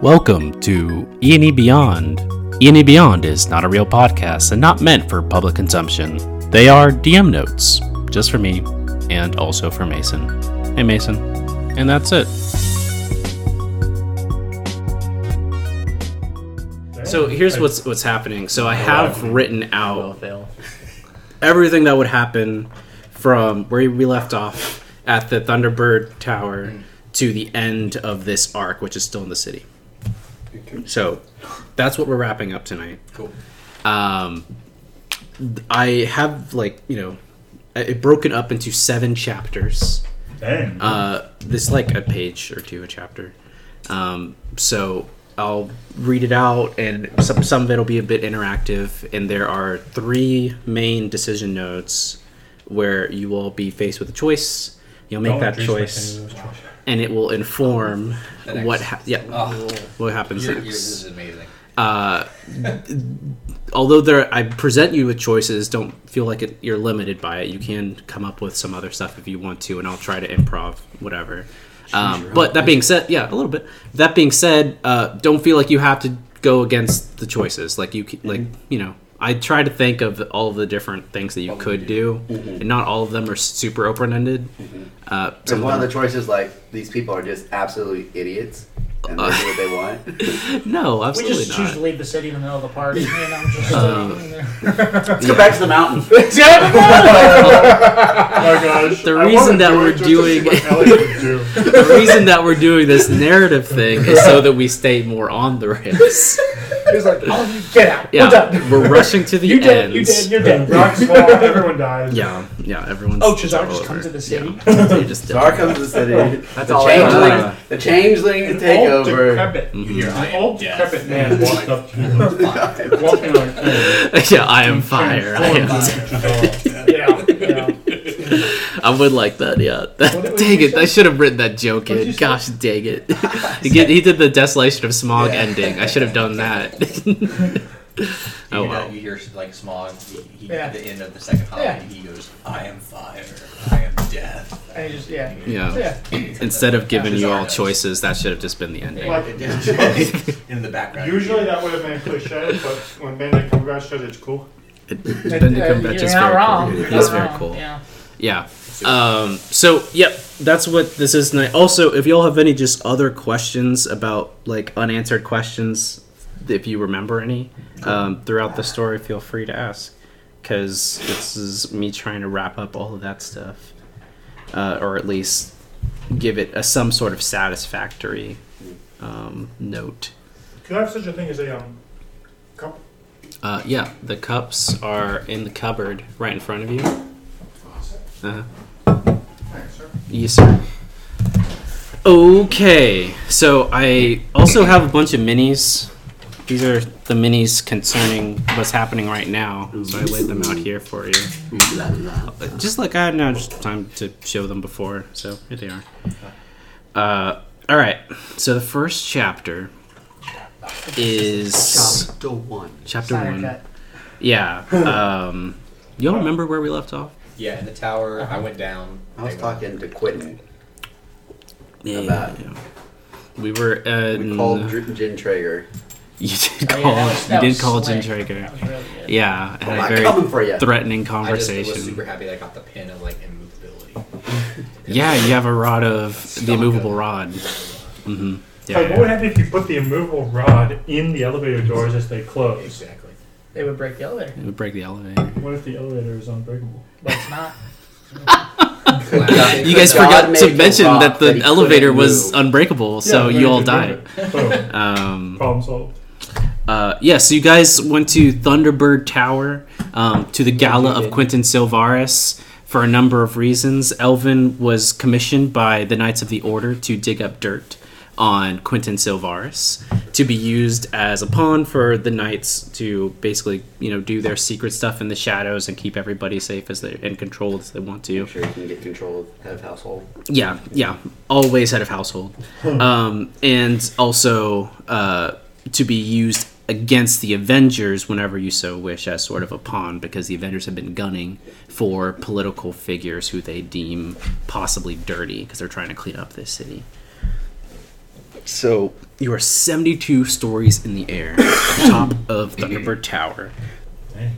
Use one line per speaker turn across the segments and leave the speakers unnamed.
Welcome to E&E Beyond. E&E Beyond is not a real podcast and not meant for public consumption. They are DM notes, just for me and also for Mason. Hey, Mason. And that's it. So here's what's what's happening. So I have written out everything that would happen from where we left off at the Thunderbird Tower to the end of this arc, which is still in the city. So that's what we're wrapping up tonight.
Cool.
Um, th- I have like you know, it broken up into seven chapters.
Dang.
Uh, this is like a page or two a chapter. Um, so I'll read it out, and some some of it'll be a bit interactive. And there are three main decision nodes where you will be faced with a choice. You'll make
Don't
that
introduce
choice,
my friend to
and it will inform
next-
what ha- yeah what happens
You're- you're-
next.
this is amazing.
although there I present you with choices, don't feel like it, you're limited by it. You can come up with some other stuff if you want to, and I'll try to improv whatever. Um, but that being said, yeah, a little bit. That being said, uh, don't feel like you have to go against the choices. Like you, c- like you know, I try to think of all the different things that you could do, and not all of them are super open ended. Uh,
So
some
one of
of
the choices, like these people are just absolutely idiots, and they do what they want.
them- no,
We
absolutely
just
not. Um,
choose to leave the city in the middle of the park, and I'm just sitting there.
Let's go back to the mountain.
Oh gosh.
The reason that we're doing the reason that we're doing this narrative thing is so that we stay more on the rails.
He's like, "Oh, you get out.
Yeah,
We're done.
we're rushing to the
You
end.
dead. You dead. You're dead."
Rocks fall. Everyone dies.
Yeah, yeah, everyone's.
Oh, Chazar
all
just comes
over.
to the city.
Yeah. They just did.
Dar comes to the city.
That's
the
all I
changelings.
want.
The changelings take
Old
over.
decrepit.
Mm-hmm.
Here, I
An
am
old
death.
decrepit man walked up to you, walking on a
yeah, I am fire. I, am,
Yeah, yeah.
I would like that, yeah.
what did
dang
you
it, I should have written that joke
did
in.
you say?
Gosh dang it. he, get, he did the Desolation of Smog ending. I should have done that.
You,
oh,
know,
wow.
you hear like smog. He, he,
Yeah.
At the end of the second holiday, he goes, "I am fire. I am death."
I just yeah.
Yeah.
Yeah.
Instead of giving you all
Bizarro.
choices, that should have just been the ending.
Like,
In the background.
usually that would have been cliche, but when Benedict Cumberbatch does it, it's cool.
Uh,
Benedict
you're
is
not
very
wrong.
cool.
You're
He's
not
very
wrong.
cool.
Yeah.
Yeah. Um, so, yep, that's what this is tonight. Also, if y'all have any just other questions about like unanswered questions, if you remember any um, throughout the story, feel free to ask because this is me trying to wrap up all of that stuff, uh, or at least give it a some sort of satisfactory um, note.
Could I have such a thing as a um, cup?
Uh, yeah, the cups are in the cupboard right in front of you. Uh-huh.
Thanks, sir.
Yes, sir. Okay, so I also have a bunch of minis. These are the minis concerning what's happening right now. So I laid them out here for you. Just like I had now just time to show them before, so here they are. Uh, all right, so the first chapter is
Chapter one.
chapter
Snyder
one.
cut.
Yeah. Um, y'all remember where we left off?
Yeah, in the tower. Uh-huh. I went down.
I was
they went-
talking to Quentin.
Yeah.
About-
We were. Uh,
We called Dr- Jin Traeger.
You did
Oh,
call.
yeah, that was- that
you
was
did call Jin
slick.
Traeger.
That was really good.
Yeah,
I'm
had
not
a very
coming for you.
threatening
I just was
conversation.
super happy that I got the pin of like immovability.
Yeah, you have a rod of the
Stalker.
immovable rod. hmm Yeah,
like, what would
yeah.
happen if you put the immovable rod in the elevator doors as they close?
Exactly.
They would break the elevator,
It would break the elevator.
What if the elevator is unbreakable?
but it's not.
You
Oh,
guys
God
forgot
made
to
a
mention
rock
that the
he
elevator
couldn't
was
move.
unbreakable, so
Yeah,
you all died.
then Boom.
Um,
Problem solved.
uh, yeah, so you guys went to Thunderbird Tower um, to the gala of Quentin Silvaris for a number of reasons. Elvin was commissioned by the Knights of the Order to dig up dirt on Quentin Silvaris to be used as a pawn for the knights to basically, you know, do their secret stuff in the shadows and keep everybody safe as they and controlled as they want to.
Make sure you can get control of head of household.
Yeah, yeah. Always head of household. Um, and also uh, to be used against the Avengers whenever you so wish as sort of a pawn because the Avengers have been gunning for political figures who they deem possibly dirty because they're trying to clean up this city. So You are 72 stories in the air, on top of Thunderbird Tower.
Hey.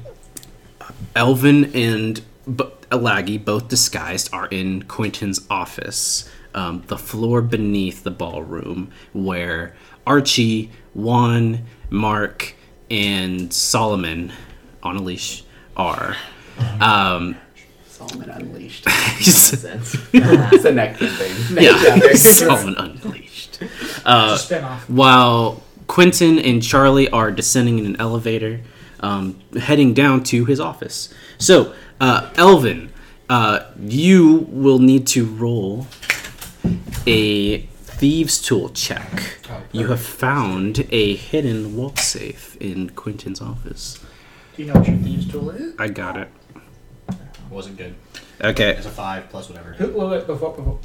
Elvin and B- Alagi, both disguised, are in Quentin's office, um, the floor beneath the ballroom, where Archie, Juan, Mark, and Solomon on a leash are. Um,
Solomon Unleashed.
Solomon
it's a neck thing.
Unleashed. Uh,
It's a spinoff.
while Quentin and Charlie are descending in an elevator, um, heading down to his office. So, uh, Elvin, uh, you will need to roll a thieves' tool check. you have found a hidden wall safe in Quentin's office.
Do you know what your thieves' tool is?
I got it.
Wasn't good.
Okay.
It's a five plus whatever.
Who, wait, wait, before, before.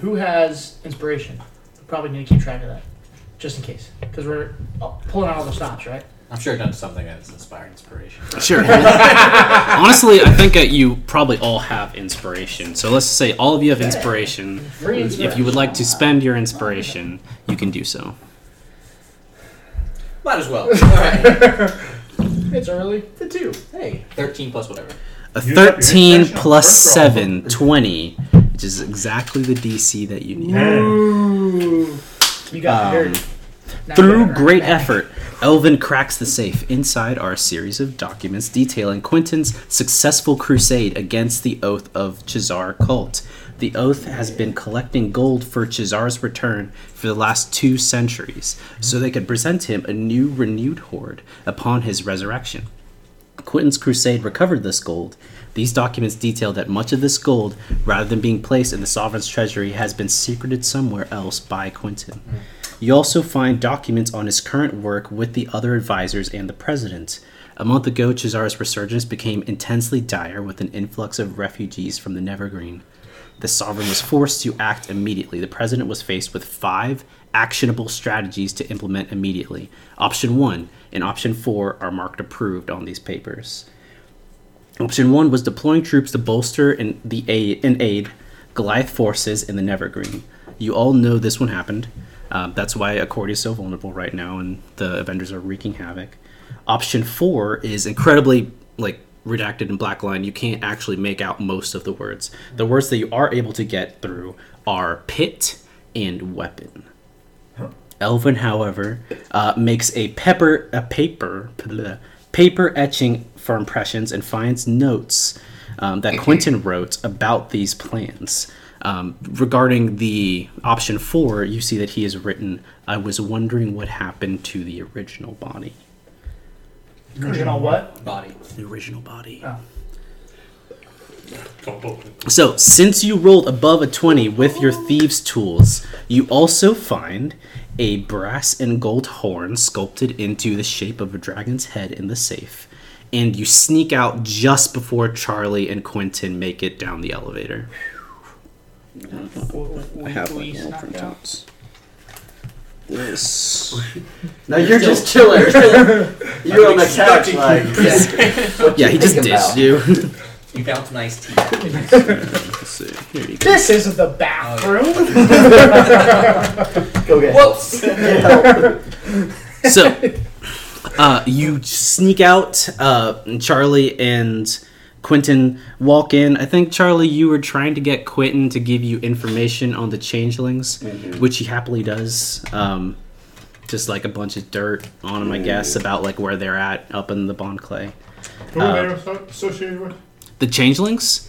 Who has inspiration? We probably need to keep track of that, just in case, because we're uh, pulling out all the stops, right?
I'm sure it done something that's inspired inspiration.
Sure. Honestly, I think that you probably all have inspiration. So let's say all of you have inspiration.
Free
If you would like to spend your inspiration, you can do so.
Might as well. All right.
it's early.
It's a two.
Hey, thirteen plus whatever.
A
You got your
13
inspiration on
plus
first roll.
7, 20, which is exactly the DC that you need.
Ooh, you got
Um,
prepared. Now
Through
you're-
great effort, Elvin cracks the safe. Inside are a series of documents detailing Quentin's successful crusade against the Oath of Chazar cult. The Oath has been collecting gold for Chazar's return for the last two centuries, so they could present him a new, renewed hoard upon his resurrection. Quentin's crusade recovered this gold. These documents detail that much of this gold, rather than being placed in the sovereign's treasury, has been secreted somewhere else by Quentin. You also find documents on his current work with the other advisors and the president. A month ago, Chazar's resurgence became intensely dire with an influx of refugees from the Nevergreen. The sovereign was forced to act immediately. The president was faced with five actionable strategies to implement immediately. Option one and option four are marked approved on these papers. Option one was deploying troops to bolster and the aid and aid Goliath forces in the Nevergreen. You all know this one happened. Uh, that's why Accord is so vulnerable right now, and the Avengers are wreaking havoc. Option four is incredibly like redacted in black line. You can't actually make out most of the words. The words that you are able to get through are pit and weapon. Elvin, however, uh, makes a pepper a paper bleh, paper etching for impressions and finds notes um, that Quentin wrote about these plans. Um, regarding the option four, you see that he has written, "I was wondering what happened to the original body."
You know what?
Body.
The original body.
Oh.
So, since you rolled above a 20 with your thieves' tools, you also find a brass and gold horn sculpted into the shape of a dragon's head in the safe. And you sneak out just before Charlie and Quentin make it down the elevator.
We, we, we snuck out.
This.
No, you're just chilling. you're on the couch, like. what
Yeah,
you
he just
thinking
dissed
about?
you.
You found some nice tea.
Let's see. Here you go.
This isn't the bathroom.
Go get
Whoops.
help.
so uh, you sneak out uh, and charlie and quentin walk in i think charlie you were trying to get quentin to give you information on the changelings which he happily does um, just like a bunch of dirt on them i guess about like where they're at up in the bond clay
Who
Uh,
are they asso- associated with?
the changelings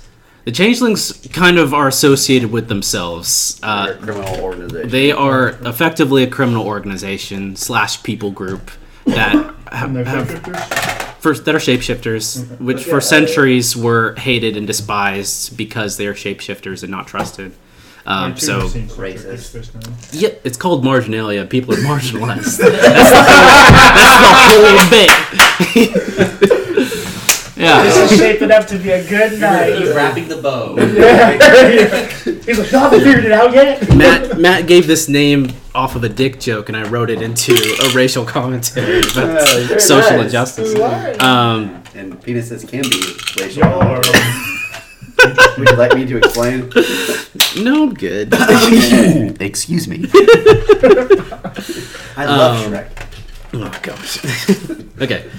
the changelings kind of are associated with themselves uh,
You're a criminal organization.
they are effectively a criminal organization slash people group that have,
um,
And their
have
shapeshifters?
for, that are shapeshifters, which
Mm-hmm. Yeah.
for centuries were hated and despised because they are shapeshifters and not trusted. Um,
Like,
so
you've seen such a
Racist.
business now.
yeah, it's called marginalia. People are marginalized. that's, the whole, that's the whole bit. yeah.
This is shaping up to be a good night.
Keep wrapping the bow.
He's like, y'all haven't figured it out yet.
Matt Matt gave this name off of a dick joke, and I wrote it into a racial commentary about
Oh, very
social
nice.
injustice.
What?
Um,
And penises can be racial.
Y'all are.
Would you like me to explain?
No, I'm good.
Excuse me. I love
Um,
Shrek.
Oh gosh. okay.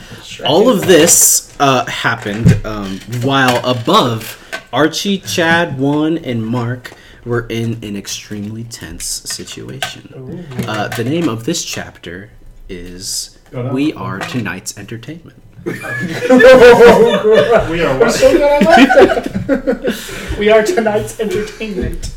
All of this uh, happened um, while above, Archie, Chad, One, and Mark were in an extremely tense situation. Uh, the name of this chapter is "We Are Tonight's Entertainment."
We are what?
So glad I left it. we are tonight's entertainment.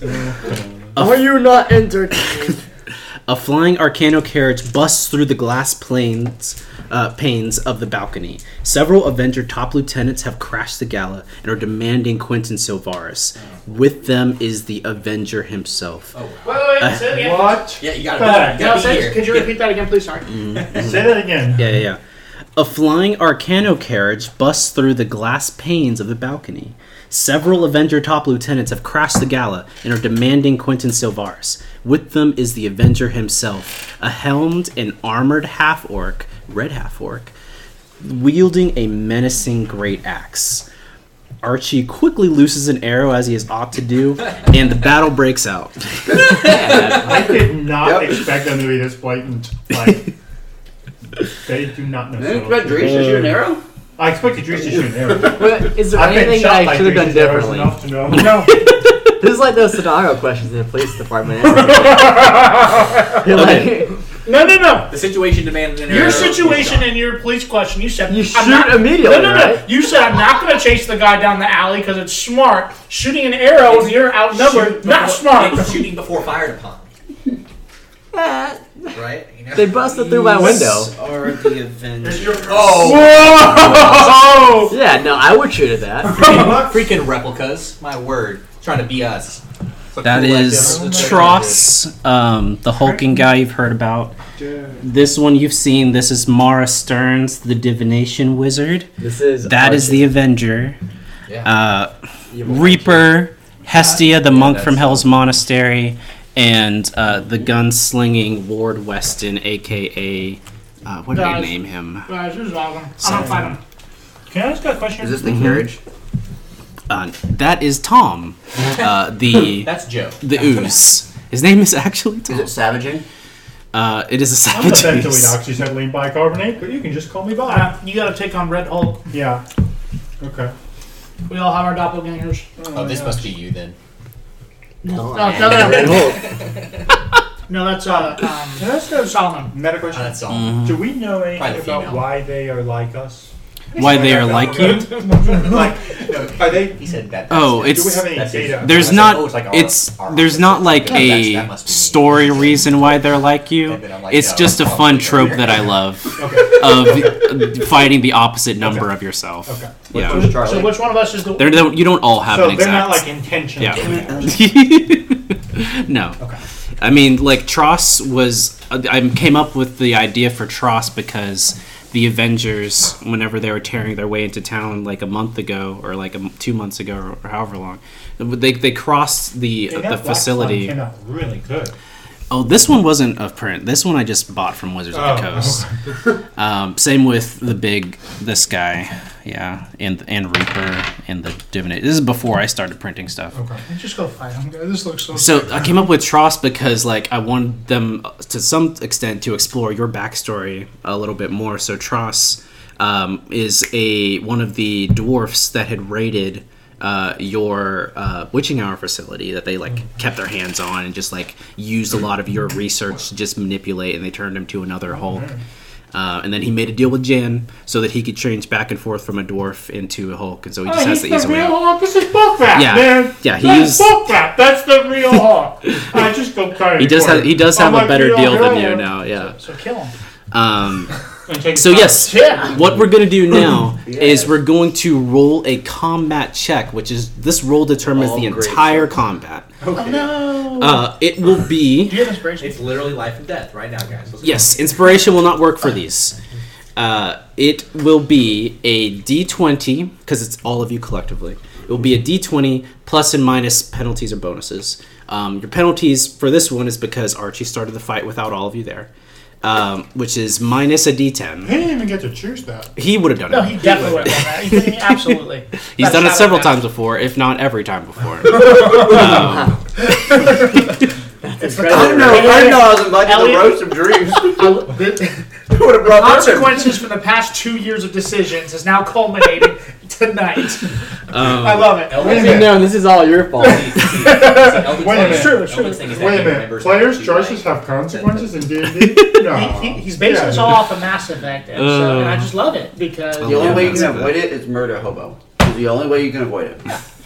Are you not entertained?
A flying Arcano carriage busts through the glass planes, uh, panes of the balcony. Several Avenger top lieutenants have crashed the gala and are demanding Quentin Silvaris. With them is the Avenger himself.
Wait, wait, wait. Say it again.
What?
Oh, Yeah, you gotta,
Fuck.
be, you
No,
gotta be
say,
here.
could you repeat that again, please? Sorry.
Say that again.
Yeah, yeah, yeah. A flying Arcano carriage busts through the glass panes of the balcony. Several Avenger top lieutenants have crashed the gala and are demanding Quentin Silvaris. With them is the Avenger himself, a helmed and armored half orc, red half orc, wielding a menacing great axe. Archie quickly looses an arrow as he is apt to do, and the battle breaks out.
I did not
Yep.
expect them to be this blatant. Like, they do not know.
Didn't
so-
expect Drees to shoot an arrow?
I expected Drees to shoot an arrow.
But is there
I've been
anything
shot
I
by
should have done
Drees' arrows
differently?
Enough to know.
No. this is like those Sonago questions in the police department. You're
Okay.
like,
No, no, no.
The situation demanded an
Your
arrow.
situation and your police question. You said
you
I'm
shoot
not-
immediately,
No, no, no.
right?
You said I'm not going to chase the guy down the alley because it's smart. Shooting an arrow when you're outnumbered,
Shoot
not
before-
smart.
it's Shooting before fired upon. right? You know?
They busted through my window.
Are the Avengers?
Oh!
Whoa!
Yeah, no, I would shoot at that.
Freaking replicas. My word. Trying to be us.
That is Tross, um, the hulking guy you've heard about. This one you've seen. This is Mara Stearns, the divination wizard.
This is
That is the Avenger.
Yeah.
Uh,
the
Reaper, Hestia, the monk from
that's-
Hell's Monastery, and uh, the gunslinging Lord Weston, aka. Uh, what did I
Guys.
name him?
Guys, this is awesome. I'm gonna fight him.
Can I ask a question?
Is this the carriage?
Uh, that is Tom, uh, the
That's Joe.
the ooze. His name is actually
Is it
Tom.
savaging?
Uh, it is a
I'm not
savage
that delete
ooze.
oxyacetylene bicarbonate, but you can just call me Bob.
Uh, you gotta take on Red Hulk.
Yeah. Okay.
We all have our doppelgangers.
Oh, this must be you then.
Mm-hmm.
No, no, no, no.
Hulk.
No, that's uh,
Can I ask a
um, Solomon.
meta
Oh,
question?
Uh,
that's all.
Do we know
Probably
anything about
female.
why they are like us?
Why they are like you?
like,
No,
are they?
he said that.
Oh,
that's-
Do we
it's
have any
That's it.
data?
there's
I said,
not
"Oh, it's like our-
it's
our
there's
opposite."
not like
Yeah, that's- that
a
must be me.
story reason why they're like you.
And then I'm like,
It's
no,
just a
probably
fun
not.
trope that I love
uh, okay.
of uh, fighting the opposite number of yourself.
Okay.
Yeah,
So which one of us is the?
they're, they you don't all have
So
an
they're not like
exact.
intentional.
Yeah.
Yeah.
no,
Okay.
I mean like Tross was I came up with the idea for Tross because the Avengers whenever they were tearing their way into town like a month ago or like a m two months ago or however long they, they crossed the
And that
the
black one
facility.
Came out really good.
Oh, this one wasn't of print. This one I just bought from Wizards of the
Oh,
Coast. um, same with the big this guy, yeah, and and Reaper and the Divinate. This is before I started printing stuff.
Okay.
Just go fight him. guys. This looks so.
So I came up with Tross because like I wanted them uh, to some extent to explore your backstory a little bit more. So Tross um, is a one of the dwarfs that had raided uh, your uh, witching hour facility that they like kept their hands on and just like used a lot of your research to just manipulate and they turned him to another Hulk. Uh, and then he made a deal with Jan so that he could change back and forth from a dwarf into a Hulk, and so he
Oh,
just has
he's
the
the
easy way
real
out.
Hulk. This is Buckbat,
Yeah.
man.
Yeah, he
That's
is-
Buckbat. That's the real Hulk. I just go carry.
He does have he does
Oh,
have
my
a better
deal,
deal than
yeah.
you now, yeah.
So kill him.
Um,
And take
So
the-
yes,
Yeah.
what we're gonna do now is we're going to roll a combat check, which is this roll determines
All
the
great.
entire combat.
Oh, no.
Uh, it will
Do
be
you have inspiration?
It's literally life and death right now, guys. Let's go.
yes, inspiration will not work for these. Uh, it will be a d20 because it's all of you collectively. It will be a d20 plus and minus penalties or bonuses. Um, your penalties for this one is because Archie started the fight without all of you there, um, which is minus a d10.
He didn't even get to choose that.
He would have done it.
No, he definitely would have done that. He- Absolutely.
He's
That's
done it
not
several
a match.
times before, if not every time before. Um,
That's
I don't know. I didn't know I was invited to the
Elliot-
roast of dreams.
know.
Who would have brought that? in?
Consequences from the past two years of decisions has now culminated tonight.
Um,
I love it.
Elvis-
No, this is all your fault.
Elvis-
Wait a minute.
True, true.
Elvis thing is that
Wait
he
a minute.
remembers
Players'
actually,
choices
like,
have consequences in D&D? No.
He, he, he's basing this all off a Mass Effect episode, and I
Uh.
just love it because.
The
The only
Yeah,
way you
that's
can
good.
avoid it is murder hobo. It's the only way you can avoid it.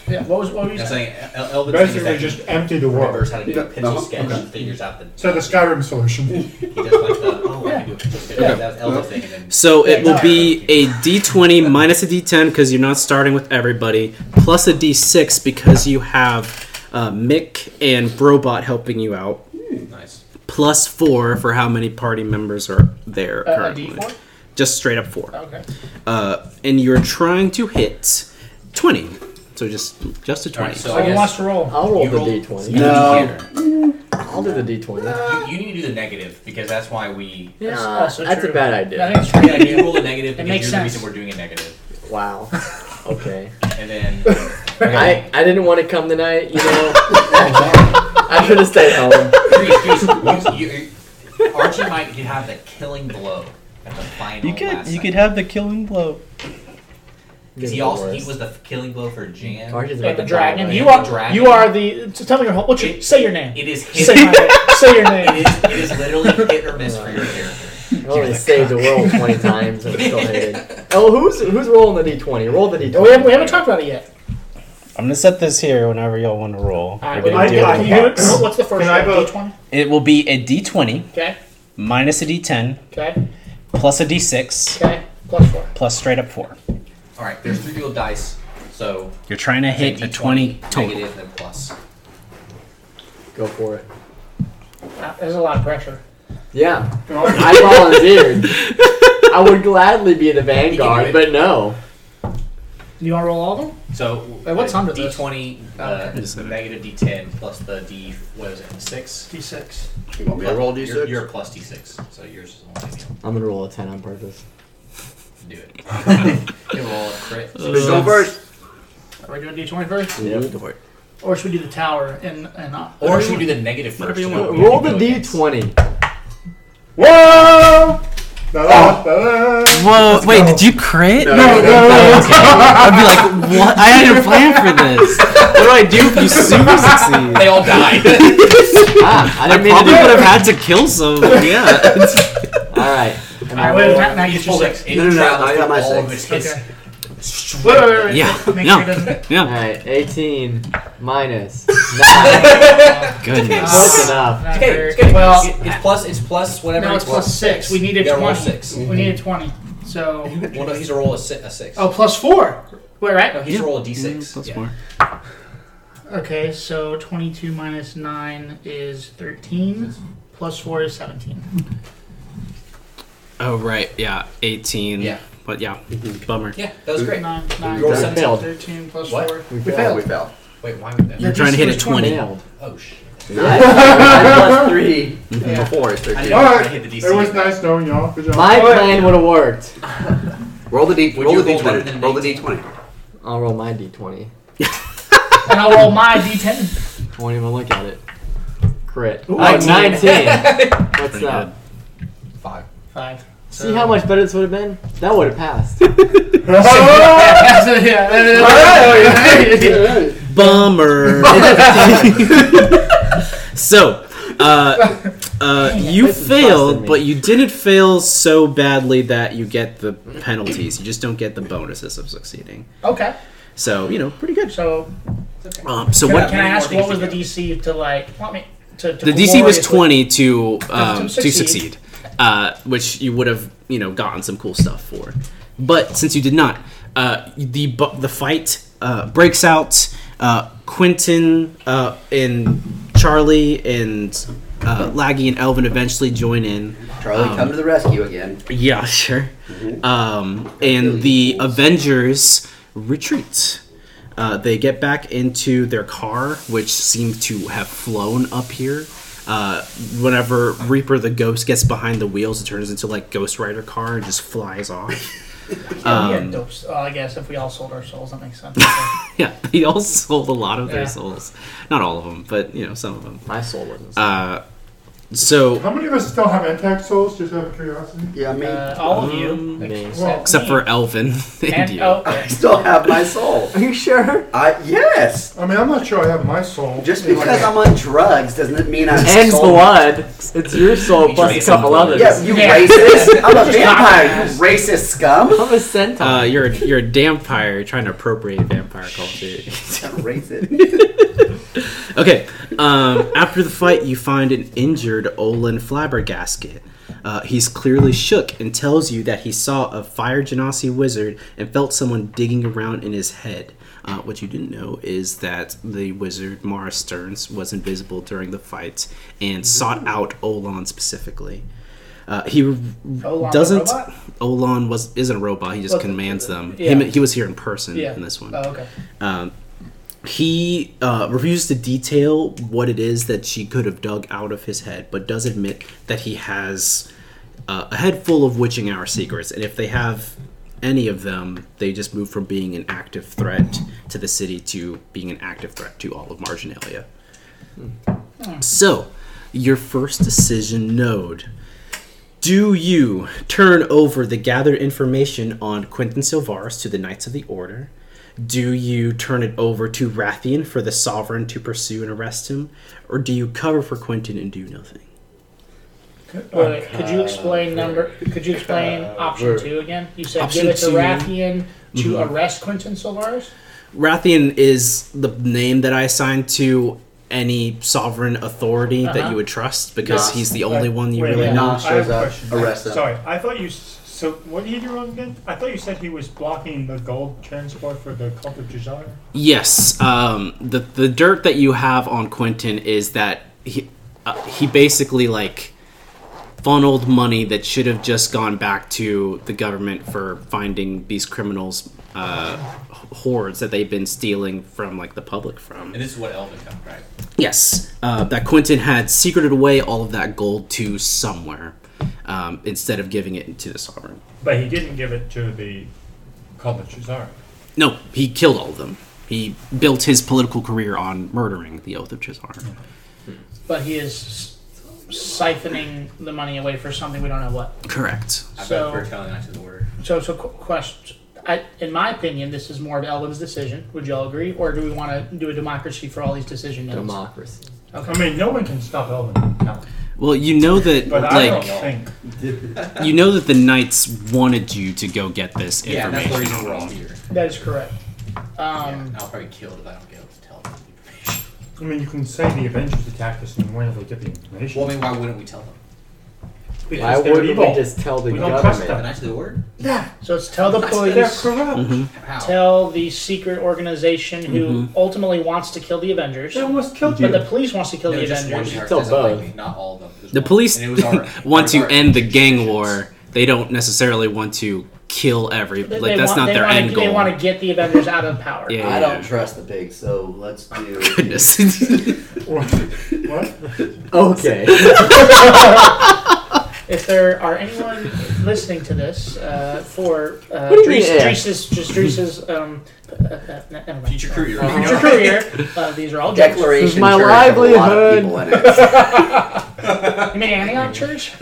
Yeah, what was what were you
I'm
saying?
saying El- Elvis thing is
Basically,
that
just
he
empty the world.
remembers how to do a pencil sketch and figures out the.
So the Skyrim solution.
He does like the oh, I can do a pencil sketch. That was Elvis thing, and then
So it will be a d20 minus a d10 because you're not starting with everybody, plus a d6 because you have uh, Mick and Brobot helping you out,
nice.
plus four for how many party members are there
Uh, a
currently.
D4?
Just straight up four.
Okay.
Uh, and you're trying to hit 20. So just just a 20.
Alright, so
So
I
who
guess
wants to roll?
I'll roll
you
the
roll-
d20.
you
No.
I'll do the d20.
You, you need to do the negative because that's why we.
Yeah,
That's also
that's
true.
a bad
I
idea.
think it's a
Yeah,
great
you
idea.
roll the negative
It
because
makes
you're the
sense.
reason we're doing a negative.
Wow. Okay.
And then
I, I didn't want to come tonight, you know. I should have stayed home.
Grease, Grease, you, you, you- Archie might could have the killing blow at the final. last second.
have the killing blow.
'Cause He also he was the f- killing blow for Jan.
Archie's
Yeah,
about
the
to
dragon.
die,
You
right?
are
Dragon.
you are the. So tell me your whole. What's your, say your name.
It is hit.
Say, my name. say your name.
it, is, it is literally hit or miss for your character.
I only saved the world 20 times and still hated. Oh, who's who's rolling the d20? Roll the d20.
Oh, We haven't, we haven't talked about it yet.
I'm gonna set this here whenever y'all want to roll.
All right,
We're gonna
I-
do it
I-
in a
you-
box.
what- what's the first
Can I
roll?
vote?
D20?
It will be a d20
Okay,
minus a d10
okay,
plus a d6
okay. Plus four.
plus straight up four.
All right, there's three real dice, so
You're trying to hit a 20 total.
negative, then plus.
Go for it.
Uh, There's a lot of pressure.
Yeah.
No,
I volunteered. I would gladly be the vanguard, but no.
You want to roll all of them?
So
Wait, what's
uh,
under this?
D20, uh, negative D10 plus the D. What is it? Six.
D6.
You want me to roll d6?
You're, you're a plus D6, so yours is only
I'm gonna roll a 10 on purpose.
do it. you roll a crit.
Uh,
Please go first.
Are we doing D20 first?
Yeah.
Or should we do the tower and and uh,
Or should we do the negative first?
you
and
want.
then we
Roll the
can go against-
d20.
Whoa!
Uh,
Da-da-da-da.
Whoa, wait, did you crit?
No, no, no.
I'd be like, what? I had a plan for this. What do I do if you super succeed?
They all die.
Ah, I
I
didn't mean
probably
to
would
do
have
it.
had to kill some. Yeah.
Alright. Am I
All right, wait,
rolling?
now, now you
Hold
six.
it. It
No, no, no,
travels
I got my
through all of
six.
its-
Okay. Wait, wait, wait, wait.
Yeah.
Make
No.
sure it doesn't.
Yeah.
Alright, 18 minus 9.
Goodness.
Close enough.
Not
Okay,
very-
it's, okay.
well,
it's, it's plus. It's plus whatever.
no, it's plus six. We needed
You gotta roll
20.
six.
Mm-hmm.
We needed 20. So.
Well, no, he's a roll a six. A six.
Oh, plus four. Wait,
no,
right?
he's a roll a d6.
Plus
yeah.
more.
Okay, so 22 minus 9 is 13. Plus 4 is 17.
Oh, right. Yeah. 18.
Yeah.
But yeah. Bummer.
Yeah, that was great.
9, 9,
rolled
13,
failed.
13 plus
What?
4.
We
We failed. We failed.
Wait, why would that?
You're trying to hit a 20.
Failed.
Oh shit!
Nine plus three before is
I
thirteen.
didn't know I
Alright,
hit the DC.
It was nice knowing y'all. Good job.
My
Alright.
plan would have worked.
Roll the d.
Would
Roll
you
the
roll better
d20.
than
Roll the
18?
d20.
I'll roll my d20.
And I'll roll my d10.
Won't even look at it. Crit.
Ooh,
oh,
19.
19. What's
Pretty
up?
good.
Five.
5.
See how much better this would have been? That would have passed.
So, yeah.
Bummer. so, uh, uh, you
This is busting
failed,
me.
but you didn't fail so badly that you get the penalties. You just don't get the bonuses of succeeding.
Okay.
So, you know, pretty good.
So,
Um, so
can,
what?
I, can I
many more
ask
things
what was
to
the
go?
DC to like? Want me to, to
the DC was
gloriously-
20 to um,
To
to
succeed.
succeed, uh, which you would have you know gotten some cool stuff for, but since you did not, uh, the bu- the fight uh, breaks out. Uh, Quentin uh, and Charlie and uh, Laggy and Elvin eventually join in.
Charlie, come to the rescue again.
Yeah, sure. Um, and the Avengers retreat. Uh, they get back into their car, which seemed to have flown up here. Uh, whenever Reaper the Ghost gets behind the wheels, it turns into like Ghost Rider car and just flies off.
Yeah, we are
Um,
dopes. Oh, I guess if we all sold our souls, that makes sense.
yeah, they all sold a lot of their
Yeah.
souls. Not all of them, but you know some of them.
My soul wasn't.
Uh, so
How many of us still have intact souls, just out of curiosity?
Yeah, me.
uh, all of you.
Um,
me.
Well,
except for Elvin and
And,
you.
oh,
I still have my soul.
Are you sure?
I yes.
I mean, I'm not sure I have my soul.
Just
Like,
because I'm on drugs doesn't it mean I'm
And
soul-
blood. It's your soul
You
plus a
made
couple
some
others.
Yeah, you
Yeah.
racist. I'm a
Just knock
vampire.
my
You
ass.
racist scum.
I'm a centaur.
Uh, you're a, you're a vampire. You're trying to appropriate vampire culture.
racist.
Okay. Um, after the fight, you find an injured Olin Flabbergasket. Uh, he's clearly shook and tells you that he saw a fire genasi wizard and felt someone digging around in his head. Uh, what you didn't know is that the wizard Mara Stearns was invisible during the fight
Mm-hmm.
and sought out Olon specifically. Uh, he
Olon the
doesn't.
robot?
Olon was isn't a robot. He just
Well,
commands them.
yeah.
Him, he was here in person
Yeah.
in this one.
Oh, okay.
Um, he uh, refuses to detail what it is that she could have dug out of his head, but does admit that he has uh, a head full of witching hour secrets, and if they have any of them, they just move from being an active threat to the city to being an active threat to all of Marginalia. So, your first decision node. Do you turn over the gathered information on Quentin Silvaris to the Knights of the Order? Do you turn it over to Rathian for the Sovereign to pursue and arrest him? Or do you cover for Quentin and do nothing?
Wait, could you explain number? Could you explain
Uh,
option
we're-
two again? You said
Option
give it to
two. Mm-hmm.
Rathian to arrest Quentin Solaris.
Rathian is the name that I assign to any sovereign authority that
Uh-huh.
you would trust because
Yes.
he's the only one you
wait,
really
wait,
know.
I
Nah
have
shows
a
up,
question.
arrest them.
Sorry, I thought you. s- So, what did he do wrong again? I thought you said he was blocking the gold transport for the cult of desire.
Yes, um, the the dirt that you have on Quentin is that he uh, he basically like funneled money that should have just gone back to the government for finding these criminals uh, hordes that they've been stealing from like the public from.
And this is what Elvin got, right?
Yes, uh, that Quentin had secreted away all of that gold to somewhere um, instead of giving it to the sovereign.
But he didn't give it to the cult of desire.
No, he killed all of them. He built his political career on murdering the Oath of Chisar.
But he is siphoning the money away for something we don't know what.
Correct.
I
So-
vote for telling Knights of the Order.
So, so qu- question. I, in my opinion, this is more of Elwin's decision. Would you all agree, or do we want to do a democracy for all these decision nodes?
Democracy.
I mean, no one can stop Elvin. No.
Well, you know that,
But I don't
like,
think.
you know that the knights wanted you to go get this
Yeah, that's the
information.
reason we're all here.
that is correct. Um,
I'll probably kill it if I don't get able to tell them the information.
I mean, you can say the Avengers attacked us, and where did they get the information?
Well, I mean, why wouldn't we tell them?
because
Why
they're
wouldn't
evil.
we just tell the
We don't trust
government?
The Knights of the Order?
so it's tell the
They're
police,
corrupt.
Mm-hmm.
How?
tell the secret organization who ultimately wants to kill the Avengers,
They almost killed
but
you.
the police wants to kill
No,
the
just one
Avengers.
character
Tell
doesn't like
both.
me, not all of them. Just
The
one.
police
And it was our-
want to
our-
end the gang war. They don't necessarily want to kill every.
They-
Like
they
that's
want-
not
they
their
wanna-
end goal.
They want to get the Avengers out of power.
Yeah,
I
yeah,
don't
yeah.
trust the pig, so let's do.
Goodness. Oh,
what?
Okay.
If there are anyone listening to this uh, for uh,
do you mean
Drees-
if?
Drees's, just Drees's, um, uh, uh, ne- never mind.
Future career.
Future career. Uh, these are all jokes.
This is
Declaration.
my
Church have a lot of
livelihood.
people in it.
You mean Antioch Church?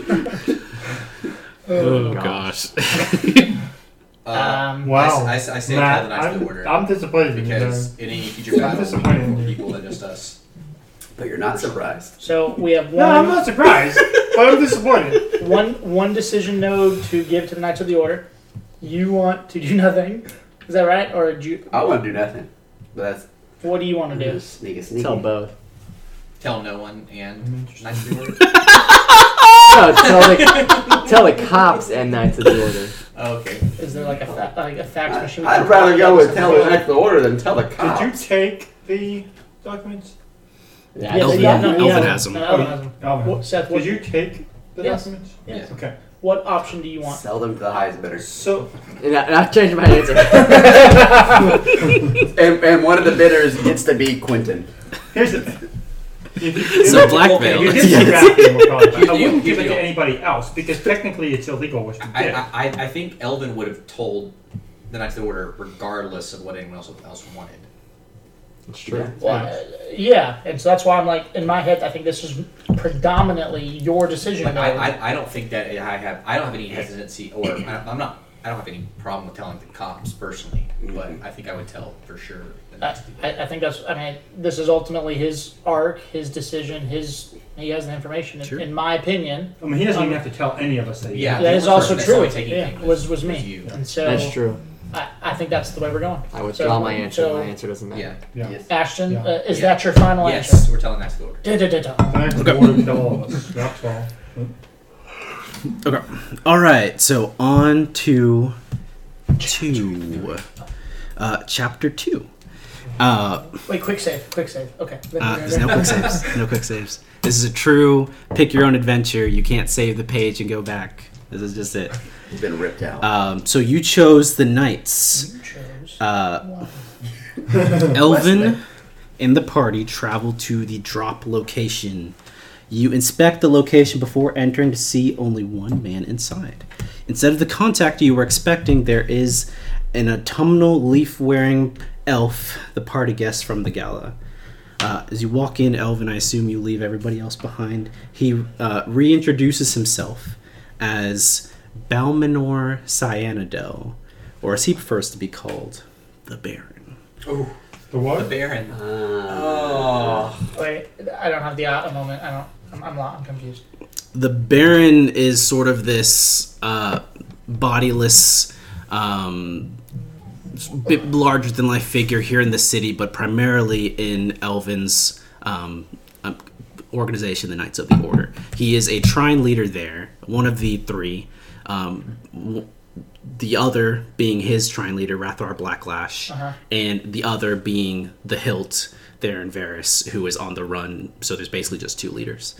oh gosh.
Uh,
Um,
I,
Wow.
s- I s- I say
Matt,
tell the Knights of the
I'm,
Order.
I'm disappointed in you
because
guys.
in any future battle, we
disappointed in
need more
you.
people than just us.
But you're not surprised.
So we have
No, I'm
one,
not surprised, but I'm disappointed.
one, one decision node to give to the Knights of the Order. You want to do nothing. Is that right? Or do you,
I want to do nothing. But that's
what do you want to do?
just sneaky, sneaky.
tell both.
Tell no one and Knights of the Order.
No, tell the, tell the cops and Knights of the Order.
Oh, okay.
Is there like a, fa- like a fax machine?
I, would rather go with tell the next order than tell the
Did
cops.
you take the documents?
Yeah,
Elvin-
they got- no,
Elvin
yeah,
has them.
no, Elvin has them.
Alvin,
What, Seth, what,
did you take the
Yes.
documents?
Yes.
Okay.
what option do you want?
Sell them to the highest bidder.
So,
And I, and I changed my answer.
And, and one of the bidders gets to be Quentin.
here's the thing. If you,
So blackmail.
If you did kidnap him, we're probably fine. I
You-
wouldn't
you-
give it
you-
to anybody else because technically it's illegal what you
I,
did.
I, I- I think Elvin would have told the Knights of the Order regardless of what anyone else else wanted.
It's true.
Why- yeah, and so that's why I'm like in my head. I think this is predominantly your decision.
Like, I, I, I don't think that I have I don't have any hesitancy or I- I'm not I don't have any problem with telling the cops personally, but
Mm-hmm.
I think I would tell for sure. The
I,
Knights of the
I I think that's. I mean, this is ultimately his arc, his decision, his. He has the information. In-
Sure.
In my opinion,
I mean, he doesn't even
Um,
have to tell any of us that. he
Yeah.
did.
that
the
is
only
also
person that's
true.
not taking
Yeah,
things
was
was
was me.
you.
And so
That's true.
I, I think that's the way we're going.
I withdraw
So-
my answer.
so-
my answer doesn't matter.
Yeah.
Yeah.
Yes.
Ashton,
Yeah.
uh, is
Yeah.
that your final
Yes,
answer?
we're telling Knights of the Order.
Da, da, da, da.
The Knights of the Order would tell all of us. That's all.
Okay. All right. So on to two, uh, chapter two. Uh,
Wait, quick save, quick save. Okay.
uh, there's no quick saves. No quick saves. This is a true pick your own adventure. You can't save the page and go back. This is just it.
He's been ripped out.
Um, so you chose the knights.
You chose
Uh,
one.
Elvin and the party travel to the drop location. You inspect the location before entering to see only one man inside. Instead of the contact you were expecting, there is an autumnal leaf wearing elf, the party guest from the gala. Uh, as you walk in, Elvin, I assume you leave everybody else behind. He uh, reintroduces himself as Balmenor Cyanodel, or as he prefers to be called, the Baron.
The
The
what?
Baron.
Uh,
Oh.
Wait, I don't have the uh, a moment. I don't. I'm I'm, lo- I'm confused.
The Baron is sort of this uh, bodiless, um, s- bit larger than life figure here in the city, but primarily in Elvin's um, um, organization, the Knights of the Order. He is a trine leader there, one of the three. Um, w- the other being his trine leader, Rathar Blacklash,
Uh-huh.
and the other being the hilt there in Varus, who is on the run. So there's basically just two leaders.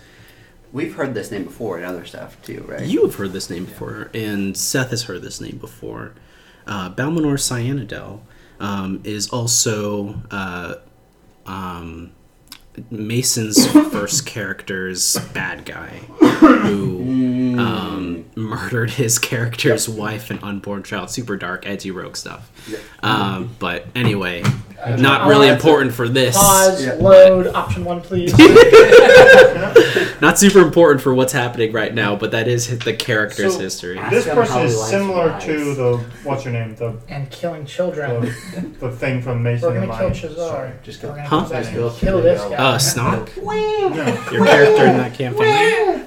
We've heard this name before in other stuff too, right?
You have heard this name before, and Seth has heard this name before. Uh, Balmenor Cyanidel um, is also uh, um, Mason's first character's bad guy
Mm.
who um, murdered his character's wife and unborn child. Super dark, edgy rogue stuff. Um, but anyway, not
I'll
really
have to
important for this.
Pause.
Yeah.
Load. Option one, please.
Not super important for what's happening right now, but that is the character's
So-
history.
This
him how
person
he
is
likes
similar
fries.
to the what's her name, the
and killing children.
the, the thing from Mason
We're
and
gonna kill
Mine.
Chazar.
Just
We're
go.
gonna
Huh?
go back
Go
and kill this guy.
Uh, Snog?
No,
Your character in that campaign.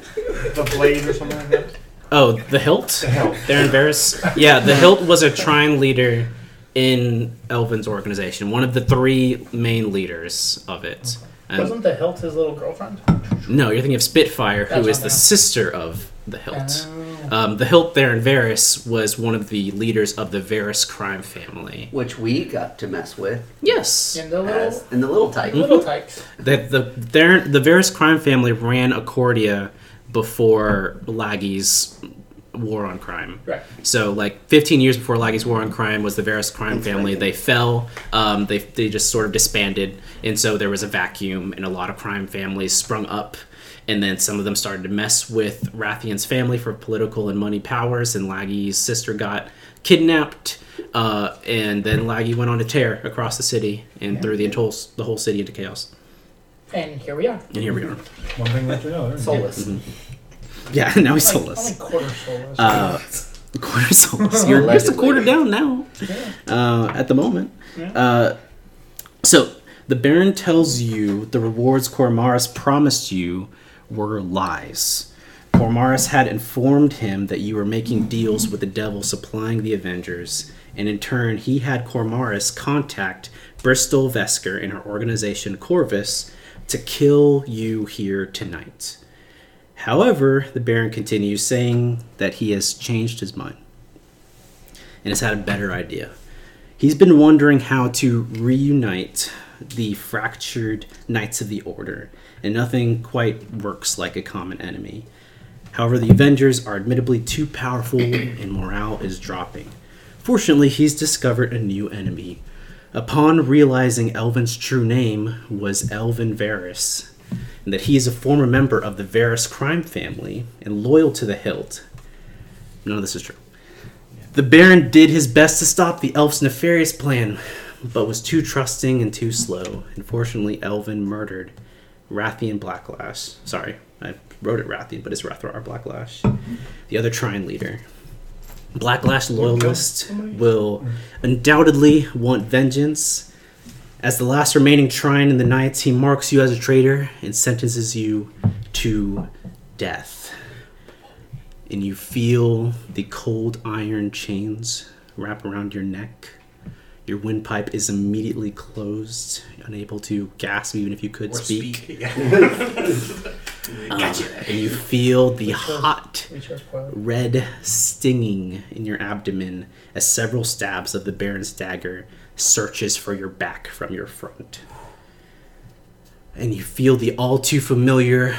the blade or something like that.
Oh, the hilt?
The hilt.
They're embarrassed. Yeah, the hilt was a trine leader in Elvin's organization, one of the three main leaders of it. And
Wasn't the hilt his little girlfriend?
no, you're thinking of Spitfire,
That's
who is
not
the
now.
sister of the hilt. Um, the hilt there in Varus was one of the leaders of the Varus crime family.
Which we got to mess with
Yes. Mm-hmm.
In the little
as in the little type.
little tykes.
The the their, the Varus crime family ran Accordia before Laggy's war on crime.
Right.
So like 15 years before Laggy's war on crime was the Varus crime family. They fell. Um, they they just sort of disbanded, and so there was a vacuum, and a lot of crime families sprung up. And then some of them started to mess with Rathian's family for political and money powers, and Laggy's sister got kidnapped. Uh, and then Laggy went on a tear across the city and threw the whole, the whole city into chaos.
And here we are.
And here we are.
One thing left to know.
Soulless.
Yeah, now he's
Like,
soulless.
only quarter soulless.
Uh, quarter soulless. You're just a quarter down now. Uh, at the moment. Uh, so the Baron tells you the rewards Cormaris promised you were lies. Cormaris had informed him that you were making deals with the devil supplying the Avengers, and in turn, he had Cormaris contact Bristol Vesker and her organization Corvus to kill you here tonight. However, the Baron continues saying that he has changed his mind and has had a better idea. He's been wondering how to reunite the fractured Knights of the Order, and nothing quite works like a common enemy. However, the Avengers are admittedly too powerful and morale is dropping. Fortunately, he's discovered a new enemy. Upon realizing Elvin's true name was Elvin Varus, and that he is a former member of the Varus crime family and loyal to the hilt. None of this is true. The Baron did his best to stop the elf's nefarious plan, but was too trusting and too slow. Unfortunately, Elvin murdered Rathian Blacklash. Sorry, I wrote it Rathian, but it's Rathrar Blacklash, the other Trine leader. Blacklash loyalists will undoubtedly want vengeance. As the last remaining Trine in the Knights, he marks you as a traitor and sentences you to death and you feel the cold iron chains wrap around your neck. Your windpipe is immediately closed, unable to gasp even if you could
Or
speak.
speak.
Um, and you feel the hot
Recharge coil.
red stinging in your abdomen as several stabs of the Baron's dagger searches for your back from your front. And you feel the all too familiar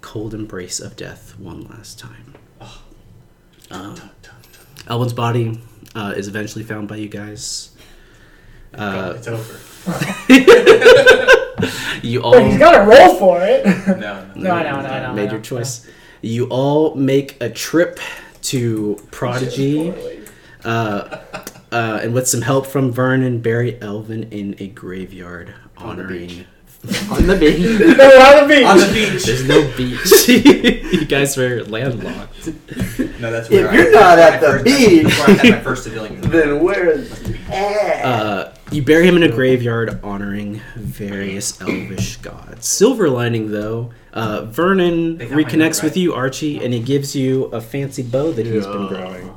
cold embrace of death one last time. Um, Elwin's body uh, is eventually found by you guys.
God,
Uh,
it's over.
you
But he's
all
got to roll for it.
No, no.
No, I know, I know, I know, I
made
know.
your Uh, choice. You all make a trip to Prodigy. uh, uh, and with some help from Vernon, bury Elvin in a graveyard honoring.
On the beach.
No, on the beach.
On the beach.
There's no beach.
you guys were landlocked.
No, that's
If
where I-
you're not at
that's where
the
I first-
beach.
that's where I had my first civilian.
Then where is Eh.
Uh, you bury him in a graveyard honoring various elvish gods. Silver lining, though, uh, Vernon
They got my
reconnects
note,
with
right?
you, Archie, and he gives you a fancy bow that he's been
Yeah.
growing.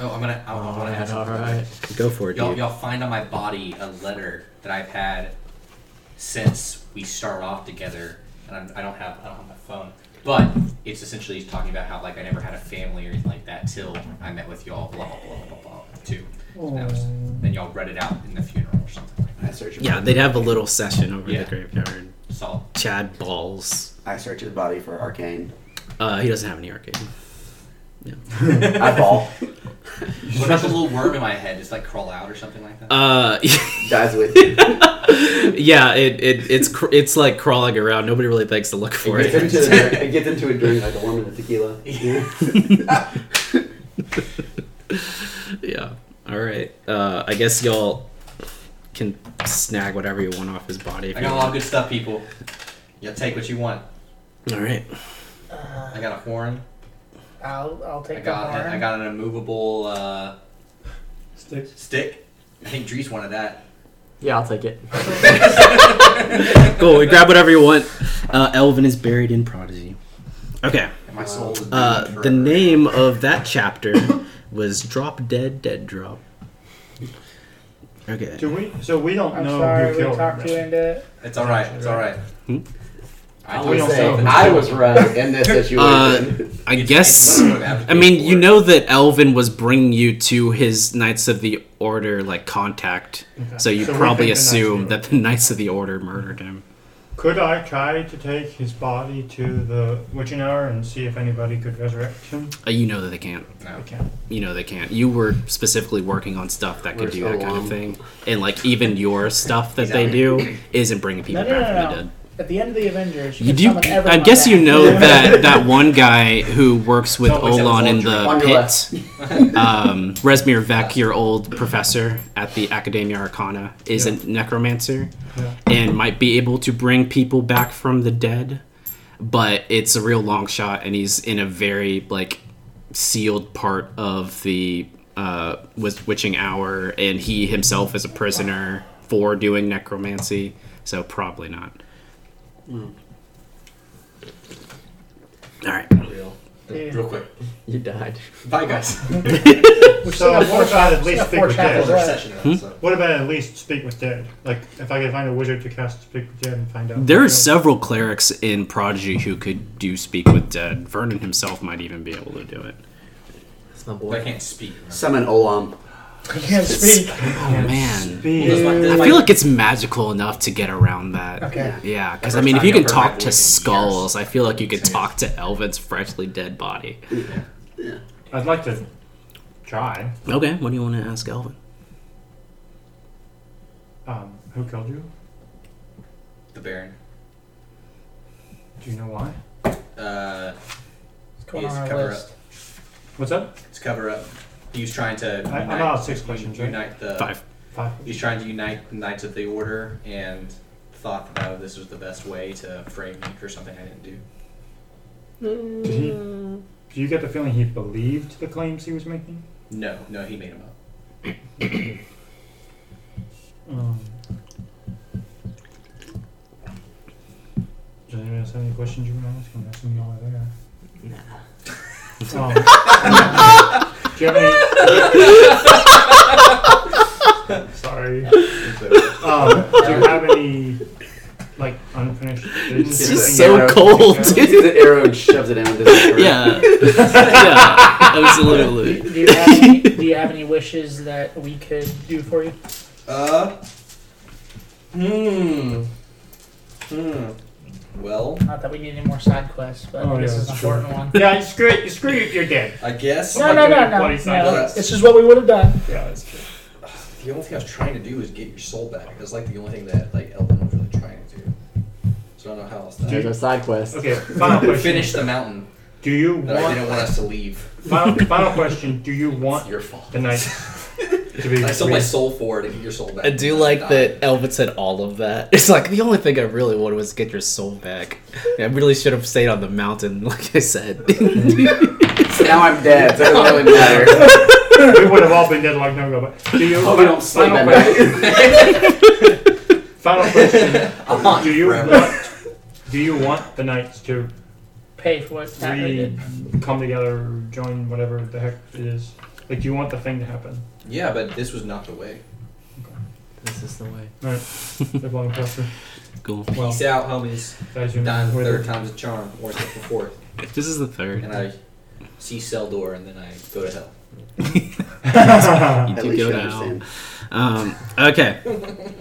Oh, I'm gonna. I want to
Alright,
ask. something.
alright.
Go for it,
Y'all,
dude.
y'all find on my body a letter that I've had since we started off together, and I'm, I don't have I don't have my phone, but it's essentially talking about how like I never had a family or anything like that till I met with y'all. Blah blah blah blah blah. Too. So that was, then y'all read it out in the funeral or something like
I
that.
search. his
Yeah,
body.
they'd have a little session over
Yeah.
the graveyard.
So
Chad balls.
I search his body for arcane.
Uh, he doesn't have any arcade.
I fall.
what about the little worm in my head? Just like crawl out or something like that.
Uh,
Dies with you.
yeah, it, it it's cr- it's like crawling around. Nobody really likes to look for
It
it.
gets into the- it gets into it during like a woman of tequila.
yeah. All right. Uh, I guess y'all can snag whatever you want off his body. If
I
you
got a lot of
want.
good stuff, people. Y'all take what you want.
All right.
Uh,
I got a horn.
I'll, I'll
I
take the
got
horn.
I got an immovable uh,
Sticks.
stick. I think Drees wanted that.
Yeah, I'll take it.
Cool. We grab whatever you want. Uh, Elvin is buried in Prodigy. Okay.
And my soul is
Uh,
buried
the
forever.
name of that chapter was Drop Dead Dead Drop. Okay.
Do we? So we don't
I'm
know
sorry,
who
we
killed
talked
him.
to you into it.
It's all right. It's all right.
Hmm?
I
would
don't
say
know.
I
was right in this
Uh,
situation.
I
It's-
guess.
it's sort of
I mean,
advocate
you
for
know that Elvin was bringing you to his Knights of the Order like contact, so you
So we
probably
think the Knights of the
assume
Order.
that the Knights of the Order murdered him.
Could I try to take his body to the witching hour and see if anybody could resurrect him?
Uh, you know that they can't.
it. No.
Okay.
You know they can't. You were specifically working on stuff that could
We're
do
so
that kind of
long.
thing, and like even your stuff that they do isn't bringing people
No, no,
back
no,
from the
no.
dead.
At the end of the Avengers,
You
can
do.
summon
I
everyone
guess you
back.
know that that one guy who works with
Someone said
Olan in
On your left.
the pit, um, Resmir Vec, your old professor at the Academia Arcana, is a necromancer
Yeah.
and might be able to bring people back from the dead, but it's a real long shot, and he's in a very like sealed part of the uh, was witching hour, and he himself is a prisoner for doing necromancy, so probably not. All right.
Real,
Yeah.
real quick.
You died.
Bye, guys.
So
got four
what about at
shots-
least
got
speak
four
with
shots
dead?
left.
What about at least speak with dead? Like if I could find a wizard to cast speak with dead and find out.
There
who
are
killed-
several clerics in Prodigy who could do speak with dead. Vernon himself might even be able to do it.
That's my
I
boy.
can't speak. remember?
Summon Olam.
You can't speak.
Oh man.
Just like-
I
just
feel like it's magical enough to get around that.
Okay.
Yeah, because
The
I mean, if
first
you
time
can
I've heard
talk
that
to
voice in
skulls, I feel like you could
Serious.
talk to Elvin's freshly dead body.
I'd like to try.
Okay, what do you want to ask Elvin?
Um, who killed you?
the Baron.
Do you know why?
Uh,
What's going
Is
on our
cover
list?
What's up?
it's cover up. He was trying to
I- I'm
unite-
out of six questions, right?
unite the
Five.
Five.
He's trying to unite the Knights of the Order and thought that oh, this was the best way to frame me for something I didn't do.
Did he? Do you get the feeling he believed the claims he was making?
No, no, he made him up.
Um, does anybody else have any questions you want to ask? I'm asking y'all over there. Nah. Um, do you have any? Sorry. Um, do you have any like unfinished business?
It's
It's
just
just
so
arrow.
cold,
Yeah.
dude.
the arrow and shoves it down.
Yeah. yeah. Absolutely.
Do you have any, do you have any wishes that we could do for you?
Uh. Hmm. Hmm. Well,
Not that we need any more side quests, but
Oh,
this
yeah,
is an
that's true.
important one.
Yeah, screw it. Screw it. You're dead.
I guess
No,
I'm
no,
not
no,
doing
no,
bloody side
no.
quests.
This is what we would have done.
Yeah, that's true.
the only thing I was trying to do was get your soul back. That's like the only thing that like Elvin was really trying to do. So I don't know how else
There's
that.
a side quest.
Okay. Final question.
Finish the mountain
Do you
that I
want?
didn't want us to leave.
Final, final question: Do you want
It's your fault.
the knight to be?
I sold my
re-
soul for to get your soul back.
I do like that Elvin said all of that. It's like the only thing I really wanted was get your soul back. I really should have stayed on the mountain, like I said.
Now I'm dead. So it doesn't really matter.
we would have all been dead a long time ago. But do you?
Oh,
Hope you don't sleep
final,
at
question,
night.
final question:
I'm on
Do you
forever.
want? Do you want the knights to
Pay for what Pat
re
did.
come together, or join whatever the heck it is? Like, do you want the thing to happen?
Yeah, but this was not the way.
This is the way.
All right. Live long and prosper.
cool.
Well,
Peace out, homies.
guys, you
Done.
know where
Third
the-
time's a charm. Or second, fourth.
This is the third.
And I see Seldor, and then I go to hell.
You
At
do
least
go
you
to hell.
understand.
Um, okay.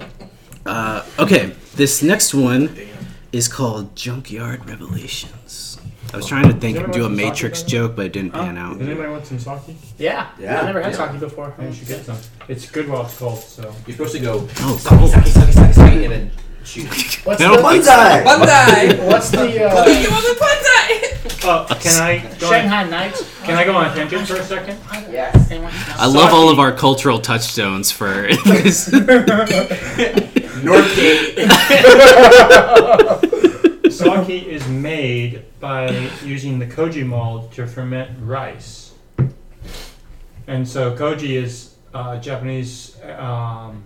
Uh, okay. This next one is called Junkyard Revelations. I was trying to think
Is
and do a
everyone talking
Matrix
about it?
joke, but it didn't
Huh?
pan out.
Does anybody want some sake?
Yeah.
Yeah,
I never had
yeah.
saki before.
I should get some. It's good while it's cold. So
You're supposed to go
Oh,
saki,
cool.
saki, saki, saki, saki, and then shoot.
What's
I don't
the,
think so.
what's the uh,
uh, can I go? On,
Shanghai Knights?
can I go on a tangent for a second?
Yes.
Anyone
I love all of our cultural touchstones for this.
Northgate.
Sake is made by using the koji mold to ferment rice. And so koji is uh, Japanese, um,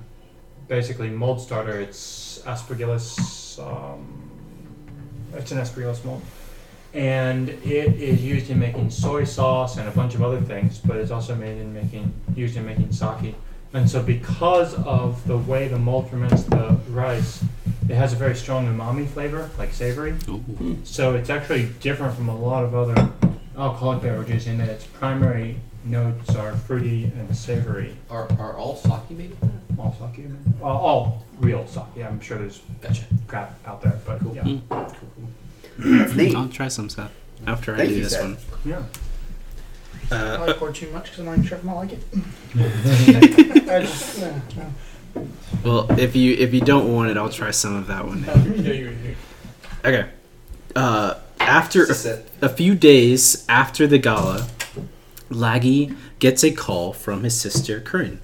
basically mold starter. It's aspergillus. Um, it's an aspergillus mold, and it is used in making soy sauce and a bunch of other things. But it's also made in making used in making sake. And so, because of the way the mold ferments the rice, it has a very strong umami flavor, like savory.
Ooh.
So it's actually different from a lot of other alcoholic beverages in that its primary notes are fruity and savory.
Are, are all sake made?
All sake, you mean? uh, all real sake. Yeah, I'm sure there's
Gotcha.
crap out there, but yeah,
That's neat.
I'll try some stuff after I
Thank
do
you,
this
Seth.
one.
yeah.
I probably poured too much because I'm not even sure if I'm gonna like it. I just, no, no.
Well, if you if you don't want it, I'll try some of that one. Okay. Uh, after a
That's it.
A few days after the gala, Laggy gets a call from his sister Corinne.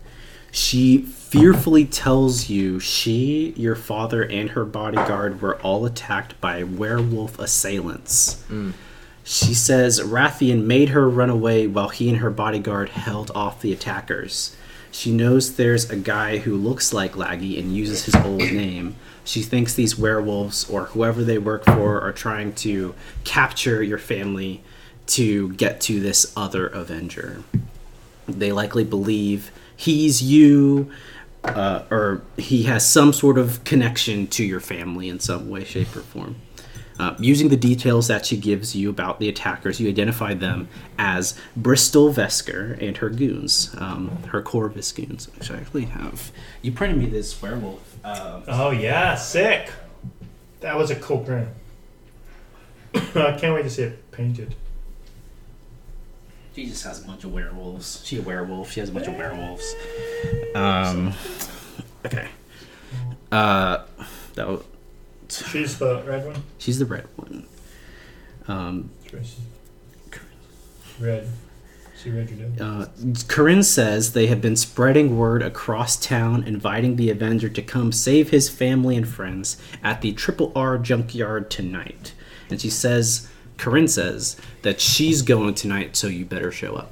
She fearfully tells you she, your father, and her bodyguard were all attacked by werewolf assailants. She says Rathian made her run away while he and her bodyguard held off the attackers. She knows there's a guy who looks like Laggy and uses his old name. She thinks these werewolves or whoever they work for are trying to capture your family to get to this other Avenger. They likely believe he's you, uh, or he has some sort of connection to your family in some way, shape, or form. Uh, using the details that she gives you about the attackers, you identify them as Bristol Vesker and her goons, um, her Corvus goons, which I actually have. You printed me this werewolf. Um,
Oh yeah, sick. That was a cool print. I can't wait to see it painted.
she just has a bunch of werewolves. She a werewolf. She has a bunch of werewolves. Um, okay. Uh, that was,
She's the red one.
she's the red one. Um,
Tracy. Red. She read your note.
uh, Corinne says they have been spreading word across town, inviting the Avenger to come save his family and friends at the Triple R Junkyard tonight. And she says, Corinne says that she's going tonight, so you better show up.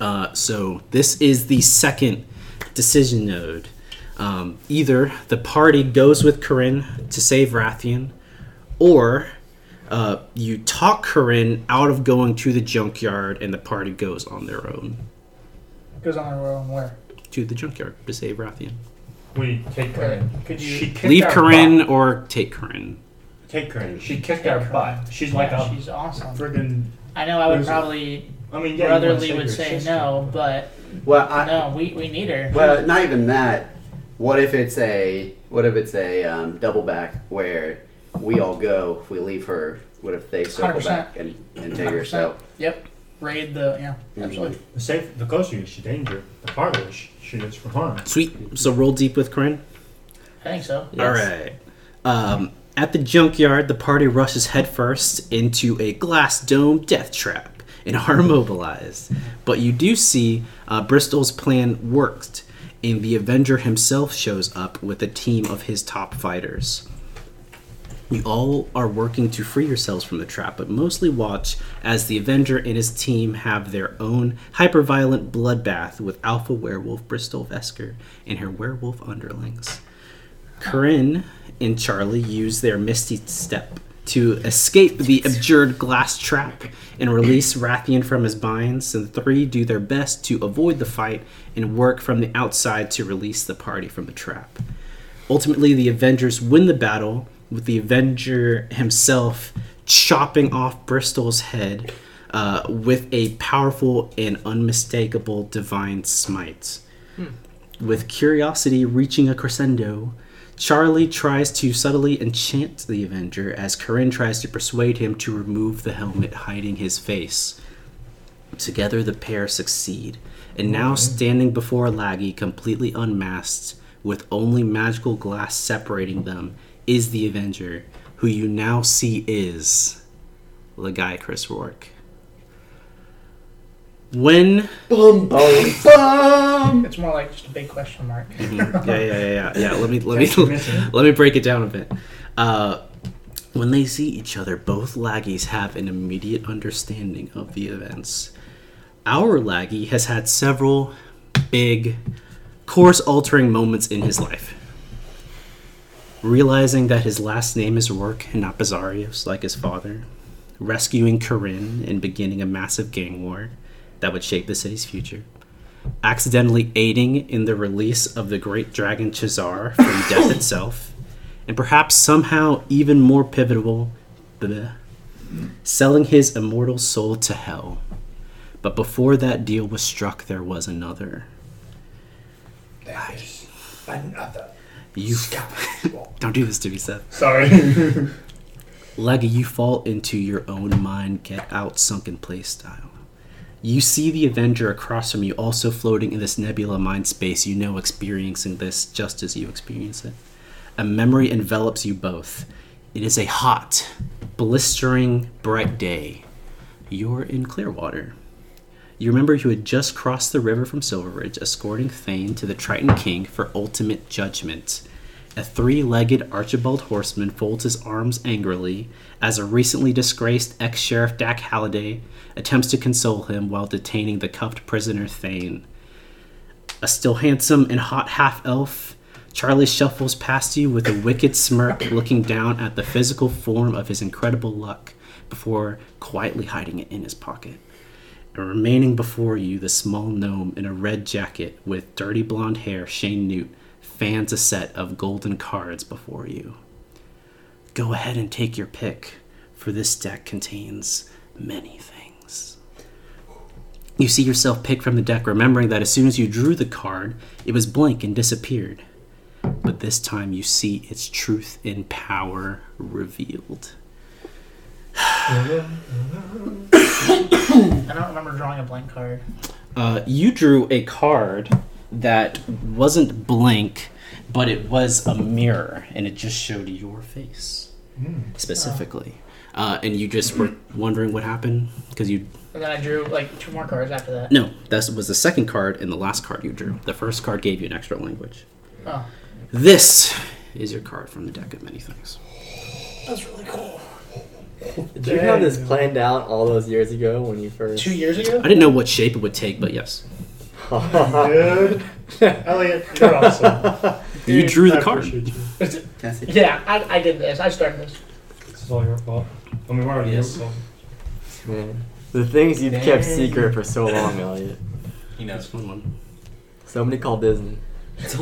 uh, so this is the second decision node. Um, either the party goes with Corinne to save Rathian, or uh, you talk Corinne out of going to the junkyard, and the party goes on their own
Goes on their own where?
to the junkyard to save Rathian.
We take Corinne.
Could you?
She kicked
Leave
our
Corinne
butt.
or take Corinne.
Take Corinne. She kicked our butt. She's like
Yeah,
a
she's awesome.
friggin'.
I know. I would
Loser.
probably
I mean, yeah. you
rather
wanna
Lee
save
would
your
say
sister.
no, but
Well, I,
no, we, we need her.
Well, not even that. What if it's a what if it's a um, double back where we all go, if we leave her. What if they circle
100%.
back and, and take her? So mm-hmm.
Yep. Raid the yeah. Absolutely.
The, safe, the closer you should danger, the farther sh- she is from harm.
Sweet. So roll deep with Corinne.
I think so.
All right. Um, at the junkyard, the party rushes headfirst into a glass dome death trap and are immobilized. But you do see uh, Bristol's plan worked, and the Avenger himself shows up with a team of his top fighters. You all are working to free yourselves from the trap, but mostly watch as the Avenger and his team have their own hyperviolent bloodbath with Alpha Werewolf Bristol Vesker and her werewolf underlings. Corinne and Charlie use their Misty Step to escape the abjured glass trap and release Rathian from his binds, and the three do their best to avoid the fight and work from the outside to release the party from the trap. Ultimately, the Avengers win the battle, with the Avenger himself chopping off Bristol's head uh, with a powerful and unmistakable divine smite. With curiosity reaching a crescendo, Charlie tries to subtly enchant the Avenger as Corinne tries to persuade him to remove the helmet hiding his face. Together, the pair succeed, and now standing before Laggy, completely unmasked, with only magical glass separating them, is the Avenger, who you now see is Lagai Chris Rourke. When
boom, boom, boom.
It's more like just a big question mark.
Mm-hmm. yeah, yeah, yeah, yeah, yeah. Let me let me let me break it down a bit. Uh, when they see each other, both laggies have an immediate understanding of the events. Our laggy has had several big, course-altering moments in his life. Realizing that his last name is Rourke and not Bizarrios like his father, rescuing Corinne and beginning a massive gang war that would shape the city's future accidentally aiding in the release of the great dragon Chazar from death itself, and perhaps somehow even more pivotal, bleh, selling his immortal soul to hell. But before that deal was struck, there was another. You don't do this to me, Seth.
Sorry.
Leggy, you fall into your own mind, get out, sunken place style. You see the Avenger across from you, also floating in this nebula mind space, you know, experiencing this just as you experience it. A memory envelops you both. It is a hot, blistering, bright day. You're in Clearwater. You remember you had just crossed the river from Silveridge, escorting Thane to the Triton King for ultimate judgment. A three legged Archibald horseman folds his arms angrily as a recently disgraced ex sheriff Dak Halliday attempts to console him while detaining the cuffed prisoner Thane. A still handsome and hot half elf, Charlie shuffles past you with a wicked smirk, looking down at the physical form of his incredible luck before quietly hiding it in his pocket and remaining before you the small gnome in a red jacket with dirty blonde hair, Shane Newt, fans a set of golden cards before you. Go ahead and take your pick, for this deck contains many things. You see yourself pick from the deck, remembering that as soon as you drew the card, it was blank and disappeared. But this time you see its truth and power revealed.
Mm.
I don't remember drawing a blank card.
Uh, you drew a card that wasn't blank,
Oh.
but it was a mirror, and it just showed your face specifically. uh, and you just were wondering what happened because you
And then I drew like two more cards after that.
no that was the second card and the last card you drew. The first card gave you an extra language.
Oh,
This is your card from the deck of many things.
that's really cool.
Did you have this planned out all those years ago when you first?
Two years ago?
I didn't know what shape it would take, but yes,
Dude, Elliot, you're awesome.
you
Dude,
drew
I
the card.
appreciate you.
That's it.
Yeah, I, I did this. I started this.
This is all your fault. I mean, we're already
Yes.
here, so-
Man, the things you've kept secret for so long, Elliot.
He knows.
That's one one.
Somebody call Disney.
They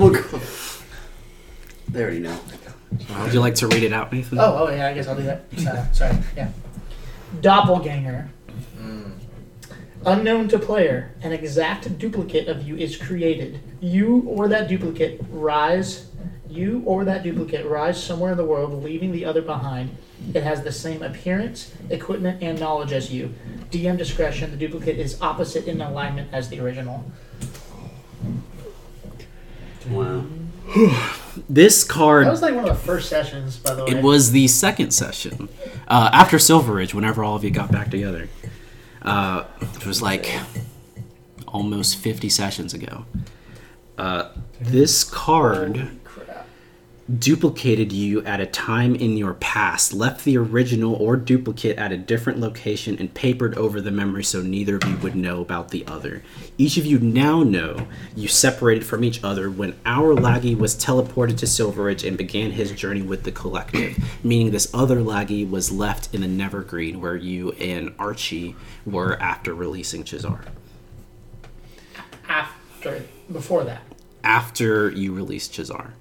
already know.
Would you like to read it out, Nathan?
Oh, oh yeah, I guess I'll do that. Uh, sorry, yeah. Doppelganger. Unknown to player, an exact duplicate of you is created. You or that duplicate rise. You or that duplicate rise somewhere in the world, leaving the other behind. It has the same appearance, equipment, and knowledge as you. DM discretion: the duplicate is opposite in alignment as the original.
Wow.
This card
That was like one of the first sessions, by the way.
It was the second session uh, after Silver Ridge, whenever all of you got back together. Uh, it was like almost 50 sessions ago. Uh, this card duplicated you at a time in your past, left the original or duplicate at a different location, and papered over the memory so neither of you would know about the other. Each of you now know you separated from each other when our Laggy was teleported to Silveridge and began his journey with the collective, meaning this other Laggy was left in the Nevergreen where you and Archie were after releasing Chazar.
after, before that.
After you released Chazar.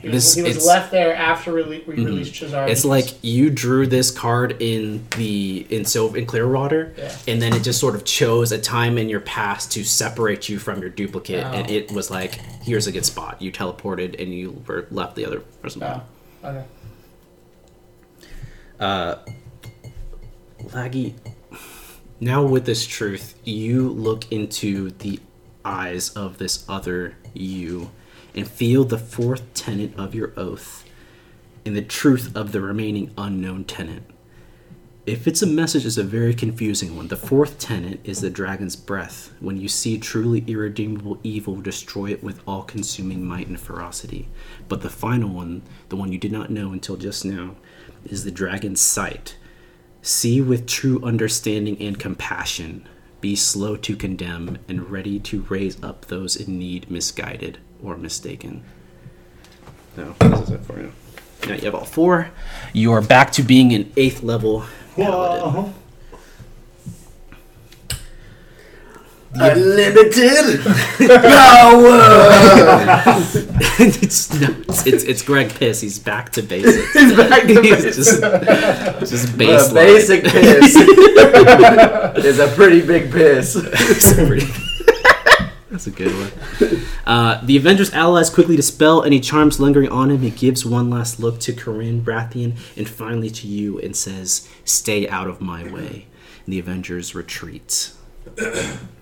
He
This-
was, he was
it's- Mm-hmm.
left there after rele- we released Chazar.
It's like you drew this card in the in silver in Clearwater,
Yeah.
and then it just sort of chose a time in your past to separate you from your duplicate, and
Oh.
it was like, here's a good spot. You teleported and you were left the other person.
Oh,
behind.
okay.
Uh, Laggy, now with this truth, you look into the eyes of this other you and feel the fourth tenet of your oath and the truth of the remaining unknown tenet. If it's a message, it's a very confusing one. The fourth tenet is the dragon's breath. When you see truly irredeemable evil, destroy it with all consuming might and ferocity. But the final one, the one you did not know until just now, is the dragon's sight. See with true understanding and compassion. Be slow to condemn and ready to raise up those in need, misguided or mistaken. No, this is it for you. Now you have all four. You are back to being an eighth level paladin.
Whoa.
Unlimited power.
it's, no, it's, it's it's Greg Piss. He's back to basics.
He's back to
He's
basics.
just, just
A
baseline.
basic piss is a pretty big piss.
That's a good one. Uh, the Avengers allies quickly dispel any charms lingering on him. He gives one last look to Corinne, Brathian, and finally to you and says, Stay out of my way. And the Avengers retreat.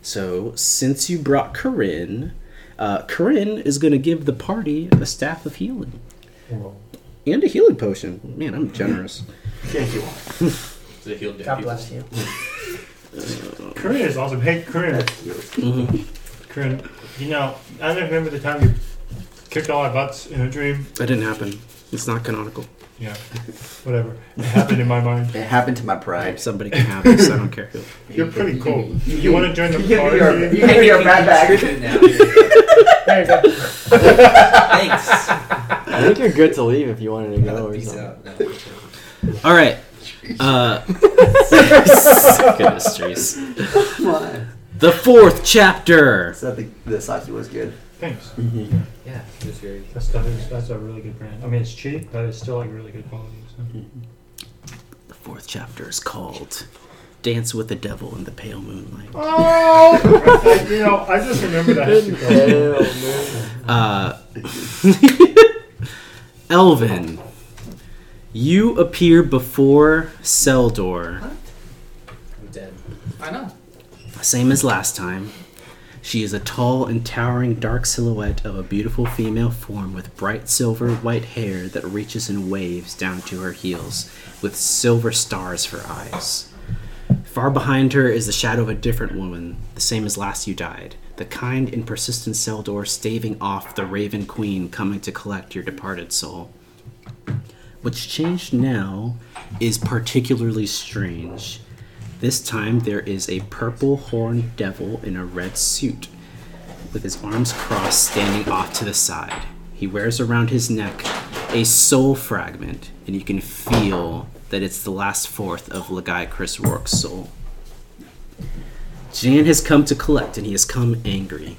so, since you brought Corinne, uh, Corinne is going to give the party a staff of healing and a healing potion. Man, I'm generous.
Thank you.
Does it heal dead
God
people?
bless you.
Korean is awesome. Hey, Korean.
Mhm.
Korean, you know, I don't remember the time you kicked all our butts in a dream.
That didn't happen. It's not canonical.
Yeah, whatever. It happened in my mind.
It happened to my pride.
Somebody can have this. I don't care who.
You're pretty cool. You want to join the
You can be our,
party?
you can be our bad bag.
Good now. Here.
There you go.
Thanks.
I think you're good to leave if you wanted to go or
Peace
something.
out. No, it's okay.
All right. Uh, goodness, trees.
Come on.
The fourth chapter.
So I think the sake was good.
Thanks.
Mm-hmm.
Yeah, it was very.
That's, that is, that's a really good brand. I mean, it's cheap, but it's still like really good quality. So.
The fourth chapter is called "Dance with the Devil in the Pale Moonlight."
Oh, you know, I just remember that. as a girl.
Hell,
Uh,
man.
Elvin, you appear before Seldor,
I'm dead.
I know.
same as last time. She is a tall and towering dark silhouette of a beautiful female form with bright silver white hair that reaches in waves down to her heels, with silver stars for eyes. Far behind her is the shadow of a different woman, the same as last you died, the kind and persistent Seldor staving off the Raven Queen coming to collect your departed soul. What's changed now is particularly strange. This time there is a purple horned devil in a red suit, with his arms crossed standing off to the side. He wears around his neck a soul fragment, and you can feel that it's the last fourth of Lagai Chris Rourke's soul. Jan has come to collect, and he has come angry.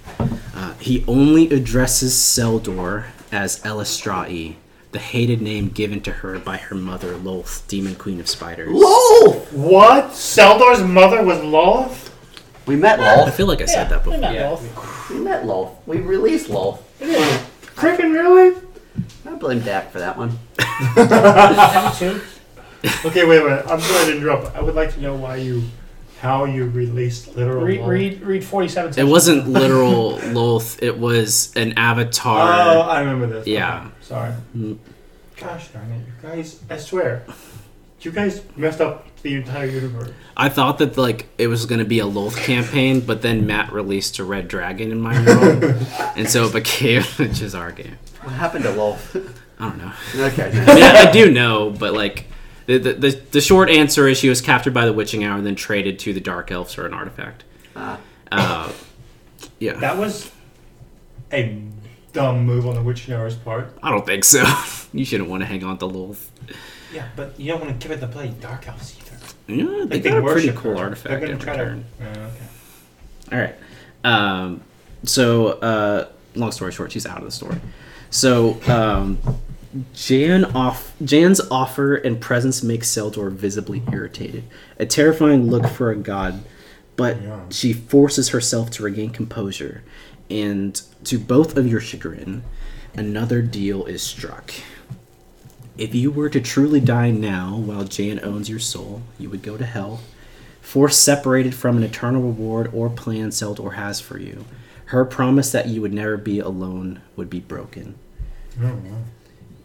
Uh, he only addresses Seldor as Elestrai, the hated name given to her by her mother, Lolth, Demon Queen of Spiders.
Lol!
What? Seldor's mother was Lolth?
We met
I
Lolf.
feel like I said that before.
They're not
Yeah.
both.
We met Lolf. We released Lolf.
Freaking really?
I blame Dak for that one.
Have you two?
Okay, wait a minute. I'm sorry to interrupt. I would like to know why you, how you released literal.
Read,
Lolth.
read, read 47
It wasn't literal Lolth, it was an
Oh,
avatar.
I remember this.
Yeah.
Okay, sorry.
Mm.
Gosh darn it, you guys! I swear, you guys messed up the entire universe.
I thought that like it was gonna be a Lolth campaign, but then Matt released a red dragon in my world. and so it became a Chazar game.
What happened to Lolf?
I don't know.
okay.
I
now-
mean, I, I do know, but like the, the the the short answer is she was captured by the witching hour and then traded to the dark elves for an artifact.
Ah.
Uh, yeah,
That was a dumb move on the witch hour's part.
I don't think so. you shouldn't want to hang on to Lolth.
Yeah, but you don't want to give it the play dark elves either.
Yeah, they
Like, they
got a pretty
worship
cool
her.
artifact
They're
in
gonna try to-
return.
Yeah, Oh, okay.
All right. Um, so, uh, long story short, she's out of the story. So, um, Jan off Jan's offer and presence makes Seldor visibly irritated. A terrifying look for a god, but she forces herself to regain composure. And to both of your chagrin, another deal is struck. If you were to truly die now while Jan owns your soul, you would go to hell, force separated from an eternal reward or plan Seldor has for you. Her promise that you would never be alone would be broken.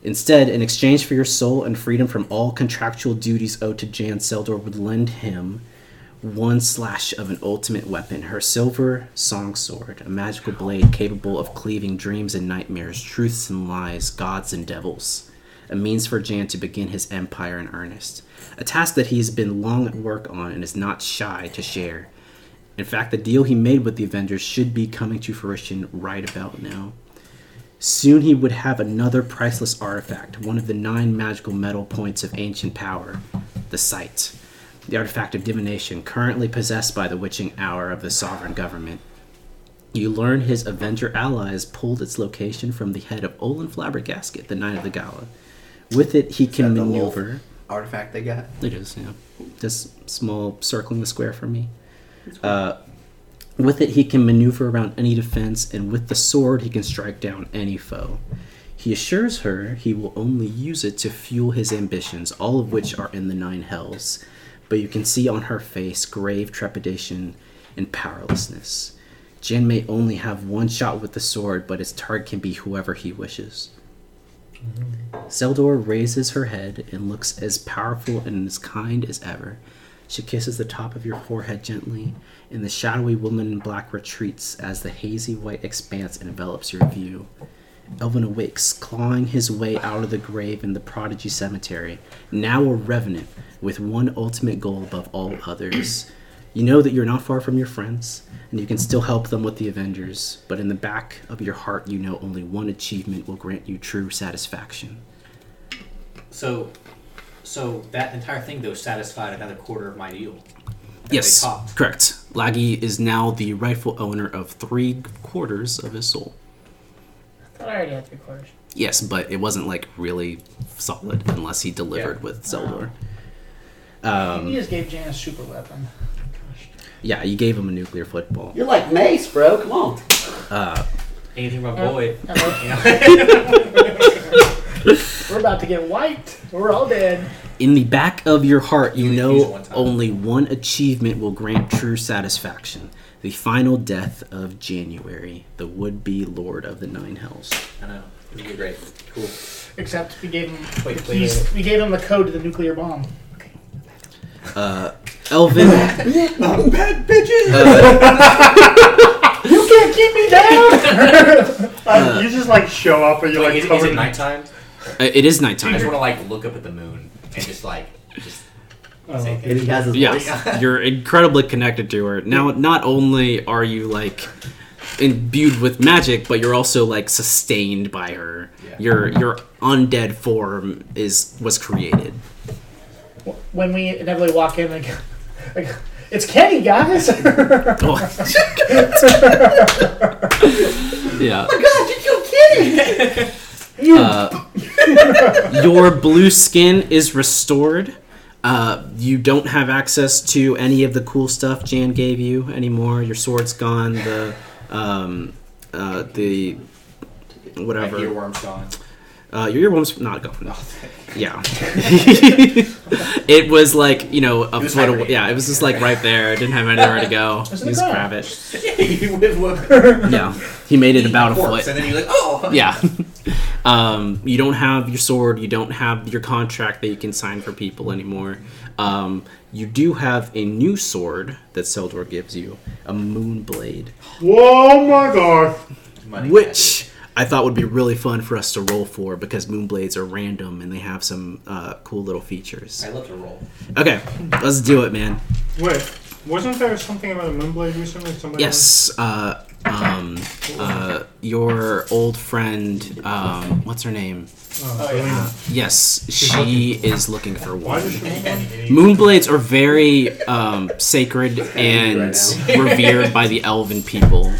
Instead, in exchange for your soul and freedom from all contractual duties owed to Jan, Seldor would lend him one slash of an ultimate weapon, her silver song sword, a magical blade capable of cleaving dreams and nightmares, truths and lies, gods and devils. A means for Jan to begin his empire in earnest. A task that he has been long at work on and is not shy to share. In fact, the deal he made with the Avengers should be coming to fruition right about now. Soon he would have another priceless artifact, one of the nine magical metal points of ancient power, the Sight, the artifact of divination currently possessed by the witching hour of the sovereign government. You learn his Avenger allies pulled its location from the head of Olin Flabbergasket, the Knight of the Gala. With it, he can
that the wolf?
maneuver.
Artifact they got.
It is, yeah. Just small circling the square for me. Uh, with it, he can maneuver around any defense, and with the sword, he can strike down any foe. He assures her he will only use it to fuel his ambitions, all of which are in the nine hells. But you can see on her face grave trepidation and powerlessness. Jin may only have one shot with the sword, but his target can be whoever he wishes. Seldor raises her head and looks as powerful and as kind as ever. She kisses the top of your forehead gently, and the shadowy woman in black retreats as the hazy white expanse envelops your view. Elvin awakes, clawing his way out of the grave in the prodigy cemetery, now a revenant with one ultimate goal above all others. You know that you're not far from your friends, and you can still help them with the Avengers, but in the back of your heart, you know only one achievement will grant you true satisfaction.
So, so that entire thing though satisfied another quarter of my deal. that
Yes,
They popped.
correct. Laggy is now the rightful owner of three quarters of his soul.
I already had three quarters.
Yes, but it wasn't like really solid unless he delivered with Zeldor. Um,
he just gave Jan a super weapon.
Yeah, you gave him a nuclear football. Uh,
You're like Mace, bro. Come on.
Anything about
Yeah.
Boyd?
Hello.
You know?
We're about to get wiped. We're all dead.
In the back of your heart, you
You
know
refused one time.
only one achievement will grant true satisfaction. the final death of January, the would-be lord of the nine hells.
I know. It'd be great. Cool.
Except we gave him
Wait,
the
wait,
keys.
wait.
We gave him the code to the nuclear bomb.
Uh, Elvin,
Bad bitches!
uh,
you can't keep me down! Uh, you just like show up and you're
Wait,
like
is, is
covered
it
in-
nighttime?
it is
I just
nighttime.
want to like look up at the moon and just like just
Oh,
say
And he has his voice.
Yes, you're incredibly connected to her. Now, not only are you like imbued with magic, but you're also like sustained by her.
Yeah.
Your your undead form is was created.
When we inevitably walk in, like, like it's Kenny, guys. God,
Oh. yeah.
you killed Kenny. You
Uh, your blue skin is restored. Uh, you don't have access to any of the cool stuff Jan gave you anymore. Your sword's gone. The um, uh, the
like
whatever.
earworms gone.
Uh, your earworm's not gone. Yeah. it was like you know a
was
foot away.
hibernating.
Yeah, it was just like right there. It didn't have anywhere to go.
It's in the
Just
ground.
grab it.
you would look
Yeah, he made it about a
corpse,
foot.
and then you're like, oh
Yeah. um, you don't have your sword. You don't have your contract that you can sign for people anymore. Um, you do have a new sword that Seldor gives you, a moon blade,
Whoa my gosh!
Money
which I thought would be really fun for us to roll for because moon blades are random and they have some uh, cool little features.
magic. I love to roll.
Okay, let's do it, man.
Wait, wasn't there something about a moonblade recently? Somebody
Yes. Uh, um, uh, your old friend, um, what's her name?
Oh, Selena.
Yes, she is looking for
Why
one.
does she want one?
Moonblades are very um, sacred and revered by the elven people.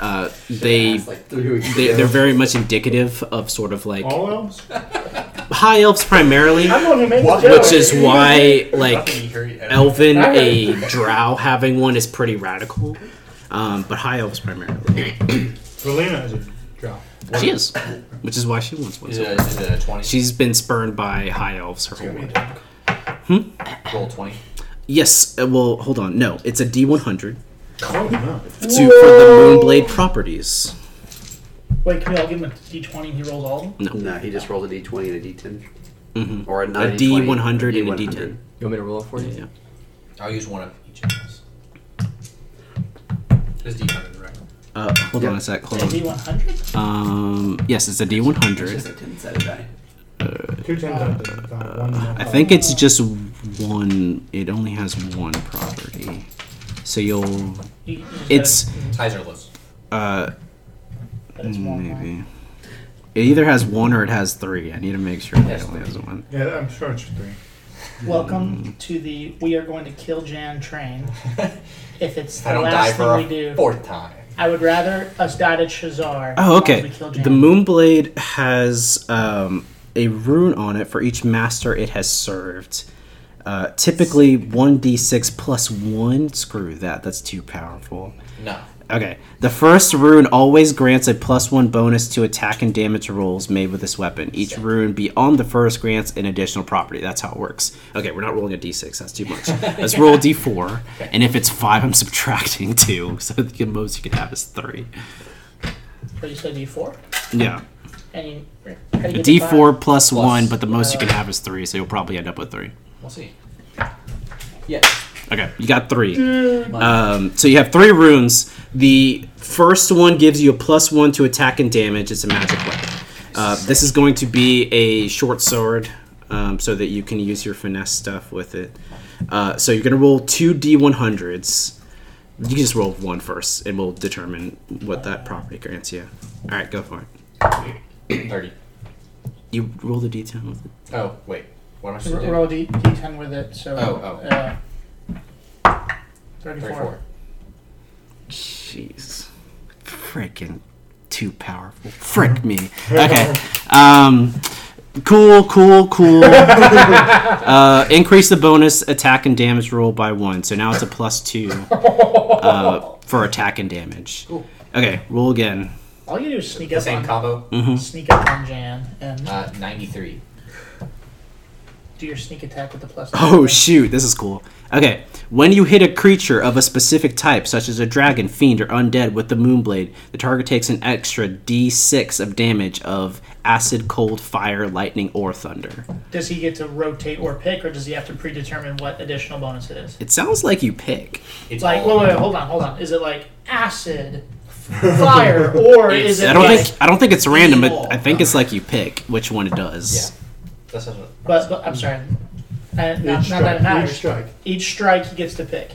Uh, they
It's like three weeks
they-
ago.
they're very much indicative of sort of like
All elves?
high elves primarily,
I'm the one who made
What?
the joke.
which is why like elven
I heard-
a drow having one is pretty radical. Um, but high elves primarily,
Selena is a drow.
she is, which is why she wants one.
Is
so
it,
bad.
is it a twenty?
She's been spurned by high elves her whole life.
roll twenty.
Yes, uh, well, hold on. No, it's a D one hundred
Oh no.
to for the Moonblade properties.
Wait, can we all give him a d20 and he rolls all of them?
No, he just rolled a d20 and a d10.
Mhm.
Or a,
A
90,
D
20,
one hundred and a D
D100.
ten.
You want me to roll it for you?
Yeah.
I'll use one of each of those. This is D100, right?
Uh, hold on a sec. Hold on.
D100?
Um, yes, it's a D one
Just
hundred.
a 10 sided die.
Two tens out of uh, one.
I think it's just one. It only has one property, so you'll.
You- you just
It's
Ties are loose.
uh
gotta- it's one line.
maybe. It either has one or it has three. I need to make sure that it only has one.
Yeah, I'm sure it's three.
Welcome to the We Are Going to Kill Jan train. if it's
I
the
don't die
last
for
thing we
a
do,
fourth time.
I would rather us die to Shazar.
Oh,
as
okay.
We kill Jan.
The Moonblade has um, a rune on it for each master it has served. Uh, typically, 1d6 plus 1. Screw that, that's too powerful.
No.
Okay. The first rune always grants a plus 1 bonus to attack and damage rolls made with this weapon. Each rune beyond the first grants an additional property. That's how it works. Okay, we're not rolling a d6, that's too much. Let's roll a d4, and if it's 5, I'm subtracting 2, so the most you can have is 3.
But you said D4?
Yeah.
And you, how do you get to
D
five?
four plus, plus one,
Plus.
but the most you can have is three, so you'll probably end up with three.
We'll see. Yeah.
Okay, you got three. Um, so you have three runes. The first one gives you a plus one to attack and damage. It's a magic weapon. Uh, this is going to be a short sword, um, so that you can use your finesse stuff with it. Uh, so you're gonna roll two d one hundreds. You can just roll one first, and we'll determine what that property grants you. All right, go for it.
30.
You roll the d10 with it.
Oh, wait. What am I
So
supposed to
ro-
do?
roll D, D10 with it, so.
Oh, oh.
Uh, 34.
34.
Jeez. Freaking too powerful. Frick me. Okay. Um, cool, cool, cool. uh, increase the bonus attack and damage roll by one. So now it's a plus two uh, for attack and damage.
Cool.
Okay, roll again.
All you do is sneak
The
up
same
on
combo.
Mm-hmm.
sneak up on Jan and
Uh, 93.
do your sneak attack with the plus.
Oh shoot, this is cool. Okay, when you hit a creature of a specific type, such as a dragon, fiend, or undead, with the moonblade, the target takes an extra d6 of damage of acid, cold, fire, lightning, or thunder.
Does he get to rotate or pick, or does he have to predetermine what additional bonus it is?
It sounds like you pick.
It's
Like,
all-
wait, wait, wait, hold on, hold on. Is it like acid, fire, or is it
I don't
like?
think I don't think it's random, but I think it's like you pick which one it does.
That's not what-
But, but I'm sorry, uh, not,
Each
not that it
strike.
matters.
Each strike.
Each strike he gets to pick,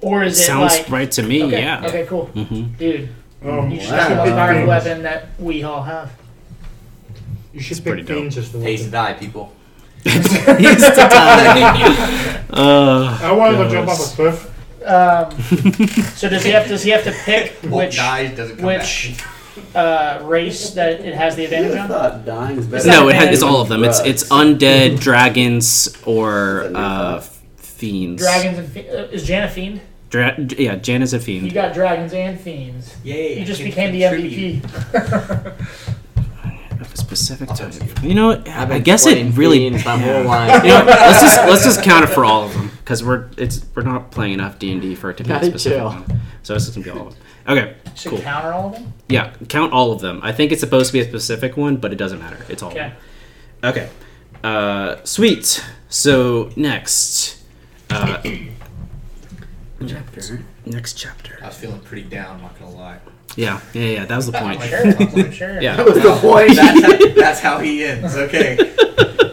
or is it
Sounds
like?
right to me.
Okay,
yeah.
okay, cool,
Mhm.
dude.
Um,
You should
Wow.
have the
Fiends.
powered weapon that we all have.
You should
pretty
pick
dope.
Fiends as the
Pays to
weapon.
die, people.
He's to die. Uh,
I wanted to jump off
goodness.
a cliff.
Um, so does he have does he have to pick
Bolt
which
dies doesn't come
which uh, race that it has the advantage
I
on?
thought dying's better.
No, it
Batman
has, it's all of them. It's
Drugs.
it's undead, dragons, or uh, fiends.
Dragons and fe- uh, is Jan a fiend?
Dra- yeah, Jan is a
You
fiend.
got dragons and fiends.
back. Yay!
You just
I can
became the
contribute.
MVP.
Of a specific
I'll
type.
text you.
You know, what?
I've
I
been
guess it
playing
really.
Fiends my
yeah.
whole life.
You know, what? let's just let's just count it for all of them because we're it's we're not playing enough D and D for it to be a
Gotta
specific
chill.
one. So it's just gonna be all of them. Okay,
Should
Cool.
counter all of them.
yeah, count all of them. I think it's supposed to be a specific one, but it doesn't matter. It's all. of
Okay.
them. Okay. Uh, sweet. So next, uh,
Chapter.
next chapter.
I was feeling pretty down. Not gonna lie.
Yeah, yeah, yeah. That was the point.
Sure, I'm sure.
Yeah.
That was the point.
That's how, that's how he ends. Okay.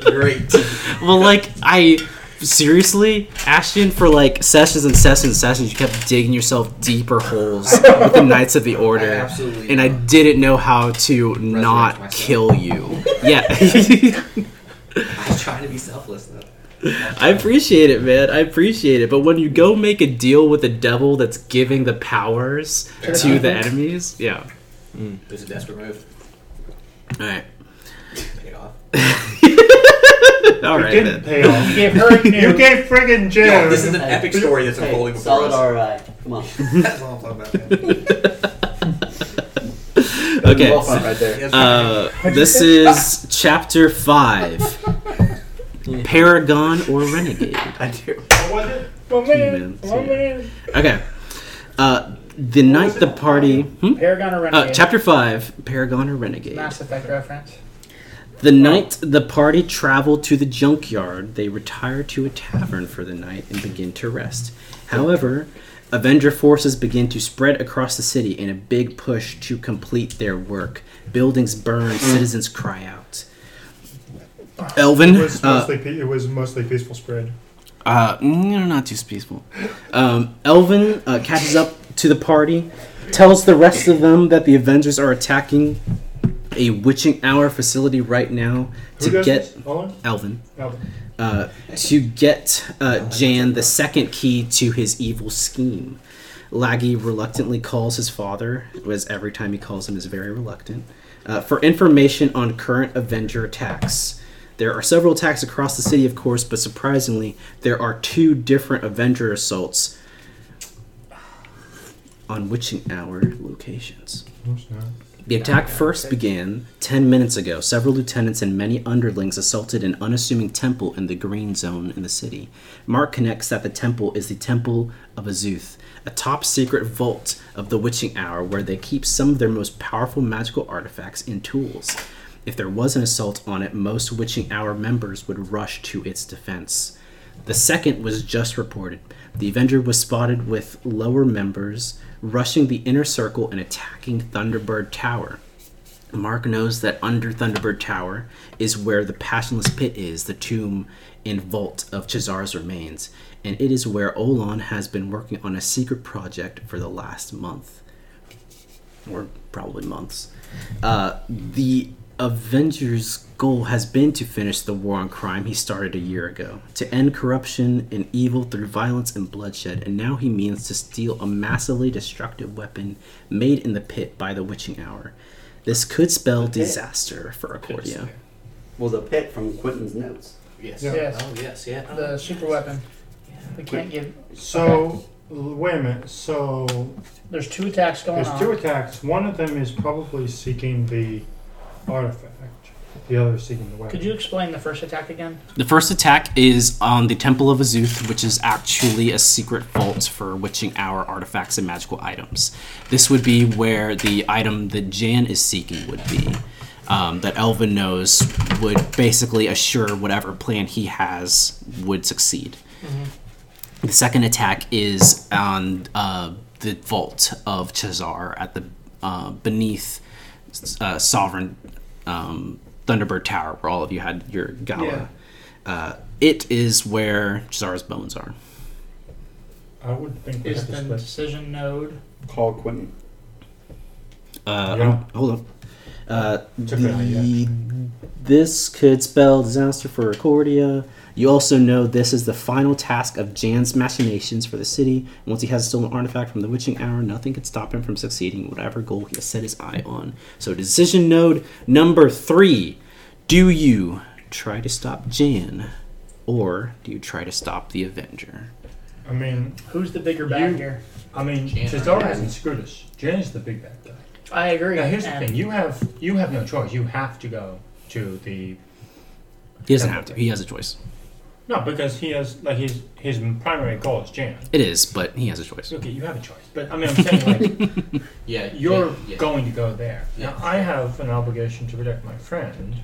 Great.
Well, like I seriously, Ashton, for like sessions and sessions and sessions, you kept digging yourself deeper holes with the Knights of the
I
Order,
absolutely.
and I didn't know how to not
myself.
kill you. Yeah,
I was trying to be selfless though.
I appreciate it, man. I appreciate it. But when you go make a deal with the devil that's giving the powers to the enemies, yeah.
It was a desperate move.
All right,
Paid off.
all
It
right.
didn't
Then.
pay off.
You gave her a
You
new.
gave friggin'
Yo,
Jim.
this is an epic story that's unfolding
Hey, solid
before us.
all
uh,
right. Come on.
That's all I'm talking about. man.
Okay.
Well fought right there.
Yes,
Uh, this is chapter five. Paragon or renegade.
I do.
One
minute, one minute. Okay. Uh, the night the party. Hmm?
Paragon or
Uh,
Renegade?
chapter 5 Paragon or Renegade.
Mass Effect reference.
The night the party travel to the junkyard, they retire to a tavern for the night and begin to rest. However, Avenger forces begin to spread across the city in a big push to complete their work. Buildings burn,
Mm.
citizens cry out. Elvin,
It was,
uh,
mostly, pe- it was mostly peaceful spread.
uh, no, not too peaceful. Um, Elvin uh, catches up to the party, tells the rest of them that the Avengers are attacking a witching hour facility right now
Who
to
does
get
this? Owen?
Elvin
No.
uh, to get uh, Jan the second key to his evil scheme. Laggy reluctantly calls his father, as every time he calls him is very reluctant, uh, for information on current Avenger attacks. There are several attacks across the city, of course, but surprisingly, there are two different Avenger assaults on witching hour locations.
No, it's not.
The attack first began 10 minutes ago. Several lieutenants and many underlings assaulted an unassuming temple in the green zone in the city. Mark connects that the temple is the Temple of Azuth, a top secret vault of the Witching Hour where they keep some of their most powerful magical artifacts and tools. If there was an assault on it, most Witching Hour members would rush to its defense. The second was just reported. The Avenger was spotted with lower members rushing the inner circle and attacking Thunderbird Tower. Mark knows that under Thunderbird Tower is where the Passionless Pit is, the tomb and vault of Chazar's remains, and it is where Olan has been working on a secret project for the last month. Or probably months. Uh, the Avengers' goal has been to finish the war on crime he started a year ago, to end corruption and evil through violence and bloodshed, and now he means to steal a massively destructive weapon made in the pit by the witching hour. This could spell disaster for Accordia.
Was a pit from Quentin's notes.
yes.
Yeah.
Yes.
Oh yes. Yeah. Oh.
The super weapon. We can't give.
So, l- wait a minute. So,
There's two attacks going
There's
on.
two attacks. One of them is probably seeking the artifact.
The other is seeking the weapon.
Could you explain the first attack again?
The first attack is on the Temple of Azuth, which is actually a secret vault for witching hour artifacts and magical items. This would be where the item that Jan is seeking would be, um, that Elvin knows would basically assure whatever plan he has would succeed. The second attack is on uh, the vault of Chazar at the uh, beneath uh, Sovereign um, Thunderbird Tower, where all of you had your gala. Uh, it is where Chazar's bones are.
I would think we
Is
have
the
to split.
decision node?
Call Quentin.
Uh,
Yeah.
um, Hold on. Uh,
Took it out, yeah.
the- this could spell disaster for Accordia. You also know this is the final task of Jan's machinations for the city. And once he has a stolen artifact from the witching hour, nothing can stop him from succeeding in whatever goal he has set his eye on. So, decision node number three Do you try to stop Jan, or do you try to stop the Avenger?
I mean,
Who's the bigger bad
You-
here?
I mean,
Jan.
Cesaro hasn't screwed us. Jan is the big bad guy.
I agree.
Now here's
and
the thing: you have you have no choice. You have to go to the
He doesn't have to, he has a choice.
no because he has like his his primary goal is Jan.
It is, but he has a choice.
Okay, you have a choice, but I mean, I'm saying like.
Yeah,
You're
yeah, yeah.
going to go there. Now,
Yeah.
I have an obligation to protect my friend,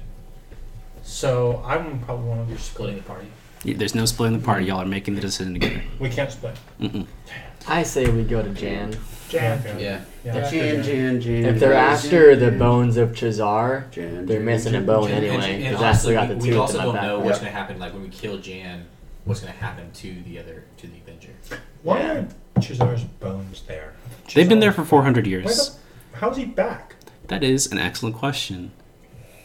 so I'm probably one of your
splitting the party.
There's no splitting the party. Y'all are making the decision together.
We can't split.
I say we go to Jan.
Jan.
Okay.
Yeah,
Yeah.
Yeah.
Jan, Jan, Jan.
If they're
Jan,
after the
Jan,
bones of Chazar,
Jan,
they're
Jan,
missing a
Jan,
bone
Jan,
And-
anyway.
and- and
Because I still got
honestly,
the
we, we
two
also
in
don't
my back.
know what's
Yeah.
going to happen. Like when we kill Jan, what's going to happen to the other to the Avenger?
Why are Chazar's bones there?
They've been
Chazar-
there for 400
Why the-
years.
How's he back?
That is an excellent question.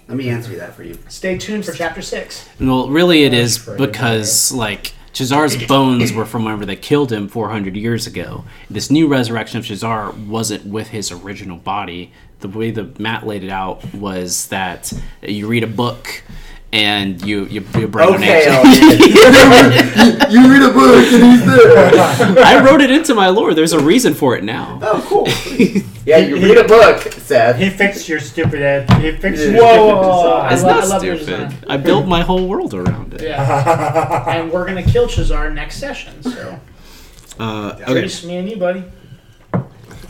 Let me answer that for you.
Stay tuned for chapter six.
Well, really, it is
That's right,
because, like, Chazar's bones were from whenever they killed him 400 years ago. This new resurrection of Chazar wasn't with his original body. The way that Matt laid it out was that you read a book and you, you, you bring an
Okay,
angel.
Elvin. you read a book and he's there.
I wrote it into my lore. There's a reason for it now.
Oh, cool. Yeah, you read a book, Seth.
He fixed your stupid ad. He fixed
Yeah.
your
Whoa,
stupid
whoa,
design.
whoa.
It's
lo-
not
I love your
stupid.
design.
I built my whole world around it.
Yeah. and we're gonna kill Chazar next session. So,
Uh, okay.
Reese, me and you, buddy.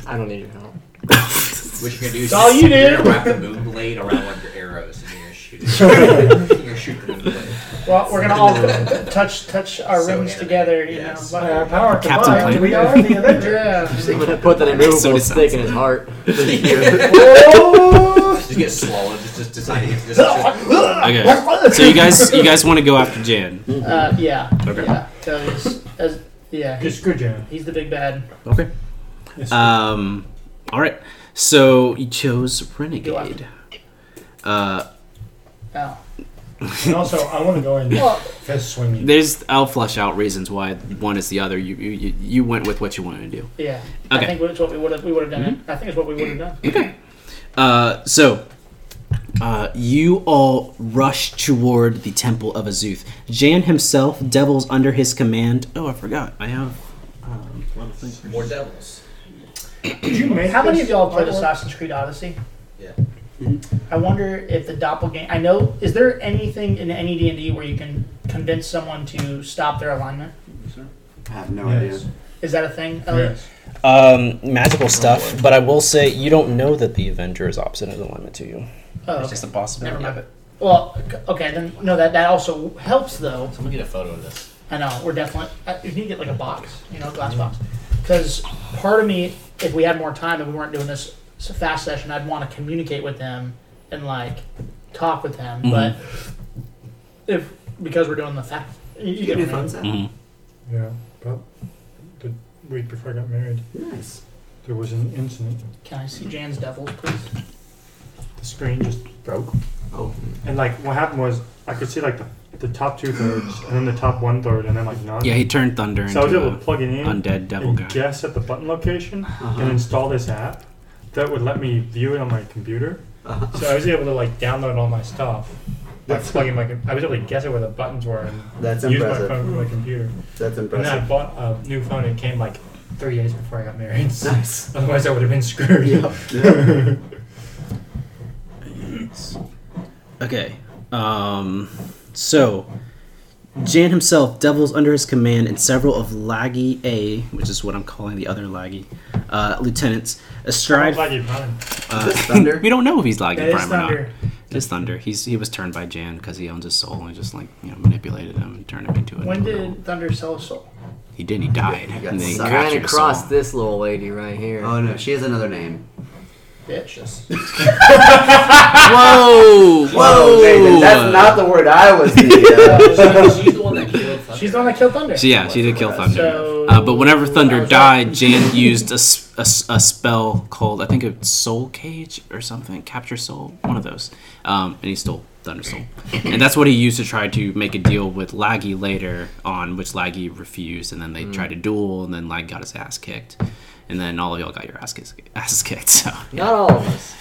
I don't need your help.
What you're going to do is
all you
you're
do.
gonna wrap the moon blade around one of your arrows, and you're going to shoot. it. you're going to shoot the moon blade.
Well, we're gonna all touch touch our
So
rings
anime,
together. You
yes.
know.
By our power
Captain
combined,
Planet.
we are the Avenger.
yeah.
I'm gonna put that immovable
it
stick in his heart.
Just get swallowed. Just, just deciding if this. Is
Okay. So you guys, you guys want to go after Jan?
Uh, yeah.
Okay.
Yeah. 'cause as, yeah,
Just
he's,
screw Jan.
he's the big bad.
Okay. Um, all right. So you chose renegade. Uh,
Oh.
And also, I want to go in
Well,
fist swinging.
there's. I'll flush out reasons why one is the other. You you, you- you went with what you wanted to do.
yeah. I
Okay.
think it's what we would have we would have done.
Mm-hmm.
It. I think it's what we would have done.
Uh, so. Uh, you all rush toward the temple of Azuth. Jan himself, devils under his command. Oh, I forgot. I have. Um, one thing.
more devils.
Did you make
How many
this
of y'all have played
artwork? Mm-hmm.
Assassin's Creed Odyssey?
Yeah.
I wonder if the doppelganger. I know. Is there anything in any D and D where you can convince someone to stop their alignment?
I have no
Yes.
idea.
Is that a thing? Elliot?
Yes.
um, magical stuff, but I will say you don't know that the Avenger is opposite in alignment to you.
Oh,
It's
okay.
just a possibility
Never
of
mind.
it.
Well, c- okay. Then no, that that also helps though.
Someone get a photo of this.
I know we're definitely. I- You can get like a box, you know, glass box. Because part of me, if we had more time and we weren't doing this s- fast session, I'd want to communicate with them and like talk with them. But if because we're doing the fast, you, you
You
get
can do
what I
fun
mean.
stuff.
Mhm.
Yeah, but the week before I got married,
Nice.
there was an incident.
Can I see Jan's Devils, please?
The screen just broke.
Oh.
And like, what happened was, I could see like the, the top two thirds, and then the top one third, and then like none.
Yeah, he turned Thunder
So I was
into
able to
an
plug it in
undead devil
and
guy.
guess at the button location
Uh-huh.
and install this app that would let me view it on my computer.
Uh-huh.
So I was able to like download all my stuff. By plugging my, com- I was able to guess it where the buttons were and
That's
use my
impressive.
phone for my computer.
That's
And then I
impressive.
bought a new phone. and It came like three days before I got married. So
Nice.
Otherwise, I would have been screwed.
Yeah.
Okay. Um, so, Jan himself, devils under his command, and several of Laggy A, which is what I'm calling the other Laggy, uh, lieutenants,
I'm
astride.
glad you brought him.
Uh,
Thunder?
we don't know if he's Laggy
That is
Prime or not.
thunder.
It's Thunder. He's he was turned by Jan because he owns his soul and just like you know manipulated him and turned him into a.
When did Thunder sell his soul?
he did? He died.
He got
and then he
sucked.
Ran
captured his soul.
across this little lady right here.
Oh no, she has another name.
Bitch.
Whoa! Whoa!
Whoa, Nathan, that's not the word I was thinking. of.
She's, she's the one that killed Thunder.
She's the one that killed Thunder.
So yeah, she did kill Thunder.
So-
uh, but whenever
I
Thunder
was
died, Jan used a, s- a s- a spell called I think it's Soul Cage or something, Capture Soul, one of those, um, and he stole Thunder's soul, and that's what he used to try to make a deal with Laggy later on, which Laggy refused, and then they tried to duel, and then Lag got his ass kicked, and then all of y'all got your ass kiss- asses kicked. So
Not all of us.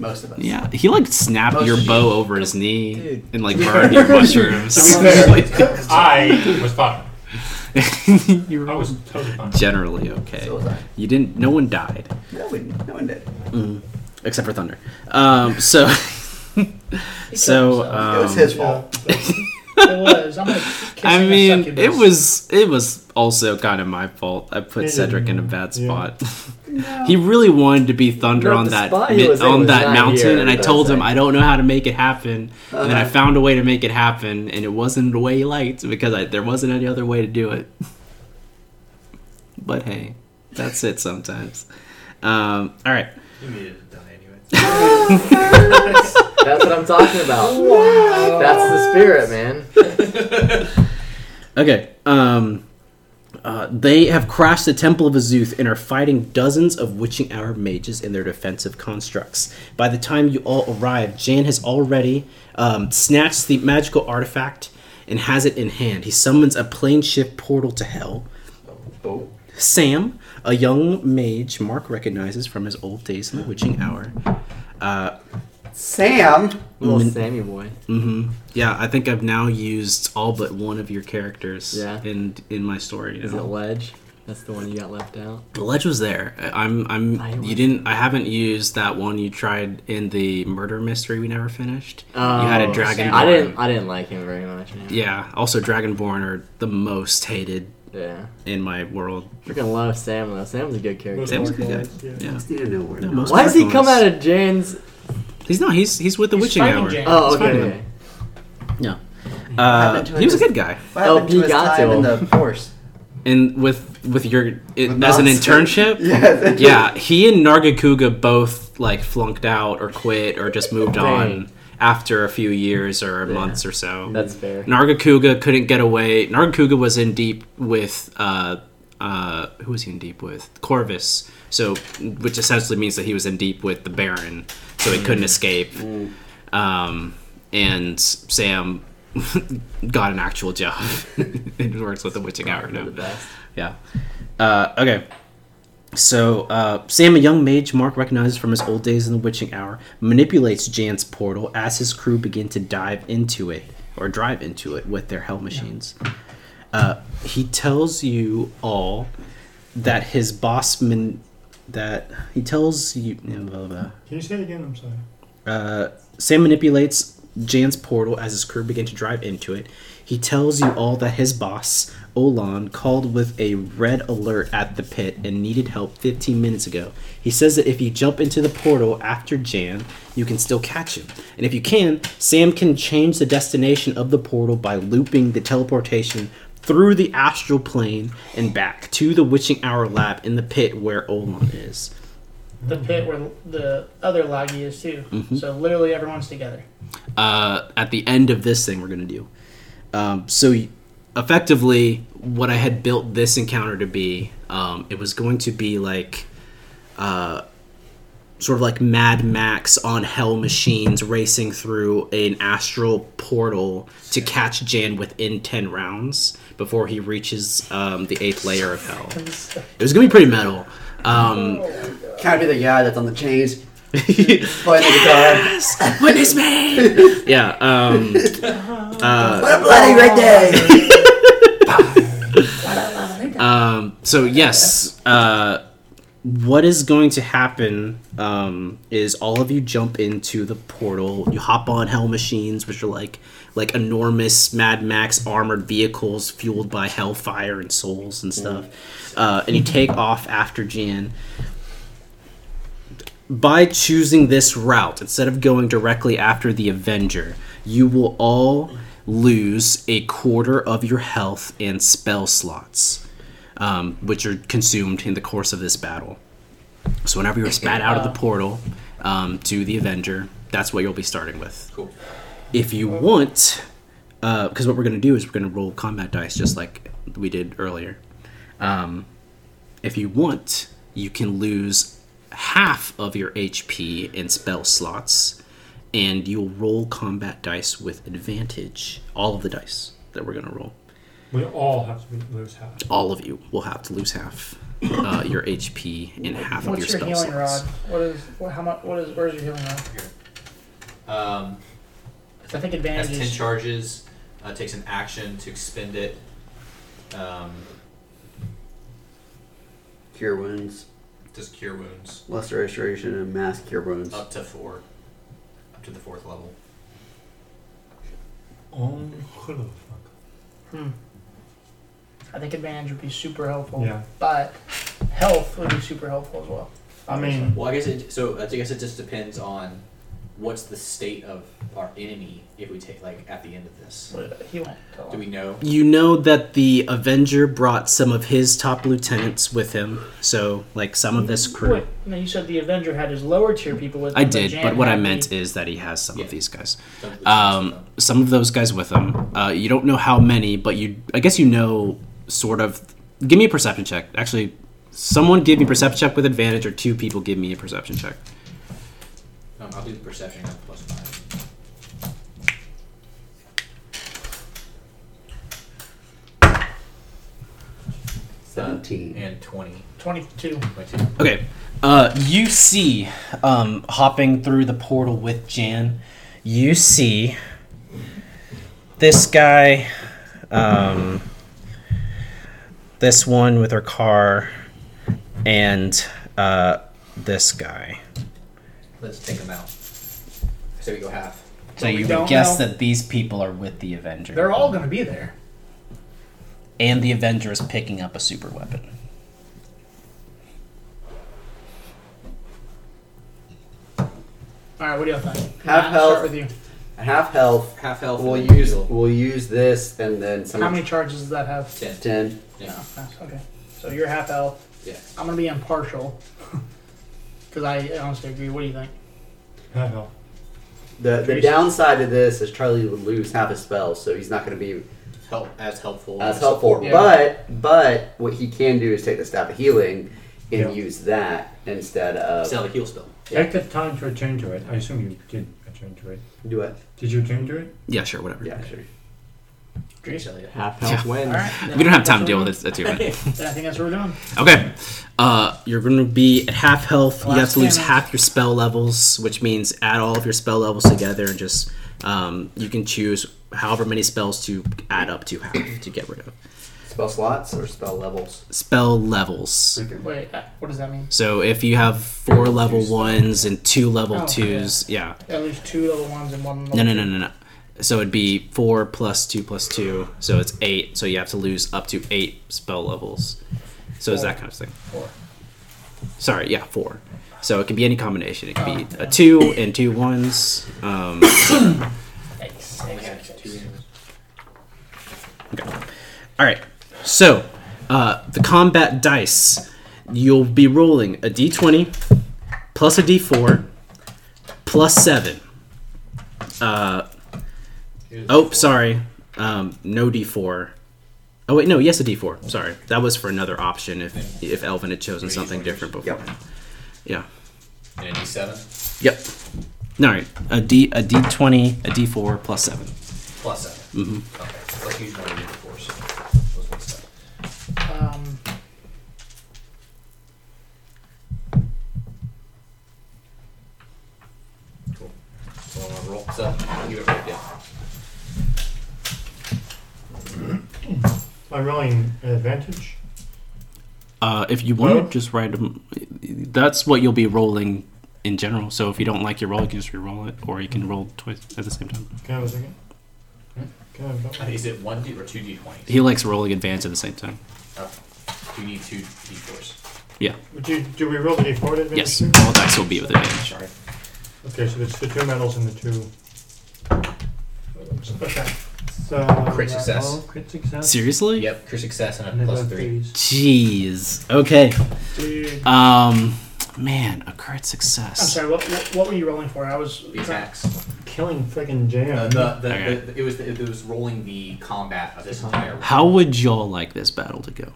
Most of us.
yeah, he like snapped
Most
your
of
bow over his knee
Dude.
and like burned your mushrooms.
I was fine.
you
I
were
was totally fine.
generally okay.
So was I.
You didn't. No one died.
No one, no one did.
except for Thunder. Um, so, so um,
it was his fault.
It was. I'm gonna kiss
I
you in a
mean,
succubus.
it was it was also kind of my fault. I put
Yeah,
Cedric in a
yeah.
bad spot. he really wanted to be Thunder
Not
on
the
that
spot he
mi-
was in
on
was
that
not
mountain,
here,
and I
that's
told him
it.
I don't know how to make it happen. And then I
Uh-huh.
found a way to make it happen, and it wasn't the way he liked because I, there wasn't any other way to do it. but hey, that's it sometimes. Um, all right.
You needed to die anyway.
That's what I'm talking about. That's the spirit, man.
Okay. Um, uh, they have crashed the Temple of Azuth and are fighting dozens of Witching Hour mages in their defensive constructs. By the time you all arrive, Jan has already um, snatched the magical artifact and has it in hand. He summons a plane shift portal to hell.
Oh.
Sam, a young mage Mark recognizes from his old days in the Witching Hour. Uh,
Sam.
Little
Min-
Sammy boy.
mhm. Yeah, I think I've now used all but one of your characters
Yeah.
in in my story.
Is
now.
it Ledge? That's the one you got left out.
The ledge was there. I- I'm. I'm.
I
you
was-
didn't. I haven't used that one you tried in the murder mystery we never finished. you had a
Oh,
dragonborn.
I didn't. I didn't like him very much. Man.
Yeah. Also, dragonborn are the most hated
Yeah.
in my world.
Freaking love Sam though. Sam's a good character.
Most
Sam's
Mark
good guy.
Lawrence, yeah.
Yeah.
Just need to know where.
No,
now.
most-
Why does he come
Mark
out of Jan's?
He's not. He's. He's with the
He's
witching
fighting
hour. Uh,
Jan.
Oh,
He's
okay.
fighting
okay.
Yeah. Uh,
happened to
he was a
his-
good guy,
What happened to
LP
his
got
time
to
in the force?
and with with your it,
With
as an
Nas?
internship.
Yes.
yeah, he and Nargacuga both like flunked out or quit or just moved on
Dang.
after a few years or
Yeah.
months or so.
That's fair.
Nargacuga couldn't get away. Nargacuga was in deep with uh, uh, who was he in deep with? Corvus. So, which essentially means that he was in deep with the Baron, so he couldn't
Mm.
escape. Um, and Sam got an actual job and works with the Witching Hour now.
The best.
Yeah. Uh, okay. So, uh, Sam, a young mage Mark recognizes from his old days in the Witching Hour, manipulates Jan's portal as his crew begin to dive into it, or drive into it with their hell machines. Uh, he tells you all that his boss, man, that he tells you. blah, blah, blah.
Can you say it again? I'm sorry.
Uh, Sam manipulates Jan's portal as his crew begin to drive into it. He tells you all that his boss, Olan, called with a red alert at the pit and needed help 15 minutes ago. He says that if you jump into the portal after Jan, you can still catch him. And if you can, Sam can change the destination of the portal by looping the teleportation through the astral plane and back to the witching hour lab in the pit where Olan is.
the pit where the other Laggy is too.
Mm-hmm.
So literally everyone's together.
uh, at the end of this thing we're going to do. Um, so, y- effectively, what I had built this encounter to be, um, it was going to be like uh, sort of like Mad Max on Hell Machines racing through an astral portal to catch Jan within 10 rounds before he reaches um, the eighth layer of Hell. It was going to be pretty metal. Um,
Can't be the guy that's on the chains playing
Witness me! yeah. Um,
the guitar. What a bloody great day!
Um, so yes, uh, what is going to happen um, is all of you jump into the portal. You hop on hell machines, which are like like enormous Mad Max armored vehicles fueled by hellfire and souls and stuff. Uh, and you take off after Jan. By choosing this route instead of going directly after the Avenger, you will all lose a quarter of your health and spell slots um, which are consumed in the course of this battle. So whenever you're spat out of the portal um, to the Avenger, that's what you'll be starting with.
Cool.
If you want, because what we're going to do is we're going to roll combat dice just like we did earlier. Um, if you want, you can lose half of your HP and spell slots, and you'll roll combat dice with advantage. All of the dice that we're going to roll
We all have to be, lose half.
all of you will have to lose half uh, your HP and half
What's
of
your
your, spell
healing
slots.
rod? What is what, how much? What is where's your healing rod?
Um,
I think
has
advantage
ten
is
charges. Uh, takes an action to expend it. Um,
Cure wounds,
does cure wounds
lesser restoration, and mass cure wounds.
up to four, up to the fourth level.
Oh, hello,
I think advantage would be super helpful.
fuck. Yeah.
But health would be super helpful as well.
I mean,
Well, I guess it. So I guess it just depends on what's the state of our enemy if we take like at the end of this.
But he went. to-
Do we know?
You know that the Avenger brought some of his top lieutenants with him, so like some of this crew.
Wait, no, you said the Avenger had his lower tier people with.
I
him,
did,
Jan
but what I
had
meant
the-
is that he has some
Yeah.
of these guys.
Don't-
Um, some of those guys with him. Uh, you don't know how many, but you I guess you know sort of. Give me a perception check. Actually, someone give me a perception check with advantage, or two people give me a perception check.
Um, I'll do the perception at plus five.
Seventeen.
And 20.
twenty-two.
22.
Okay. Uh, you see, um, hopping through the portal with Jan, you see this guy, um, this one with her car, and uh, this guy.
Let's take them out. So we go half.
So
But we
you would
don't
guess
know-
that these people are with the Avenger.
They're all going to be there.
and the Avenger is picking up a super weapon.
All right. What do y'all think?
Half
Matt,
health.
Start with you.
Half health.
Half health.
We'll
and then
use
heal.
we'll use this and then some
How many charges does that have?
10.
ten.
Yeah.
That's- Ah, Okay. So you're half health.
Yeah.
I'm going to be impartial because I honestly agree. What do you think?
I know.
The the downside to this is Charlie would lose half his spells, so he's not going to be
Help, as helpful.
as helpful.
Yeah.
Uh, But but what he can do is take the staff of healing and
Yeah.
use that instead of
Sell the heal spell.
Take the time to attune to it. I assume you did attune to it.
do it.
Did you attune to it?
Yeah, sure, whatever.
Yeah, sure.
Sell it.
Half health wins.
All right. then
We don't have
that's
time to deal
what we're
with it. That's your
doing. Then I think that's what we're doing.
Okay. Uh, you're going to be at half health. you have
Last
to lose
damage.
half your spell levels, which means add all of your spell levels together and just um, you can choose however many spells to add up to half to get rid of.
Spell slots or spell levels.
Spell levels.
Wait, uh, what does that mean?
So if you have four level ones and two level
Oh,
twos, yeah.
At least two level ones and one.
No,
Level
no, no, no, no. So it'd be four plus two plus two, so it's eight. So you have to lose up to eight spell levels. So it's that kind of thing.
Four.
Sorry, yeah, four. So it can be any combination. It can be
Oh,
a two and two ones. Um,
Yikes,
Yeah,
yikes, yikes.
two heals.
all right. So uh, the combat dice, you'll be rolling a d20 plus a d4 plus seven. Uh,
Here's
oh,
the
sorry. Um, no d4. Oh wait, no. Yes, a d4. Sorry, that was for another option. If if Elvin had chosen
Three
something
D4s.
different before. Yeah.
four. And a d7
Yep. All right. A d a d20 a d4 plus seven.
plus 7. Mm-hmm. Okay. Let's use one of the force.
Um,
Cool. So I'm gonna roll. So you have a break, yeah.
Am I rolling an advantage?
Uh, if you want
Well-
to just write them, that's what you'll be rolling in general. So if you don't like your roll, you can just re-roll it, or you can roll twice at the same time.
Can I have a second?
Hmm?
Can I have a double?
Uh, Is it one d or two d twenties?
He likes rolling advance at the same time.
You need two d fours.
Do, do we roll the d4 at advantage?
Yes,
too?
all dice will be with advantage.
Sorry.
Okay, so it's the two medals and the two. Okay. So
Crit success.
Oh, Crit success.
Seriously?
Yep, crit success and a
And
plus
then
three.
these.
Jeez. Okay.
Dude.
Um, man, a crit success.
I'm sorry, what, what, what were you rolling for? I was.
The attacks.
Killing freaking jam.
Uh, the, the,
Okay.
the, it was it was rolling the combat of this entire.
How would y'all like this battle to go?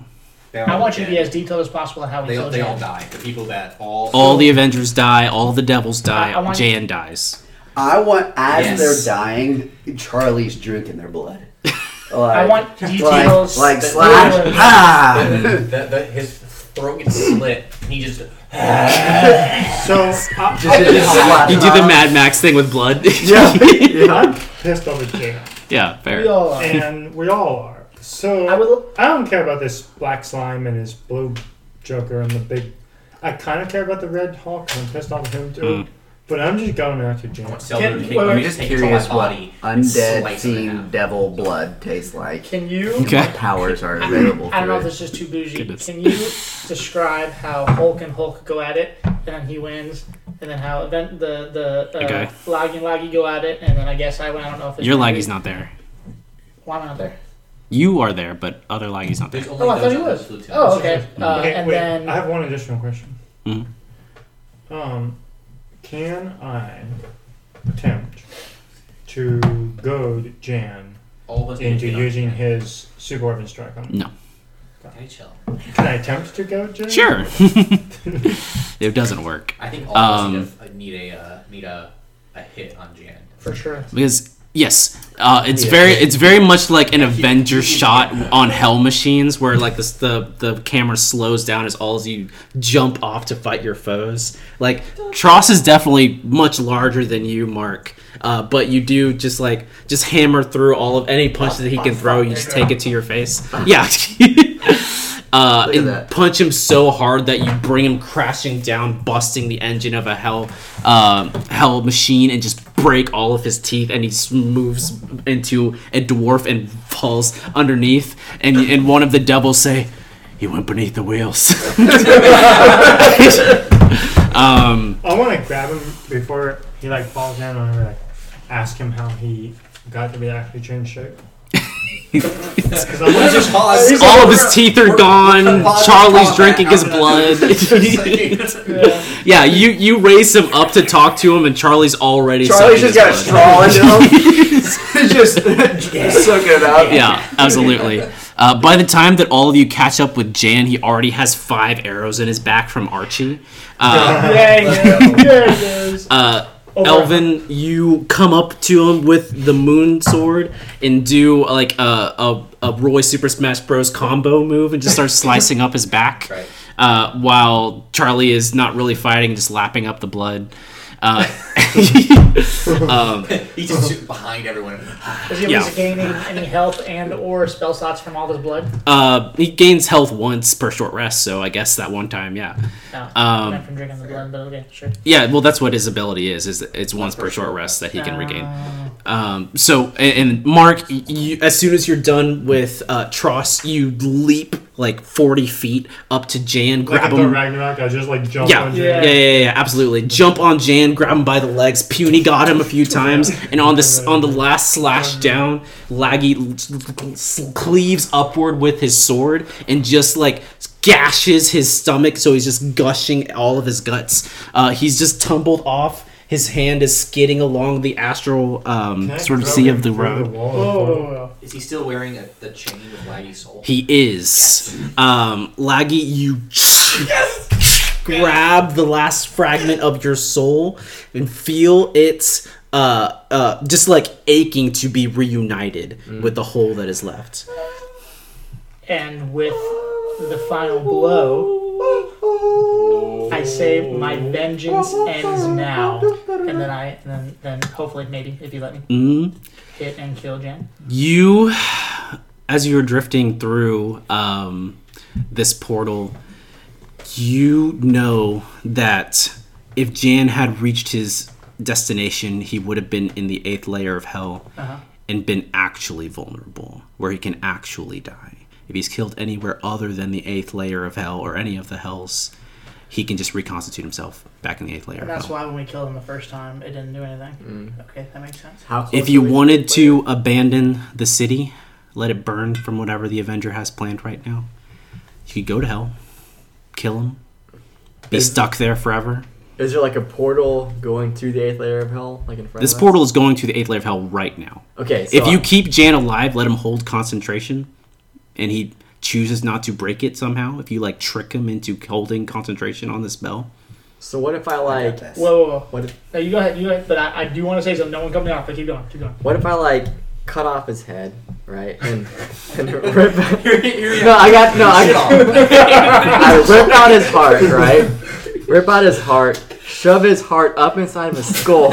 They all
I want you to be
dead.
as detailed as possible on how we
They,
killed
they
you.
all die. The people that all.
All the Avengers die, all the devils die,
I- I want-
Jan dies.
I want as
Yes.
they're dying, Charlie's drinking their blood. Like,
I want
like,
details.
like
that-
slash ah.
the, the, the, his throat gets slit. and He just.
So I,
uh,
Just- just slash.
You do the Mad Max thing with blood.
Yeah.
I'm pissed over jam,
yeah, fair.
We all are.
and we all are. So
I would.
I don't care about this black slime and his blue Joker and the big. I kind of care about the Red Hawk. and I'm pissed off with him too.
Mm.
But I'm just going after
I
Jam.
want Seldon
Can-
to take-
wait,
let
wait,
me
I'm just
take all my
curious what
body and
undead
slice it in
team
half.
devil blood tastes like.
Can you?
Okay.
Powers are
I
available.
I don't know if
through
this is too bougie.
Goodness.
Can you describe how Hulk and Hulk go at it, and then he wins, and then how event the the uh,
Okay.
Loggy and Loggy go at it, and then I guess I win. I don't know if it's
Your laggy's not there.
Why am I not there?
You are there, but other laggy's not there.
There's only
Oh, I thought
those
he
on
was.
the lieutenant.
Oh, okay. Uh,
okay,
and
wait.
then
I have one additional question.
Mhm.
Um, can I attempt to goad Jan
All of us need to
into
be on-
using his Suborban Strike on him?
No.
Can I chill?
Can I attempt to goad Jan?
Sure. it doesn't work.
I think all of
Um,
us need a, need a uh, need a a hit on Jan.
for sure.
Because yes, uh, it's very it's very much like an Avenger shot on Hell Machines, where like this the the camera slows down as all as you jump off to fight your foes. Like Tross is definitely much larger than you, Mark. Uh, but you do just like just hammer through all of any punch that he can throw. You just take it to your face. Yeah. Uh,
Look at
and
that.
punch him so hard that you bring him crashing down, busting the engine of a hell um, hell machine, and just break all of his teeth. And he s- moves into a dwarf and falls underneath. And and one of the devils say, "He went beneath the wheels." um,
I want to grab him before he like falls down and like ask him how he got to be actually changed shape. Because I'm like,
just pause.
all of his teeth are gone. Charlie's drinking his blood. yeah, you you raise him up to talk to him, and Charlie's already.
Charlie's
sucking
just got a
his blood.
straw into him. just sucking it up.
yeah, absolutely. Uh, by the time that all of you catch up with Jan, he already has five arrows in his back from Archie. Uh,
Yay! There it is.
uh,
Over.
Elvin, you come up to him with the moon sword and do uh, like a, a, a Roy Super Smash Bros. combo move and just start slicing up his back.
Right.
Uh, while Charlie is not really fighting, just lapping up the blood. Uh, um,
He just shoots behind everyone.
Is he at
yeah.
least gaining any health and or spell slots from all this blood?
uh, he gains health once per short rest, so I guess that one time, yeah.
No.
Um,
not from drinking the blood, but okay, sure.
Yeah, well, that's what his ability is. Is it's once per short rest that he can regain.
Uh,
Um, so, and, and Mark, y- you, as soon as you're done with uh, Tross, you leap like forty feet up to Jan,
like
grab
at the
him.
Ragnarok, I just like jump
Yeah.
on
Yeah.
Jan.
yeah, yeah, yeah, yeah, absolutely. Jump on Jan, grab him by the legs. Puny got him a few times, and on this on the last slash down, Laggy l- s- cleaves upward with his sword and just like gashes his stomach, so he's just gushing all of his guts. Uh, he's just tumbled off. His hand is skidding along the astral um,
Can I
sort of
throw
sea
him
of the
through
road.
wall as
Whoa,
well?
whoa, whoa.
Is he still wearing a, the chain of Laggy Soul?
He is. Um, Laggy, you grab the last fragment of your soul and feel it uh, uh, just like aching to be reunited with the hole that is left.
And with the final blow, I say my vengeance ends now. And then I, and then, then hopefully, maybe, if you let me
Mm.
hit and kill Jen.
You, as you're drifting through um, this portal, you know that if Jan had reached his destination, he would have been in the eighth layer of hell
Uh-huh.
and been actually vulnerable, where he can actually die. If he's killed anywhere other than the eighth layer of hell or any of the hells, he can just reconstitute himself back in the eighth layer.
And
of
that's
hell.
why when we killed him the first time, it didn't do anything. Okay, that makes sense.
How close
If you
are we-
wanted to abandon the city, let it burn from whatever the Avenger has planned right now, you could go to hell, kill him, be
Is-
stuck there forever.
is there like a portal going to the eighth layer of hell, like in front?
This
of us?
portal is going to the eighth layer of hell right now.
Okay, so
If you keep Jan alive, let him hold concentration, and he chooses not to break it somehow. If you like trick him into holding concentration on the spell,
so what if I like
Whoa, whoa, whoa.
what if
No, you go ahead, you go ahead. But I, I do want to say something. No one cut me off, but keep going, keep going.
what if I like cut off his head, right? And, and rip. no, I got no. I I rip out his heart, right? Rip out his heart, shove his heart up inside of his skull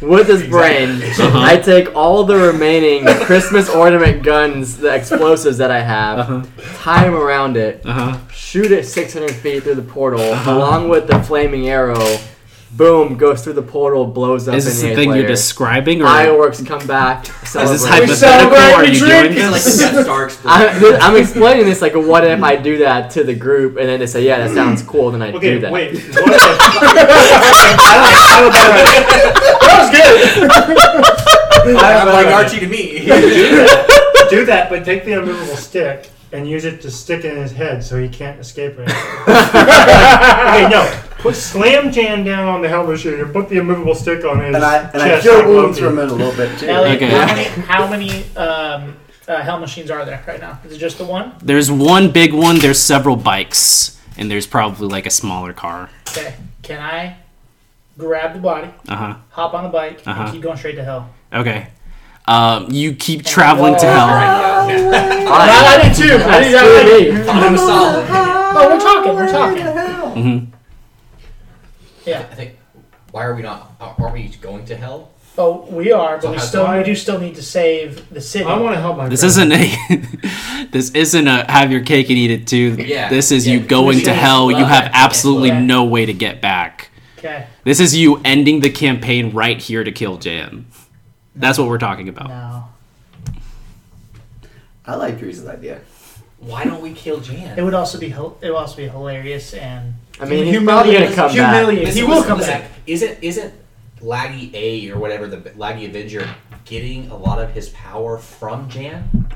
with his brain.
Uh-huh.
I take all the remaining Christmas ornament guns, the explosives that I have,
Uh-huh.
tie them around it,
uh huh,
shoot it 600 feet through the portal,
Uh-huh.
along with the flaming arrow. Boom! Goes through the portal, blows up.
is
in
this
the
the
eighth
thing
layer.
you're describing, or
Fireworks come back.
is this
celebrate.
hypothetical?
celebrate,
Are
we
you
drink.
doing
like
this?
Death Star explosion.
I'm, I'm explaining this like, what if I do that to the group, and then they say, yeah, that sounds cool, then I do
Okay,
that.
wait. What if,
I'm like Archie to me.
do that, but take the unmovable stick and use it to stick it in his head so he can't escape it. okay, no. Put slam Jan down on the helmet shooter. Put the immovable stick on his
And I and I
chest.
feel
like
wounds
Loki.
from it a little bit too.
Elliot,
Okay.
how many, how many um, uh, hell machines are there right now? Is it just the one?
There's one big one. There's several bikes, and there's probably like a smaller car.
Okay. Can I grab the body,
Uh huh.
hop on the bike,
Uh-huh.
and keep going straight to hell?
Okay. Um, you keep traveling to hell.
Fine.
I did too. I did that.
Screw me.
I'm solid.
Oh, we're talking. We're talking.
hmm
Yeah.
I think. Why are we not? Are are we going to hell?
Oh, we are, but we
So
still
how-
we do still need to save the city.
I want to help my.
This
friend.
isn't a. this isn't a have your cake and eat it too.
Yeah.
This is you
Yeah.
going to
Yeah.
hell. You have
Okay.
absolutely
Okay.
no way to get back.
Okay.
This is you ending the campaign right here to kill Jan. That's what we're talking about.
No.
I like Drew's idea.
Why don't we kill Jan?
It would also be hil- it would also be hilarious and
I mean, he's probably going to come back.
humiliating. He will come
listen,
back.
Isn't isn't Laggy A or whatever the Laggy Avenger getting a lot of his power from Jan?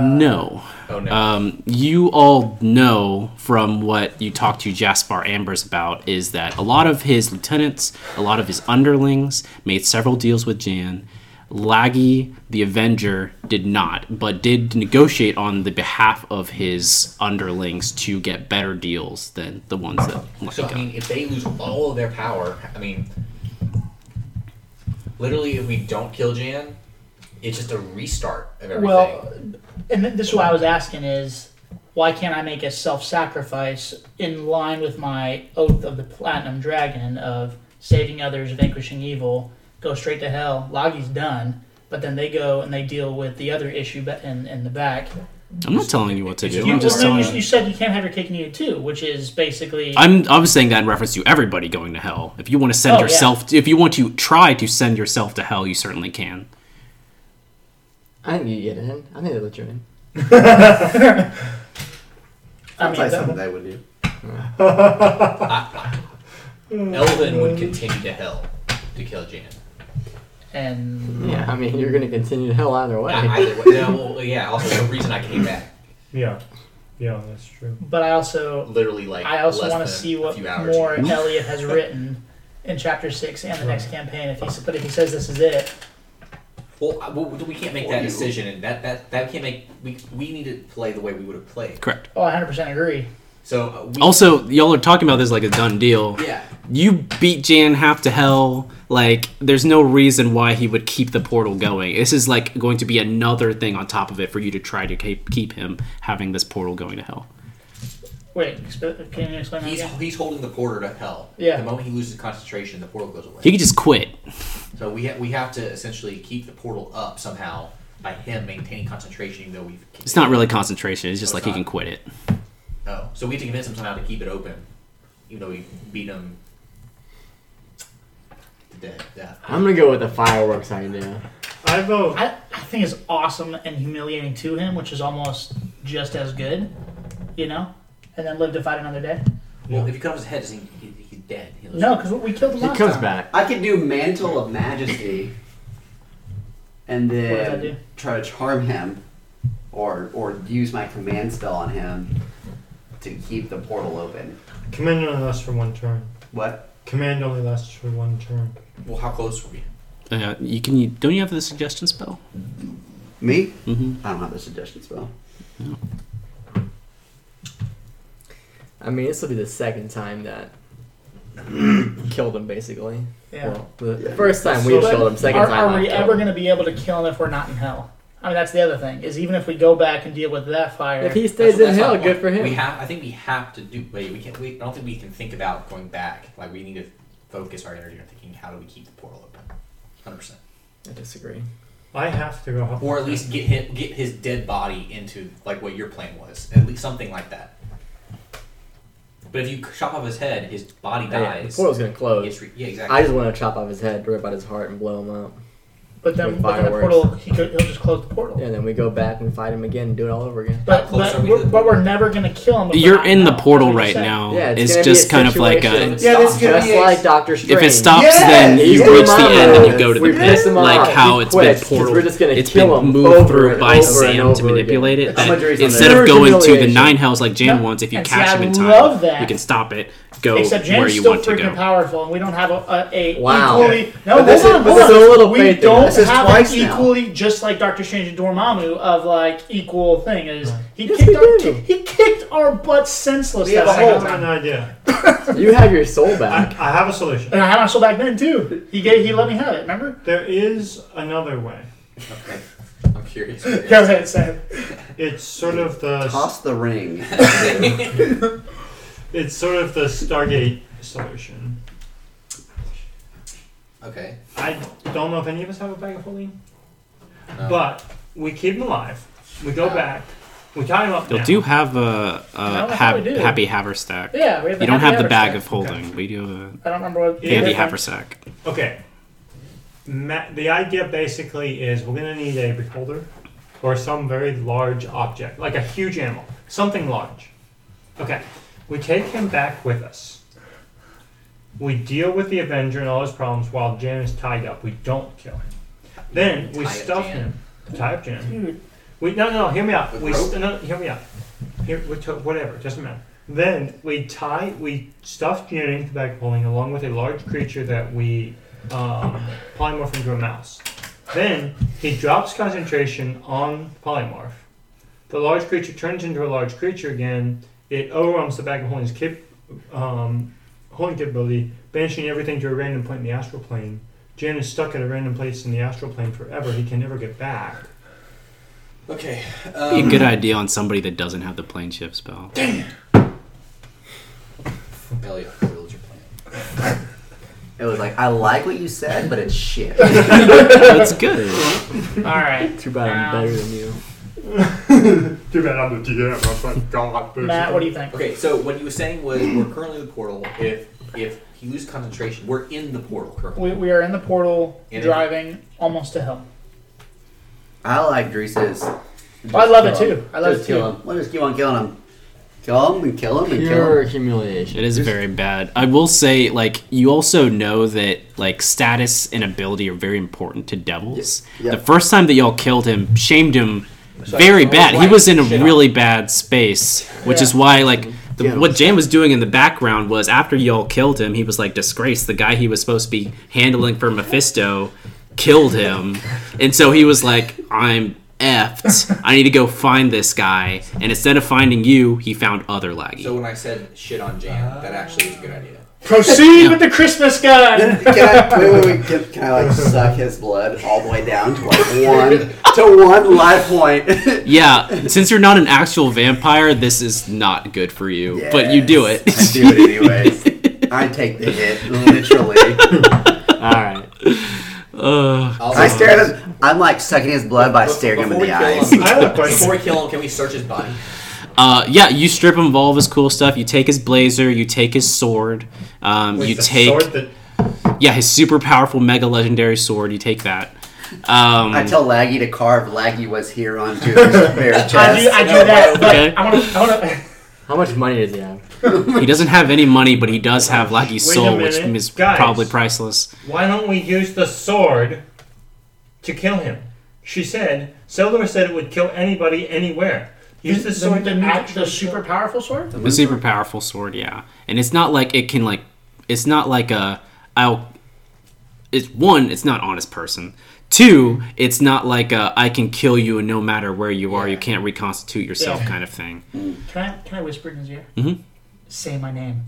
No.
Oh no.
Um, you all know from what you talked to Jaspar Ambers about is that a lot of his lieutenants, a lot of his underlings made several deals with Jan. Laggy, the Avenger, did not, but did negotiate on the behalf of his underlings to get better deals than the ones that let
so I
go.
mean, if they lose all of their power, I mean, literally, if we don't kill Jan, it's just a restart of everything.
Well, and th- this is what I was asking is why can't I make a self-sacrifice in line with my oath of the platinum dragon of saving others, vanquishing evil, go straight to hell. Loggy's done, but then they go and they deal with the other issue ba- in, in the back.
I'm not telling you what to do.
You,
I'm just
well,
telling
you,
you.
you said you can't have your cake and eat it too, which is basically
I'm I was saying that in reference to everybody going to hell. If you want to send
Oh, yeah.
yourself, if you want to try to send yourself to hell, you certainly can.
I think you get in. I think they let you in.
I
Sounds
mean,
like
that,
something they would do.
Elvin
mm.
would continue to hell to kill Jan.
and
Yeah, I mean, you're going to continue to hell either way.
I- Either way, no, well, yeah. Also, the reason I came back,
Yeah. Yeah, that's true.
but I also
literally, like
I also
less
want to
than
see
a
what
few hours
more
ago.
Elliot has written in chapter six and the next campaign. If he, s- but if he says this is it,
Well, I- well, we can't make that decision, and that that that we can't make. We we need to play the way we would have played.
Correct.
oh, 100 percent agree.
So uh, we,
Also, y'all are talking about this like a done deal.
yeah,
You beat Jan half to hell. Like, there's no reason why he would keep the portal going. This is like going to be another thing on top of it for you to try to keep keep him having this portal going to hell.
Wait, exp- can you explain that
he's
again?
he's holding the porter to hell.
Yeah.
The moment he loses concentration, the portal goes away.
He could just quit.
so we ha- we have to essentially keep the portal up somehow by him maintaining concentration, even though we've.
It's not really concentration. It's just like he can quit it.
Oh. So we have to convince him somehow to keep it open, even though we beat him to death. death.
I'm gonna go with the fireworks idea.
I vote.
I, I think it's awesome and humiliating to him, which is almost just as good, you know? And then live to fight another day.
Well, if you cut off his head, does he, he, he's dead. He looks-
No, because we killed him
He
last
comes
time.
back.
I could do mantle of majesty, and
What does that do?
then try to charm him, or or use my command spell on him to keep the portal open.
Command only lasts for one turn.
What?
Command only lasts for one turn.
Well, how close were we?
Uh, you can. You, don't you have the suggestion spell?
Me?
Mm-hmm.
I don't have the suggestion spell.
I mean, this will be the second time that killed him basically.
Yeah.
Well, the
Yeah.
first time we
But
killed him, second
are,
time
Are
I
we
killed
ever
him.
going to be able to kill him if we're not in hell? I mean, that's the other thing. Is even if we go back and deal with that fire,
If he
That's-
stays in
that's
hell,
not one.
good for him.
We have. I think we have to do. Wait, we can't. We, I don't think we can think about going back. Like we need to focus our energy on thinking how do we keep the portal open, hundred percent,
I disagree.
I have to go. Hufflepuff.
or at least get him, get his dead body into like what your plan was, at least something like that. But if you chop off his head, his body
Oh, Yeah, the
dies.
portal's gonna close.
It's re- yeah, exactly.
I just want to chop off his head, rip out his heart, and blow him up.
but then,
With
but then the
fireworks.
portal, he could, he'll just close the portal.
And then we go back and fight him again and do it all over again.
But,
Close, are
but,
we
we're,
good?
but we're never going to kill him. if we're
You're
not
in the
hell.
portal
That's what
right
you said.
now.
Yeah, it's
it's
gonna be
just
a
kind of like a.
situation.
Yeah, this is gonna
Just
be a-
like Doctor Strange.
If it stops,
Yes!
then you
He's
reach the
my
end and you
mother.
go to
we
the
piss
pit.
him
Like
off.
how
He
it's been
quits, 'cause
portal.
We're just gonna
It's
kill
been
him
moved
over
through
and
by
over and
Sam
over
to
again.
manipulate it.
How
That
much reason
instead
there?
of going to the
Humiliation.
nine hells like Jan
No.
wants, if you
And see,
catch
I
him in
love
time,
that.
you can stop it. Go
Except
where
Jan's
you
still
want to
freaking
go.
powerful, and we don't have a, a, a
Wow.
equally. No,
But
hold
this is-
on,
this
hold
is
on.
a little
We
faith in
don't
this. This is
have
twice
an
now.
equally, just like Doctor Strange and Dormammu, of like equal thing. Is he
Yes,
kicked
we
our
do.
he kicked our butts senseless
We have
that
a whole
second
an
time.
idea.
You have your soul
I,
back.
I have a solution.
And I had my soul back then too. He gave he let me have it. Remember?
There is another way.
okay. I'm curious.
Go ahead, Sam.
It's sort of the
Toss the ring.
it's sort of the Stargate solution.
Okay.
I don't know if any of us have a bag of holding,
No.
but we keep him alive. We go back. We tie him up.
You'll
now.
do have a,
No,
a
I
hab-
do.
happy haversack.
Yeah, we have the
You don't
happy
have the
hour
bag
stuff.
of holding. We do have
I don't remember what.
a
Yeah,
handy
that's
haversack.
Okay. Ma- the idea basically is we're going to need a beholder or some very large object, like a huge animal, something large. Okay. We take him back with us. We deal with the Avenger and all his problems while Jan is tied up. We don't kill him. Then we
Tie up
stuff
Jan.
him. Tie up Jan.
Dude,
We no no hear me out.
With
We
rope?
st- no hear me out. Here we took whatever doesn't matter. Then we tie we stuff Jan into the bag of holding along with a large creature that we um, polymorph into a mouse. Then he drops concentration on polymorph. The large creature turns into a large creature again. It overwhelms the bag of holding's cap- um, holding capability, banishing everything to a random point in the astral plane. Jan is stuck at a random place in the astral plane forever. He can never get back.
Okay.
Be a good idea on somebody that doesn't have the plane shift spell.
Elliot, what was your plan?
It was like I like what you said, but it's shit.
That's good.
all right,
Too bad I'm
Ow.
better than you.
Too bad I'm the DM. I'm like, God,
Matt, what do you think?
Okay, so what you were saying was we're currently in the portal. If if he loses concentration, we're in the portal currently.
We, we are in the portal,
Yeah.
driving almost to hell.
I like Drees's.
I love it too. I love
just
it too.
kill him. We'll just keep on killing him. Kill him and kill him and kill
Pure
him.
humiliation.
It is very bad. I will say, like, you also know that, like, status and ability are very important to devils.
Yeah. Oh,
The first time that y'all killed him, shamed him very bad. He was in a really bad space, which is why, like, the,
Yeah.
what Jan was doing in the background was after y'all killed him, he was, like, disgraced. The guy he was supposed to be handling for Mephisto killed him. And so he was like, I'm effed. I need to go find this guy. And instead of finding you, he found other laggy.
So when I said shit on Jan, that actually was a good idea.
Proceed with the Christmas gun.
can I, wait, wait, wait, can, can I like suck his blood all the way down to like one to one life point?
Yeah, since you're not an actual vampire, this is not good for you. But you do it.
I do it anyways. I take the hit, literally.
All right.
Ugh.
I stare at him. I'm like sucking his blood by staring him in the eyes.
I have a question.
Before we kill him, can we search his body?
Uh, yeah, you strip him of all of his cool stuff. You take his blazer. You take his sword. Um,
With
you
the
take
sword that-
yeah his super powerful mega legendary sword. You take that. Um,
I tell Laggy to carve. Laggy was here on Junior's bare chest.
I do, I do that, but
Okay.
I want to. I want to.
How much money does he have?
he doesn't have any money, but he does have Lucky's
Wait a
soul, which
minute.
is
Guys.
probably priceless.
Why don't we use the sword to kill him? She said, Seldor said it would kill anybody anywhere. Use the
The,
sword
the,
to
the,
actually
super powerful sword.
The super powerful sword, yeah, and it's not like it can like it's not like a I'll. It's one, it's not honest person. Two, it's not like a, I can kill you and no matter where you are, you can't reconstitute yourself
Yeah.
kind of thing.
Can I can I whisper in his ear?
Mhm.
Say my name.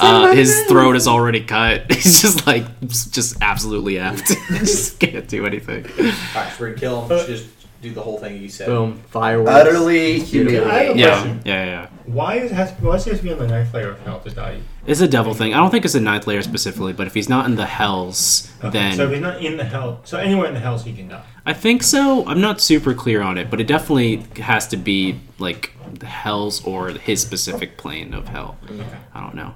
Uh, his throat is already cut. He's just like, just absolutely effed. just can't do anything.
Alright, so we're gonna kill him. We
Uh,
should just do the whole thing you said.
Boom. Fireworks.
Utterly
I have
humiliated.
a
Yeah, yeah,
question.
yeah. yeah.
Why is has why does he have to be on the ninth layer of hell to die?
It's a devil thing. I don't think it's a ninth layer specifically, but if he's not in the hells, then
so if he's not in the hell, so anywhere in the hells he can die.
I think so. I'm not super clear on it, but it definitely has to be like the hells or his specific plane of hell. I don't know.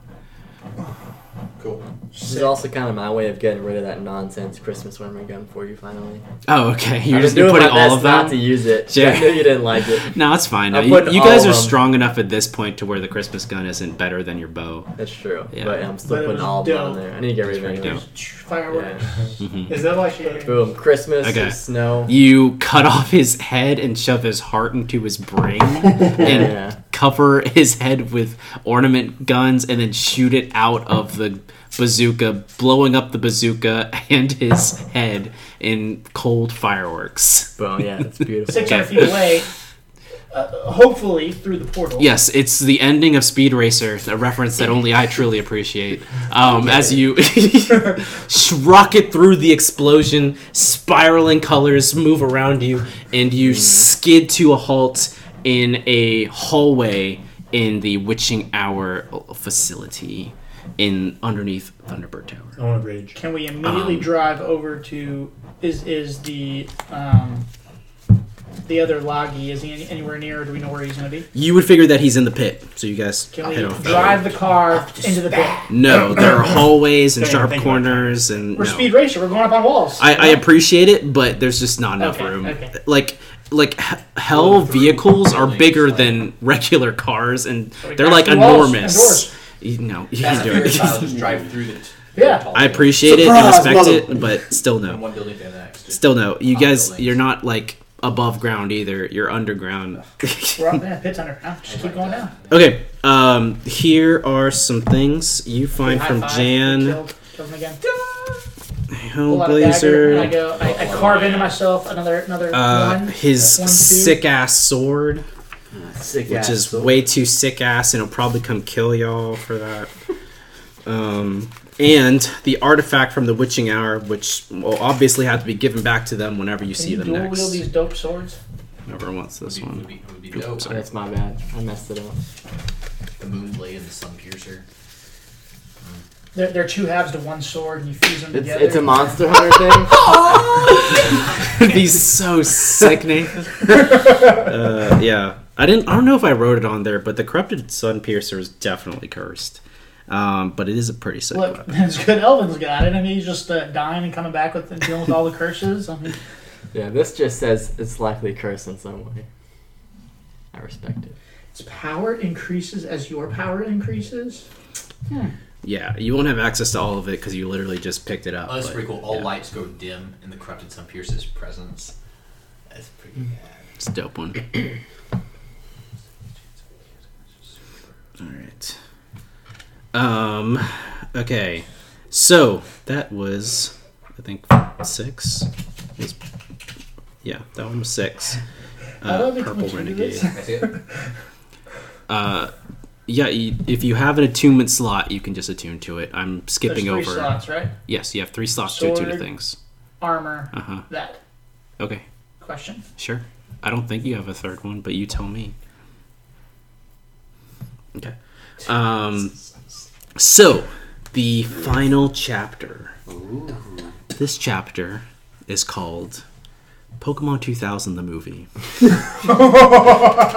Cool.
This is also kind of my way of getting rid of that nonsense Christmas worm gun for you finally.
Oh, okay. You're
I've
just
been doing
putting
my best
all of
not
that.
to use it.
Sure.
I knew you didn't like it.
No, it's fine.
I'm
You,
putting
you
all
guys
of
are
'em.
strong enough at this point to where the Christmas gun isn't better than your bow.
That's true.
Yeah.
But I'm still
But it
putting
was
all of them on
dope.
there. I need to get rid
It's
of it.
pretty
anyways.
Fireworks.
Is that like the,
Boom. Christmas,
Okay.
snow.
You cut off his head and shove his heart into his brain and
Yeah.
cover his head with ornament guns and then shoot it out of the bazooka, blowing up the bazooka and his head in cold fireworks.
Boom. Yeah, that's beautiful.
Six hundred
Okay.
feet away. Uh, hopefully through the portal.
Yes, it's the ending of Speed Racer, a reference that only I truly appreciate. Um, as you sh- rocket through the explosion, spiraling colors move around you, and you skid to a halt in a hallway in the Witching Hour facility in underneath Thunderbird Tower.
I want to rage.
Can we immediately
Um,
drive over to? Is is the um, the other Loggy? Is he any, anywhere near? Or do we know where he's going to be?
You would figure that he's in the pit, so you guys
Can we
head off.
drive the car into the pit?
No, there are hallways and
Don't even
sharp
think about that.
corners, and
We're
no.
speed racer. We're going up on walls.
I, I appreciate it, but there's just not enough
Okay,
room.
okay.
Like like h- hell vehicles are bigger than regular cars, and
we
they're
got
like
some walls and
enormous.
doors.
You know, you can
That's the
do
Furious style,
it.
just drive through the.
Yeah.
the tall
I
building
appreciate it and
Surprise,
respect
mother-
it, but still
From
no,
one building to the next. Just-
still no. You
Top
guys,
buildings.
you're not like above ground either. You're underground.
We're up there. Pit's underground. Just keep going down.
uh,
okay, um, here are some things you find
High
from
five.
Jan.
Kill, kill him again. Pull out a dagger, and I
Hellblazer.
go. I, I carve into myself another another
Uh,
one.
his
One, two.
sick ass sword.
Sick
which
ass
is
soul.
way too sick ass, and it'll probably come kill y'all for that. Um, and the artifact from the Witching Hour, which will obviously have to be given back to them whenever you
Can
see
you
them
dual wield
next.
these dope swords?
Whoever wants this
Would be-
one.
would be- would be dope.
Oops, sorry.
That's my bad. I messed it up.
The Moonblade and the Sun Piercer.
Uh,
They're, they're two halves to one sword, and you fuse them
It's,
together.
it's a Monster Hunter thing.
He's so sick, Nathan. uh, yeah, I didn't. I don't know if I wrote it on there, but the corrupted Sun Piercer is definitely cursed. Um, but it is a pretty sick
Look,
weapon.
it's good. Elvin's got it. I mean, he's just uh, dying and coming back with and dealing with all the curses. I mean,
Yeah, this just says it's likely cursed in some way. I respect it.
its power increases as your power increases.
Yeah, you won't have access to all of it because you literally just picked it up.
Oh, that's
but
pretty cool. All
yeah,
lights go dim in the corrupted Sun Piercer's presence. That's pretty
Mm.
bad.
It's a dope one. All right. Um. Okay. So that was, I think, six. Was, yeah, that one was six.
I
Uh,
love it when
purple
you do
renegade.
this.
That's it.
Uh, yeah. You, if you have an attunement slot, you can just attune to it. I'm
There's
skipping
three
over.
slots, right?
Yes, you have three slots to attune to
Sword.
things.
Armor.
Uh huh.
That
Okay.
question.
Sure. I don't think you have a third one, but you tell me. Okay. Um, so, the final chapter. This chapter is called Pokemon 2000, the movie.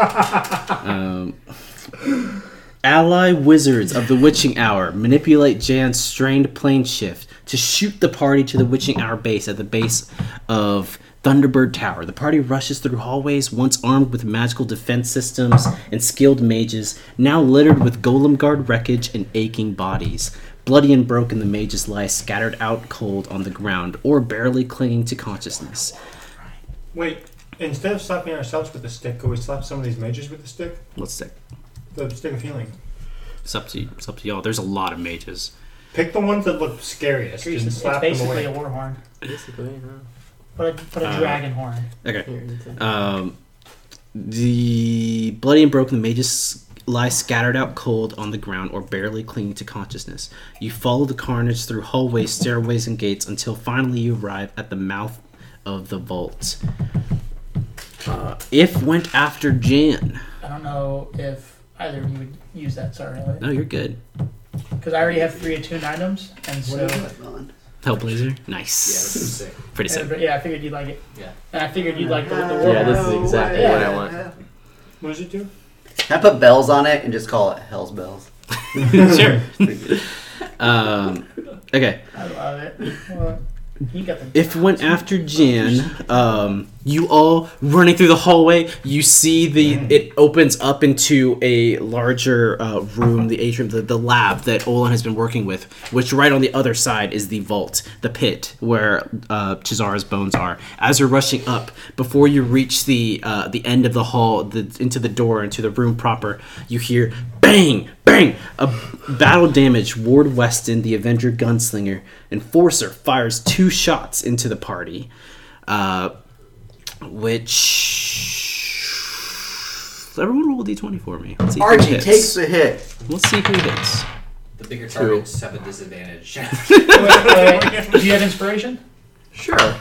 um, ally wizards of the witching hour manipulate Jan's strained plane shift to shoot the party to the witching hour base at the base of Thunderbird Tower. The party rushes through hallways once armed with magical defense systems and skilled mages, now littered with golem guard wreckage and aching bodies. Bloody and broken, the mages lie scattered out cold on the ground or barely clinging to consciousness.
Wait, instead of slapping ourselves with a stick, could we slap some of these mages with a stick?
Let's stick.
The stick of healing.
It's up to, it's up to y'all. There's a lot of mages.
Pick the ones that look scariest and
It's
slap them
basically a
away.
war horn,
Basically, huh?
but a, but a
Uh,
dragon horn.
Okay.
Here, it's a-
Um, the bloody and broken, the mages lie scattered out cold on the ground or barely clinging to consciousness. You follow the carnage through hallways, stairways, and gates until finally you arrive at the mouth of the vault. Uh, if went after Jan.
I don't know if either of you would use that. Sorry,
No, you're good.
because I already have three attuned items, and so
Hellblazer.
Yeah, this is
Nice.
sick.
Pretty sick.
and- yeah, I figured you'd like it.
Yeah.
and I figured you'd like the, the war
Yeah,
horn.
this is exactly
Oh,
way.
what I want.
What does it do?
Can I put bells on it and just call it Hell's Bells?
sure. um, okay.
I love it. Well, you got the
If went after Jan, um, you all running through the hallway. You see the it opens up into a larger uh, room, the atrium, the, the lab that Olan has been working with. Which right on the other side is the vault, the pit where uh, Cesara's bones are. As you're rushing up, before you reach the uh, the end of the hall, the, into the door, into the room proper, you hear bang, bang! A battle damage Ward Weston, the Avenger gunslinger, enforcer, fires two shots into the party, uh, which everyone roll a d20 for me. Let's see who
Archie
hits.
takes the hit.
Let's see who hits.
The bigger targets have a disadvantage.
wait, wait, Do you have inspiration?
Sure. No,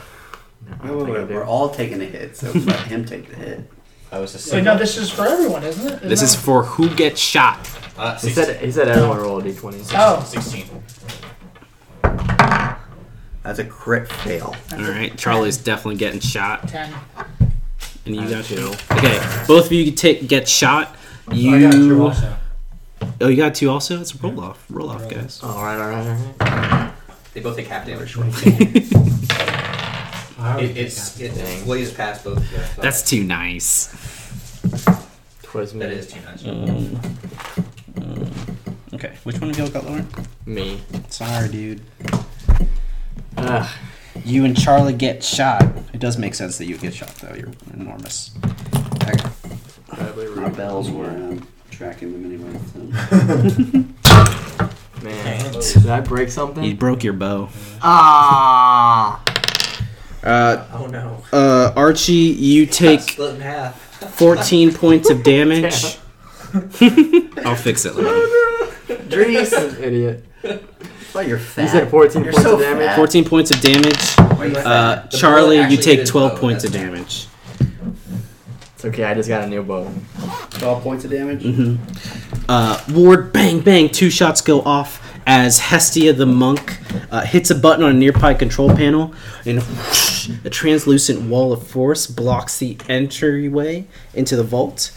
I don't think I do.
We're all taking a hit, so let him take the hit.
I was a
Wait,
sick.
no, this is for everyone, isn't it?
This is
it
for who gets shot.
Uh,
He
16.
said he said everyone roll a d20.
not? oh,
16.
That's a crit fail.
All right, Charlie's definitely getting shot,
ten.
and you got two. Okay, both of you take get shot. You
I got two also.
oh, you got two also. It's a roll off, roll off, guys.
All right, all right, all right.
They both take half damage.
I
It,
would-
it's, it plays past both. of them.
That's too nice.
Twas me.
that is too much.
Mm. Okay, which one of y'all got lower?
me.
Sorry, dude.
Ugh.
You and Charlie get shot. It does make sense that you get shot, though. You're enormous. Okay.
Probably
My
rude.
bells were um, tracking them anyway.
Man, did I break
You
something?
broke your bow.
Ah.
Uh,
Oh no.
uh, Archie, you take
Split in half.
14 points of damage. I'll fix it later.
So. Dries,
Idiot.
well, you're fat.
You said 14
You're
points
so
of damage.
fat.
14 points of damage.
Why are you fat?
Uh,
The
Charlie,
bullet
you
actually hit
take
his
12
bow,
points of
that's-
damage.
It's okay. I just got a new bow.
12 points of damage?
Uh, Ward, bang, bang, two shots go off as Hestia the monk uh, hits a button on a nearby control panel, and whoosh, a translucent wall of force blocks the entryway into the vault.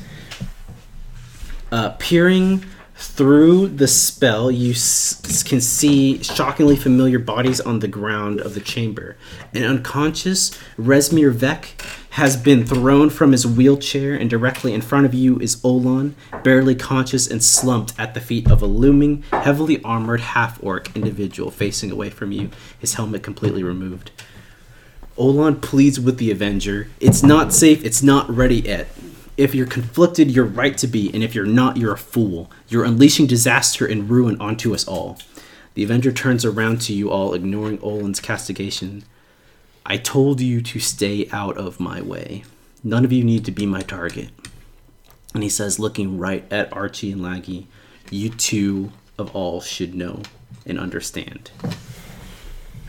Uh, peering through the spell, you s- can see shockingly familiar bodies on the ground of the chamber. An unconscious Resmir Vec has been thrown from his wheelchair, and directly in front of you is Olan, barely conscious and slumped at the feet of a looming, heavily armored half orc individual facing away from you, his helmet completely removed. Olan pleads with the Avenger. It's not safe, it's not ready yet. If you're conflicted, you're right to be, and if you're not, you're a fool. You're unleashing disaster and ruin onto us all. The Avenger turns around to you all, ignoring Olan's castigation. I told you to stay out of my way. None of you need to be my target. And he says, looking right at Archie and Laggy, you two of all should know and understand.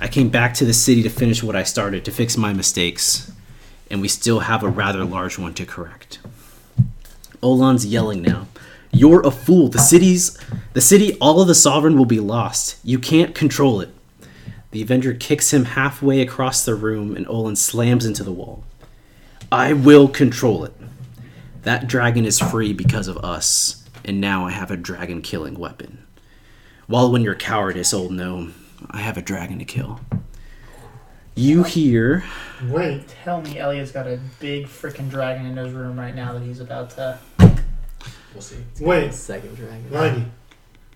I came back to the city to finish what I started, to fix my mistakes, and we still have a rather large one to correct. Olan's yelling now. You're a fool. The city's the city, all of the sovereign will be lost. You can't control it. The Avenger kicks him halfway across the room and Olan slams into the wall. I will control it. That dragon is free because of us, and now I have a dragon killing weapon. While when your cowardice, old gnome, I have a dragon to kill. You hear
Wait.
Tell me Elliot's got a big freaking dragon in his room right now that he's about to.
We'll see.
Wait.
Second dragon.
Lady,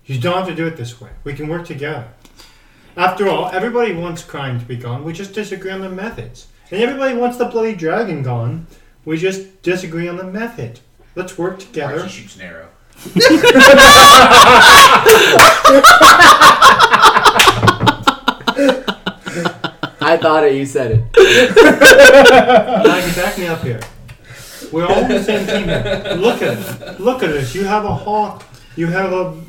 you don't have to do it this way. We can work together. After all, everybody wants crime to be gone. We just disagree on the methods. And everybody wants the bloody dragon gone. We just disagree on the method. Let's work together.
Archie shoots an arrow.
I thought it. You said it.
Maggie, back me up here. We're all on the same team. here. Look at us. Look at us. You have a hawk. You have a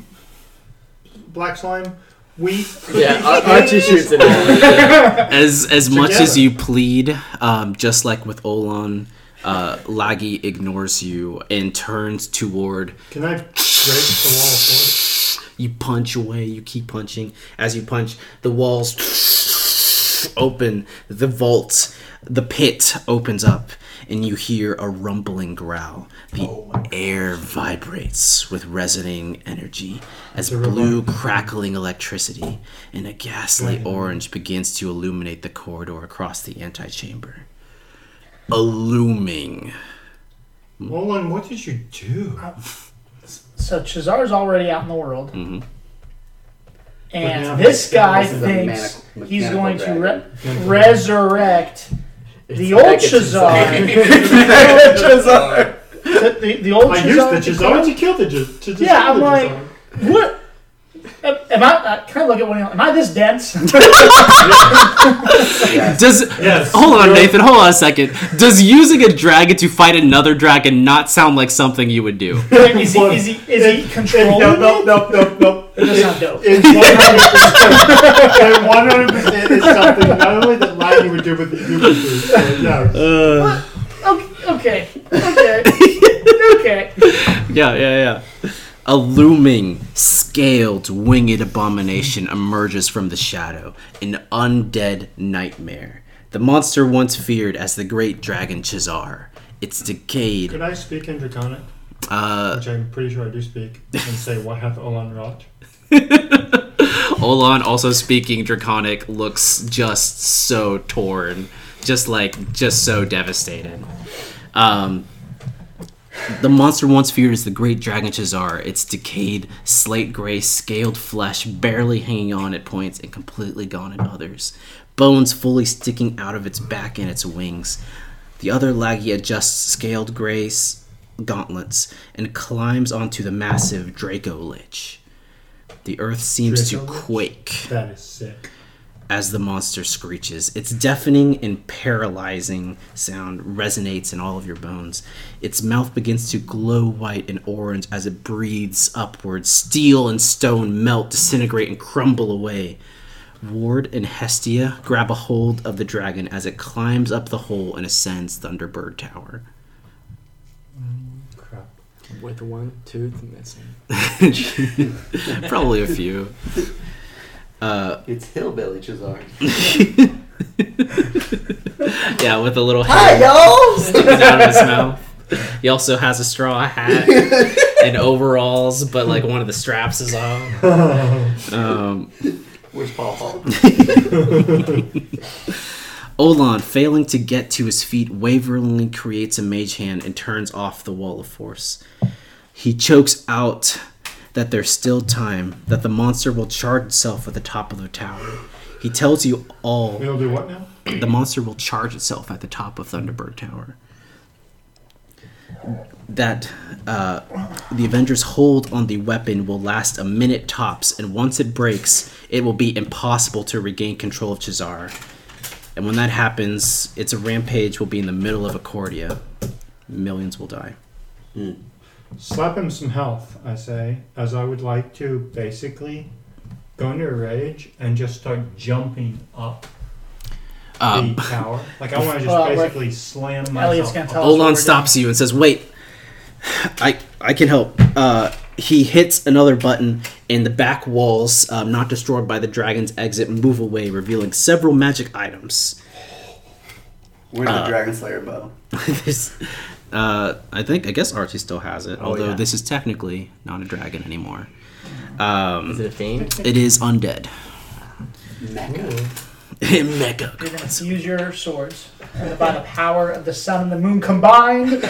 black slime. We
Yeah, Ar- Archie shoots it.
as as much as
Together.
you plead, um, just like with Olan, uh, Laggy ignores you and turns toward
Can I break the wall for it?
You punch away, you keep punching. As you punch, the walls open, the vault, the pit opens up, and you hear a rumbling growl. The air vibrates with resonating energy as blue, crackling electricity, and a ghastly orange begins to illuminate the corridor across the antechamber. A looming.
Olin, what did you do?
Uh, So Chazar's already out in the world,
Mhm.
and
now
this guy
This is a
thinks
manic-
he's
mechanical
going to re-
dragon.
resurrect the old Chazar.
Chazar.
the, the, the old
I
Chazar.
used the
to
Chazar
come?
to kill the Chazar. To destroy
Yeah, I'm
the
like,
Chazar.
what? Am am I? Uh, can I look at one? of you- Am I this dense?
Does
Yes.
hold on,
You're-
Nathan? Hold on a second. Does using a dragon to fight another dragon not sound like something you would do?
is he? Is he? Is he controlling?
No,
it?
no, no, no, no.
That's not dope.
It's 100%. and 100% is something not only that Lightning would do, but that you would do. So,
Uh,
yeah.
Okay. Okay. okay.
Yeah, yeah, yeah. A looming, scaled, winged abomination emerges from the shadow, an undead nightmare. The monster once feared as the great dragon Chazar. It's decayed.
Could I speak in Draconic?
Uh,
Which I'm pretty sure I do speak. And say, what hath Olin wrought?
Olan, also speaking Draconic, looks just so torn, just like just so devastated. Um, the monster once feared is the great dragon Chazar. Its decayed, slate gray, scaled flesh barely hanging on at points and completely gone in others. Bones fully sticking out of its back and its wings. The other laggy adjusts scaled gray s- gauntlets and climbs onto the massive Draco Lich. The earth seems
Draco
to
Lich?
quake
That is sick.
as the monster screeches. Its deafening and paralyzing sound resonates in all of your bones. Its mouth begins to glow white and orange as it breathes upwards. Steel and stone melt, disintegrate, and crumble away. Ward and Hestia grab a hold of the dragon as it climbs up the hole and ascends Thunderbird Tower.
Crap.
With one tooth missing.
Probably a few.
It's hillbilly Chazar.
Yeah, with a little
Hi,
hair
y'all!
sticking out of his mouth. He also has a straw hat and overalls, but like one of the straps is off. Um,
Where's Paul Paul?
Olan, failing to get to his feet, waveringly creates a mage hand and turns off the wall of force. He chokes out that there's still time, that the monster will charge itself at the top of the tower. He tells you all
We'll do what now?
the monster will charge itself at the top of Thunderbird Tower. That uh, the Avengers' hold on the weapon will last a minute tops, and once it breaks, it will be impossible to regain control of Chazar. And when that happens, its rampage will be in the middle of Accordia. Millions will die.
Slap him some health, I say, as I would like to basically go into a rage and just start jumping up
Um,
the tower. Like I want to just
Well, like,
basically slam myself.
Elliot's gonna tell us. what
Olan
we're doing.
stops you and says, "Wait, I I can help." Uh, he hits another button, and the back walls, um, not destroyed by the dragon's exit, move away, revealing several magic items.
Where's the
Uh,
Dragon Slayer bow?
this, uh, I think I guess Archie still has it,
Oh,
although
yeah.
this is technically not a dragon anymore. Um,
Is it a fiend?
it is undead.
Mecha.
Mecha.
You're going to use your swords. And by the power of the sun and the moon combined,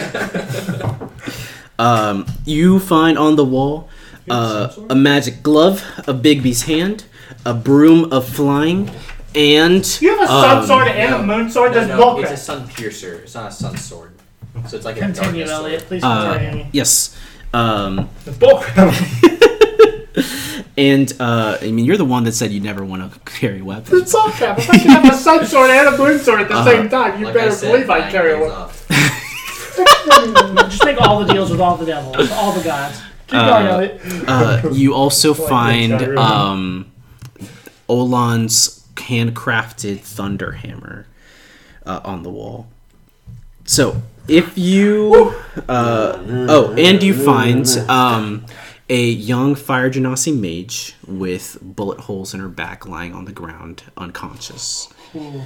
Um, you find on the wall uh, a magic glove of Bigby's hand, a broom of flying, and
You have
Uh,
a sun
um,
sword and a moon sword
No,
that's
no,
bulk
it's a
red.
sun piercer. It's not a sun sword. So it's like a
continue,
darkness sword.
Elliot. Please
uh,
continue.
yes. Um,
The bulk red.
and uh, I mean, you're the one that said you never want to carry weapons.
It's all cap. If I can have a sun sword and a moon sword at the same time, you
Uh-huh. Like
better
I said,
believe I
nine
carry
days
one.
off.
Just make all the deals with all the devils, all the gods. Keep
Uh,
Um,
going, Elliot.
Uh, you also find
it's not really-
um, Olan's handcrafted thunder hammer uh, on the wall. So if you uh, oh, and you find um, a young fire genasi mage with bullet holes in her back, lying on the ground unconscious.
I'm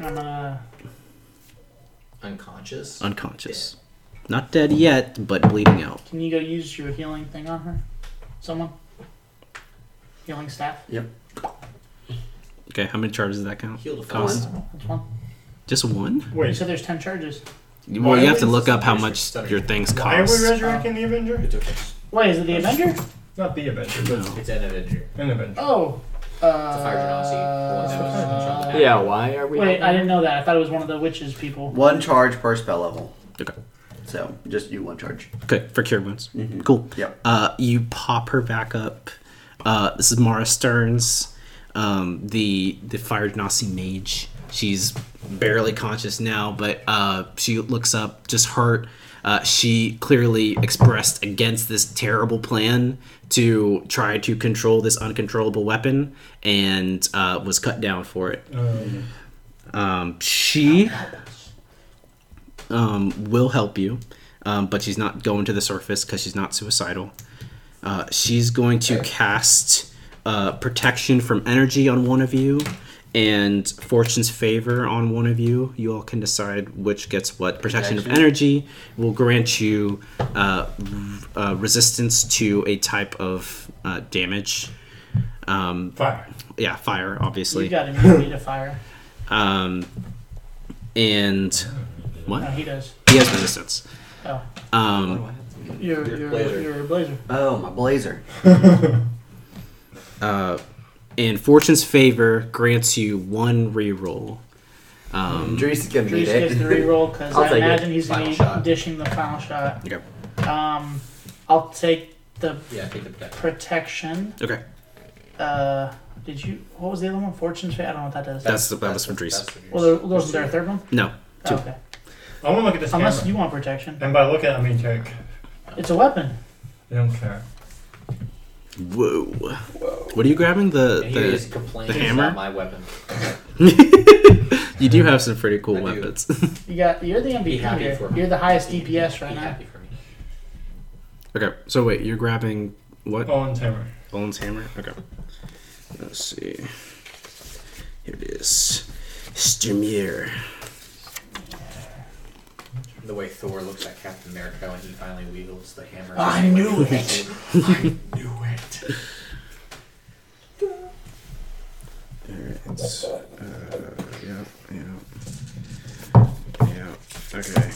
gonna
Unconscious.
Unconscious, not dead yet, but bleeding out.
Can you go use your healing thing on her? Someone? Healing staff?
Okay, how many charges does that count?
Heal the
Cost?
fire.
That's one.
Just one?
You
Wait,
said there's 10 charges.
Well, you have to look up how
Why
much
would-
your things
why are
cost.
we resurrecting the Avenger?
It's okay.
Wait, is it the Avenger?
Not the Avenger,
No.
It's an Avenger.
but an Avenger.
Oh. Uh,
fire genasi, the ones that was in charge of the-
Yeah, why are we.
Wait, I didn't know that. I thought it was one of the witches people.
One charge per spell level.
Okay.
So just you one charge.
Okay, for cure wounds. Cool.
Yep.
Uh, you pop her back up. Uh, this is Mara Stearns, um, the the fire genasi mage. She's barely conscious now, but uh, she looks up, just hurt. Uh, she clearly expressed against this terrible plan to try to control this uncontrollable weapon, and uh, was cut down for it.
Um,
Um, she um, will help you, um, but she's not going to the surface because she's not suicidal. Uh, she's going to cast uh, protection from energy on one of you and fortune's favor on one of you. You all can decide which gets what. Protection of energy will grant you uh, r- uh, resistance to a type of uh, damage. Um,
fire.
yeah, fire, obviously.
You got immunity to fire.
Um, and
No,
what?
he does.
He has resistance.
Oh.
Um,
Your, your, your,
blazer.
blazer. blazer.
Oh, my blazer.
uh, and Fortune's Favor grants you one reroll. Um,
Dries is gonna need
Reese gets the
it.
reroll because
I'll
I
take it.
imagine he's
Final
going to be
shot.
dishing the final shot.
Okay.
Um, I'll take the
Yeah, I think the that.
protection.
okay,
Uh, did you? What was the other one? Fortune's Fate? I don't know what that does.
that's that was from Dries.
well, there, wasn't there a third one?
No,
Oh, okay.
I want to look at this
Unless
camera.
you want protection.
And by look at, I mean take.
It's a weapon.
I don't care.
Whoa. What are you grabbing? The
And he
the.
is complaining.
the
it's
hammer?
Not my weapon.
You do have some pretty cool
I do.
weapons.
You got. You're the MVP
Be happy
here.
for him.
You're the highest
Be-
DPS right
be
now.
happy for me.
okay, so wait, you're grabbing what?
Oh, and timer.
Bones hammer. Okay. Let's see. Here it is. Stimir.
The way Thor looks at Captain America when he finally wields the hammer.
I knew it.
I knew it.
It's, uh, yeah, yeah. Yeah, okay.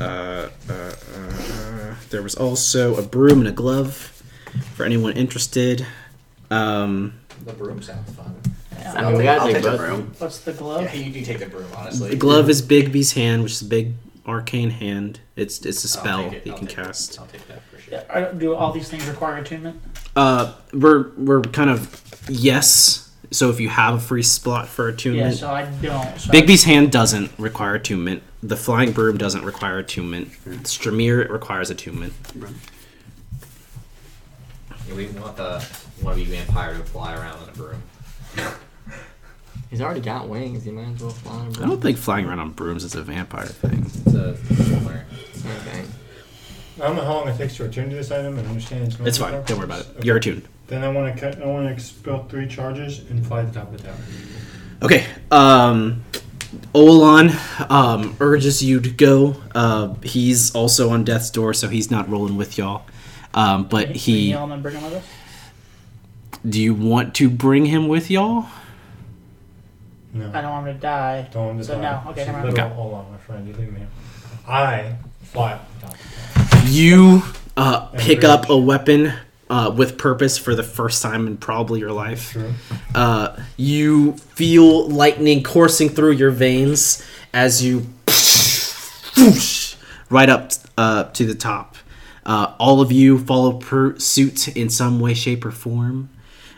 Uh, uh, uh, there was also a broom and a glove for anyone interested. Um,
The broom sounds fun.
I mean, we
I'll
gotta
take
take
the
both.
broom.
What's the glove?
Yeah, you do take the broom, honestly.
the glove is Bigby's hand, which is a big arcane hand. It's it's a
I'll
spell
take it,
that you
I'll
can
take it,
cast.
I'll take that for sure.
Yeah, are- Do all these things require attunement?
Uh, we're we're kind of yes. So if you have a free slot for
Yeah,
attunement,
so I don't. So
Bigby's hand doesn't require attunement. The flying broom doesn't require attunement. Stramir it requires attunement.
Yeah, we want the one of you vampire to fly around in a broom.
He's already got wings. He might as well fly. on a
I don't think flying around on brooms is a vampire thing.
It's a similar.
Same thing.
I don't know how long it takes to return to this item and understand its
It's
magic
fine. Don't worry about it.
properties.
You're attuned.
Then I want to cut. I want to expel three charges and fly to the top of the tower.
Okay. Um, Olan um, urges you to go. Uh, he's also on death's door, so he's not rolling with y'all. Um, but he,
Yell him and bring him with us.
do you want to bring him with y'all?
No.
I don't want him to die.
Don't want to
Uh, So
die.
no, okay,
She's
never mind.
literal.
Okay.
Hold on, my friend. You leave me. I fly up. the top.
You uh, pick
rage.
up a weapon uh, with purpose for the first time in probably your life. Uh, you feel lightning coursing through your veins as you whoosh, right up uh, to the top. Uh, all of you follow per- suit in some way, shape, or form,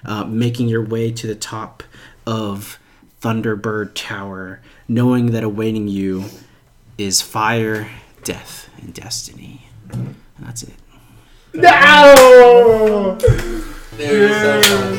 uh, making your way to the top of Thunderbird Tower, knowing that awaiting you is fire, death, and destiny. And that's it.
No!
Dude, so fun.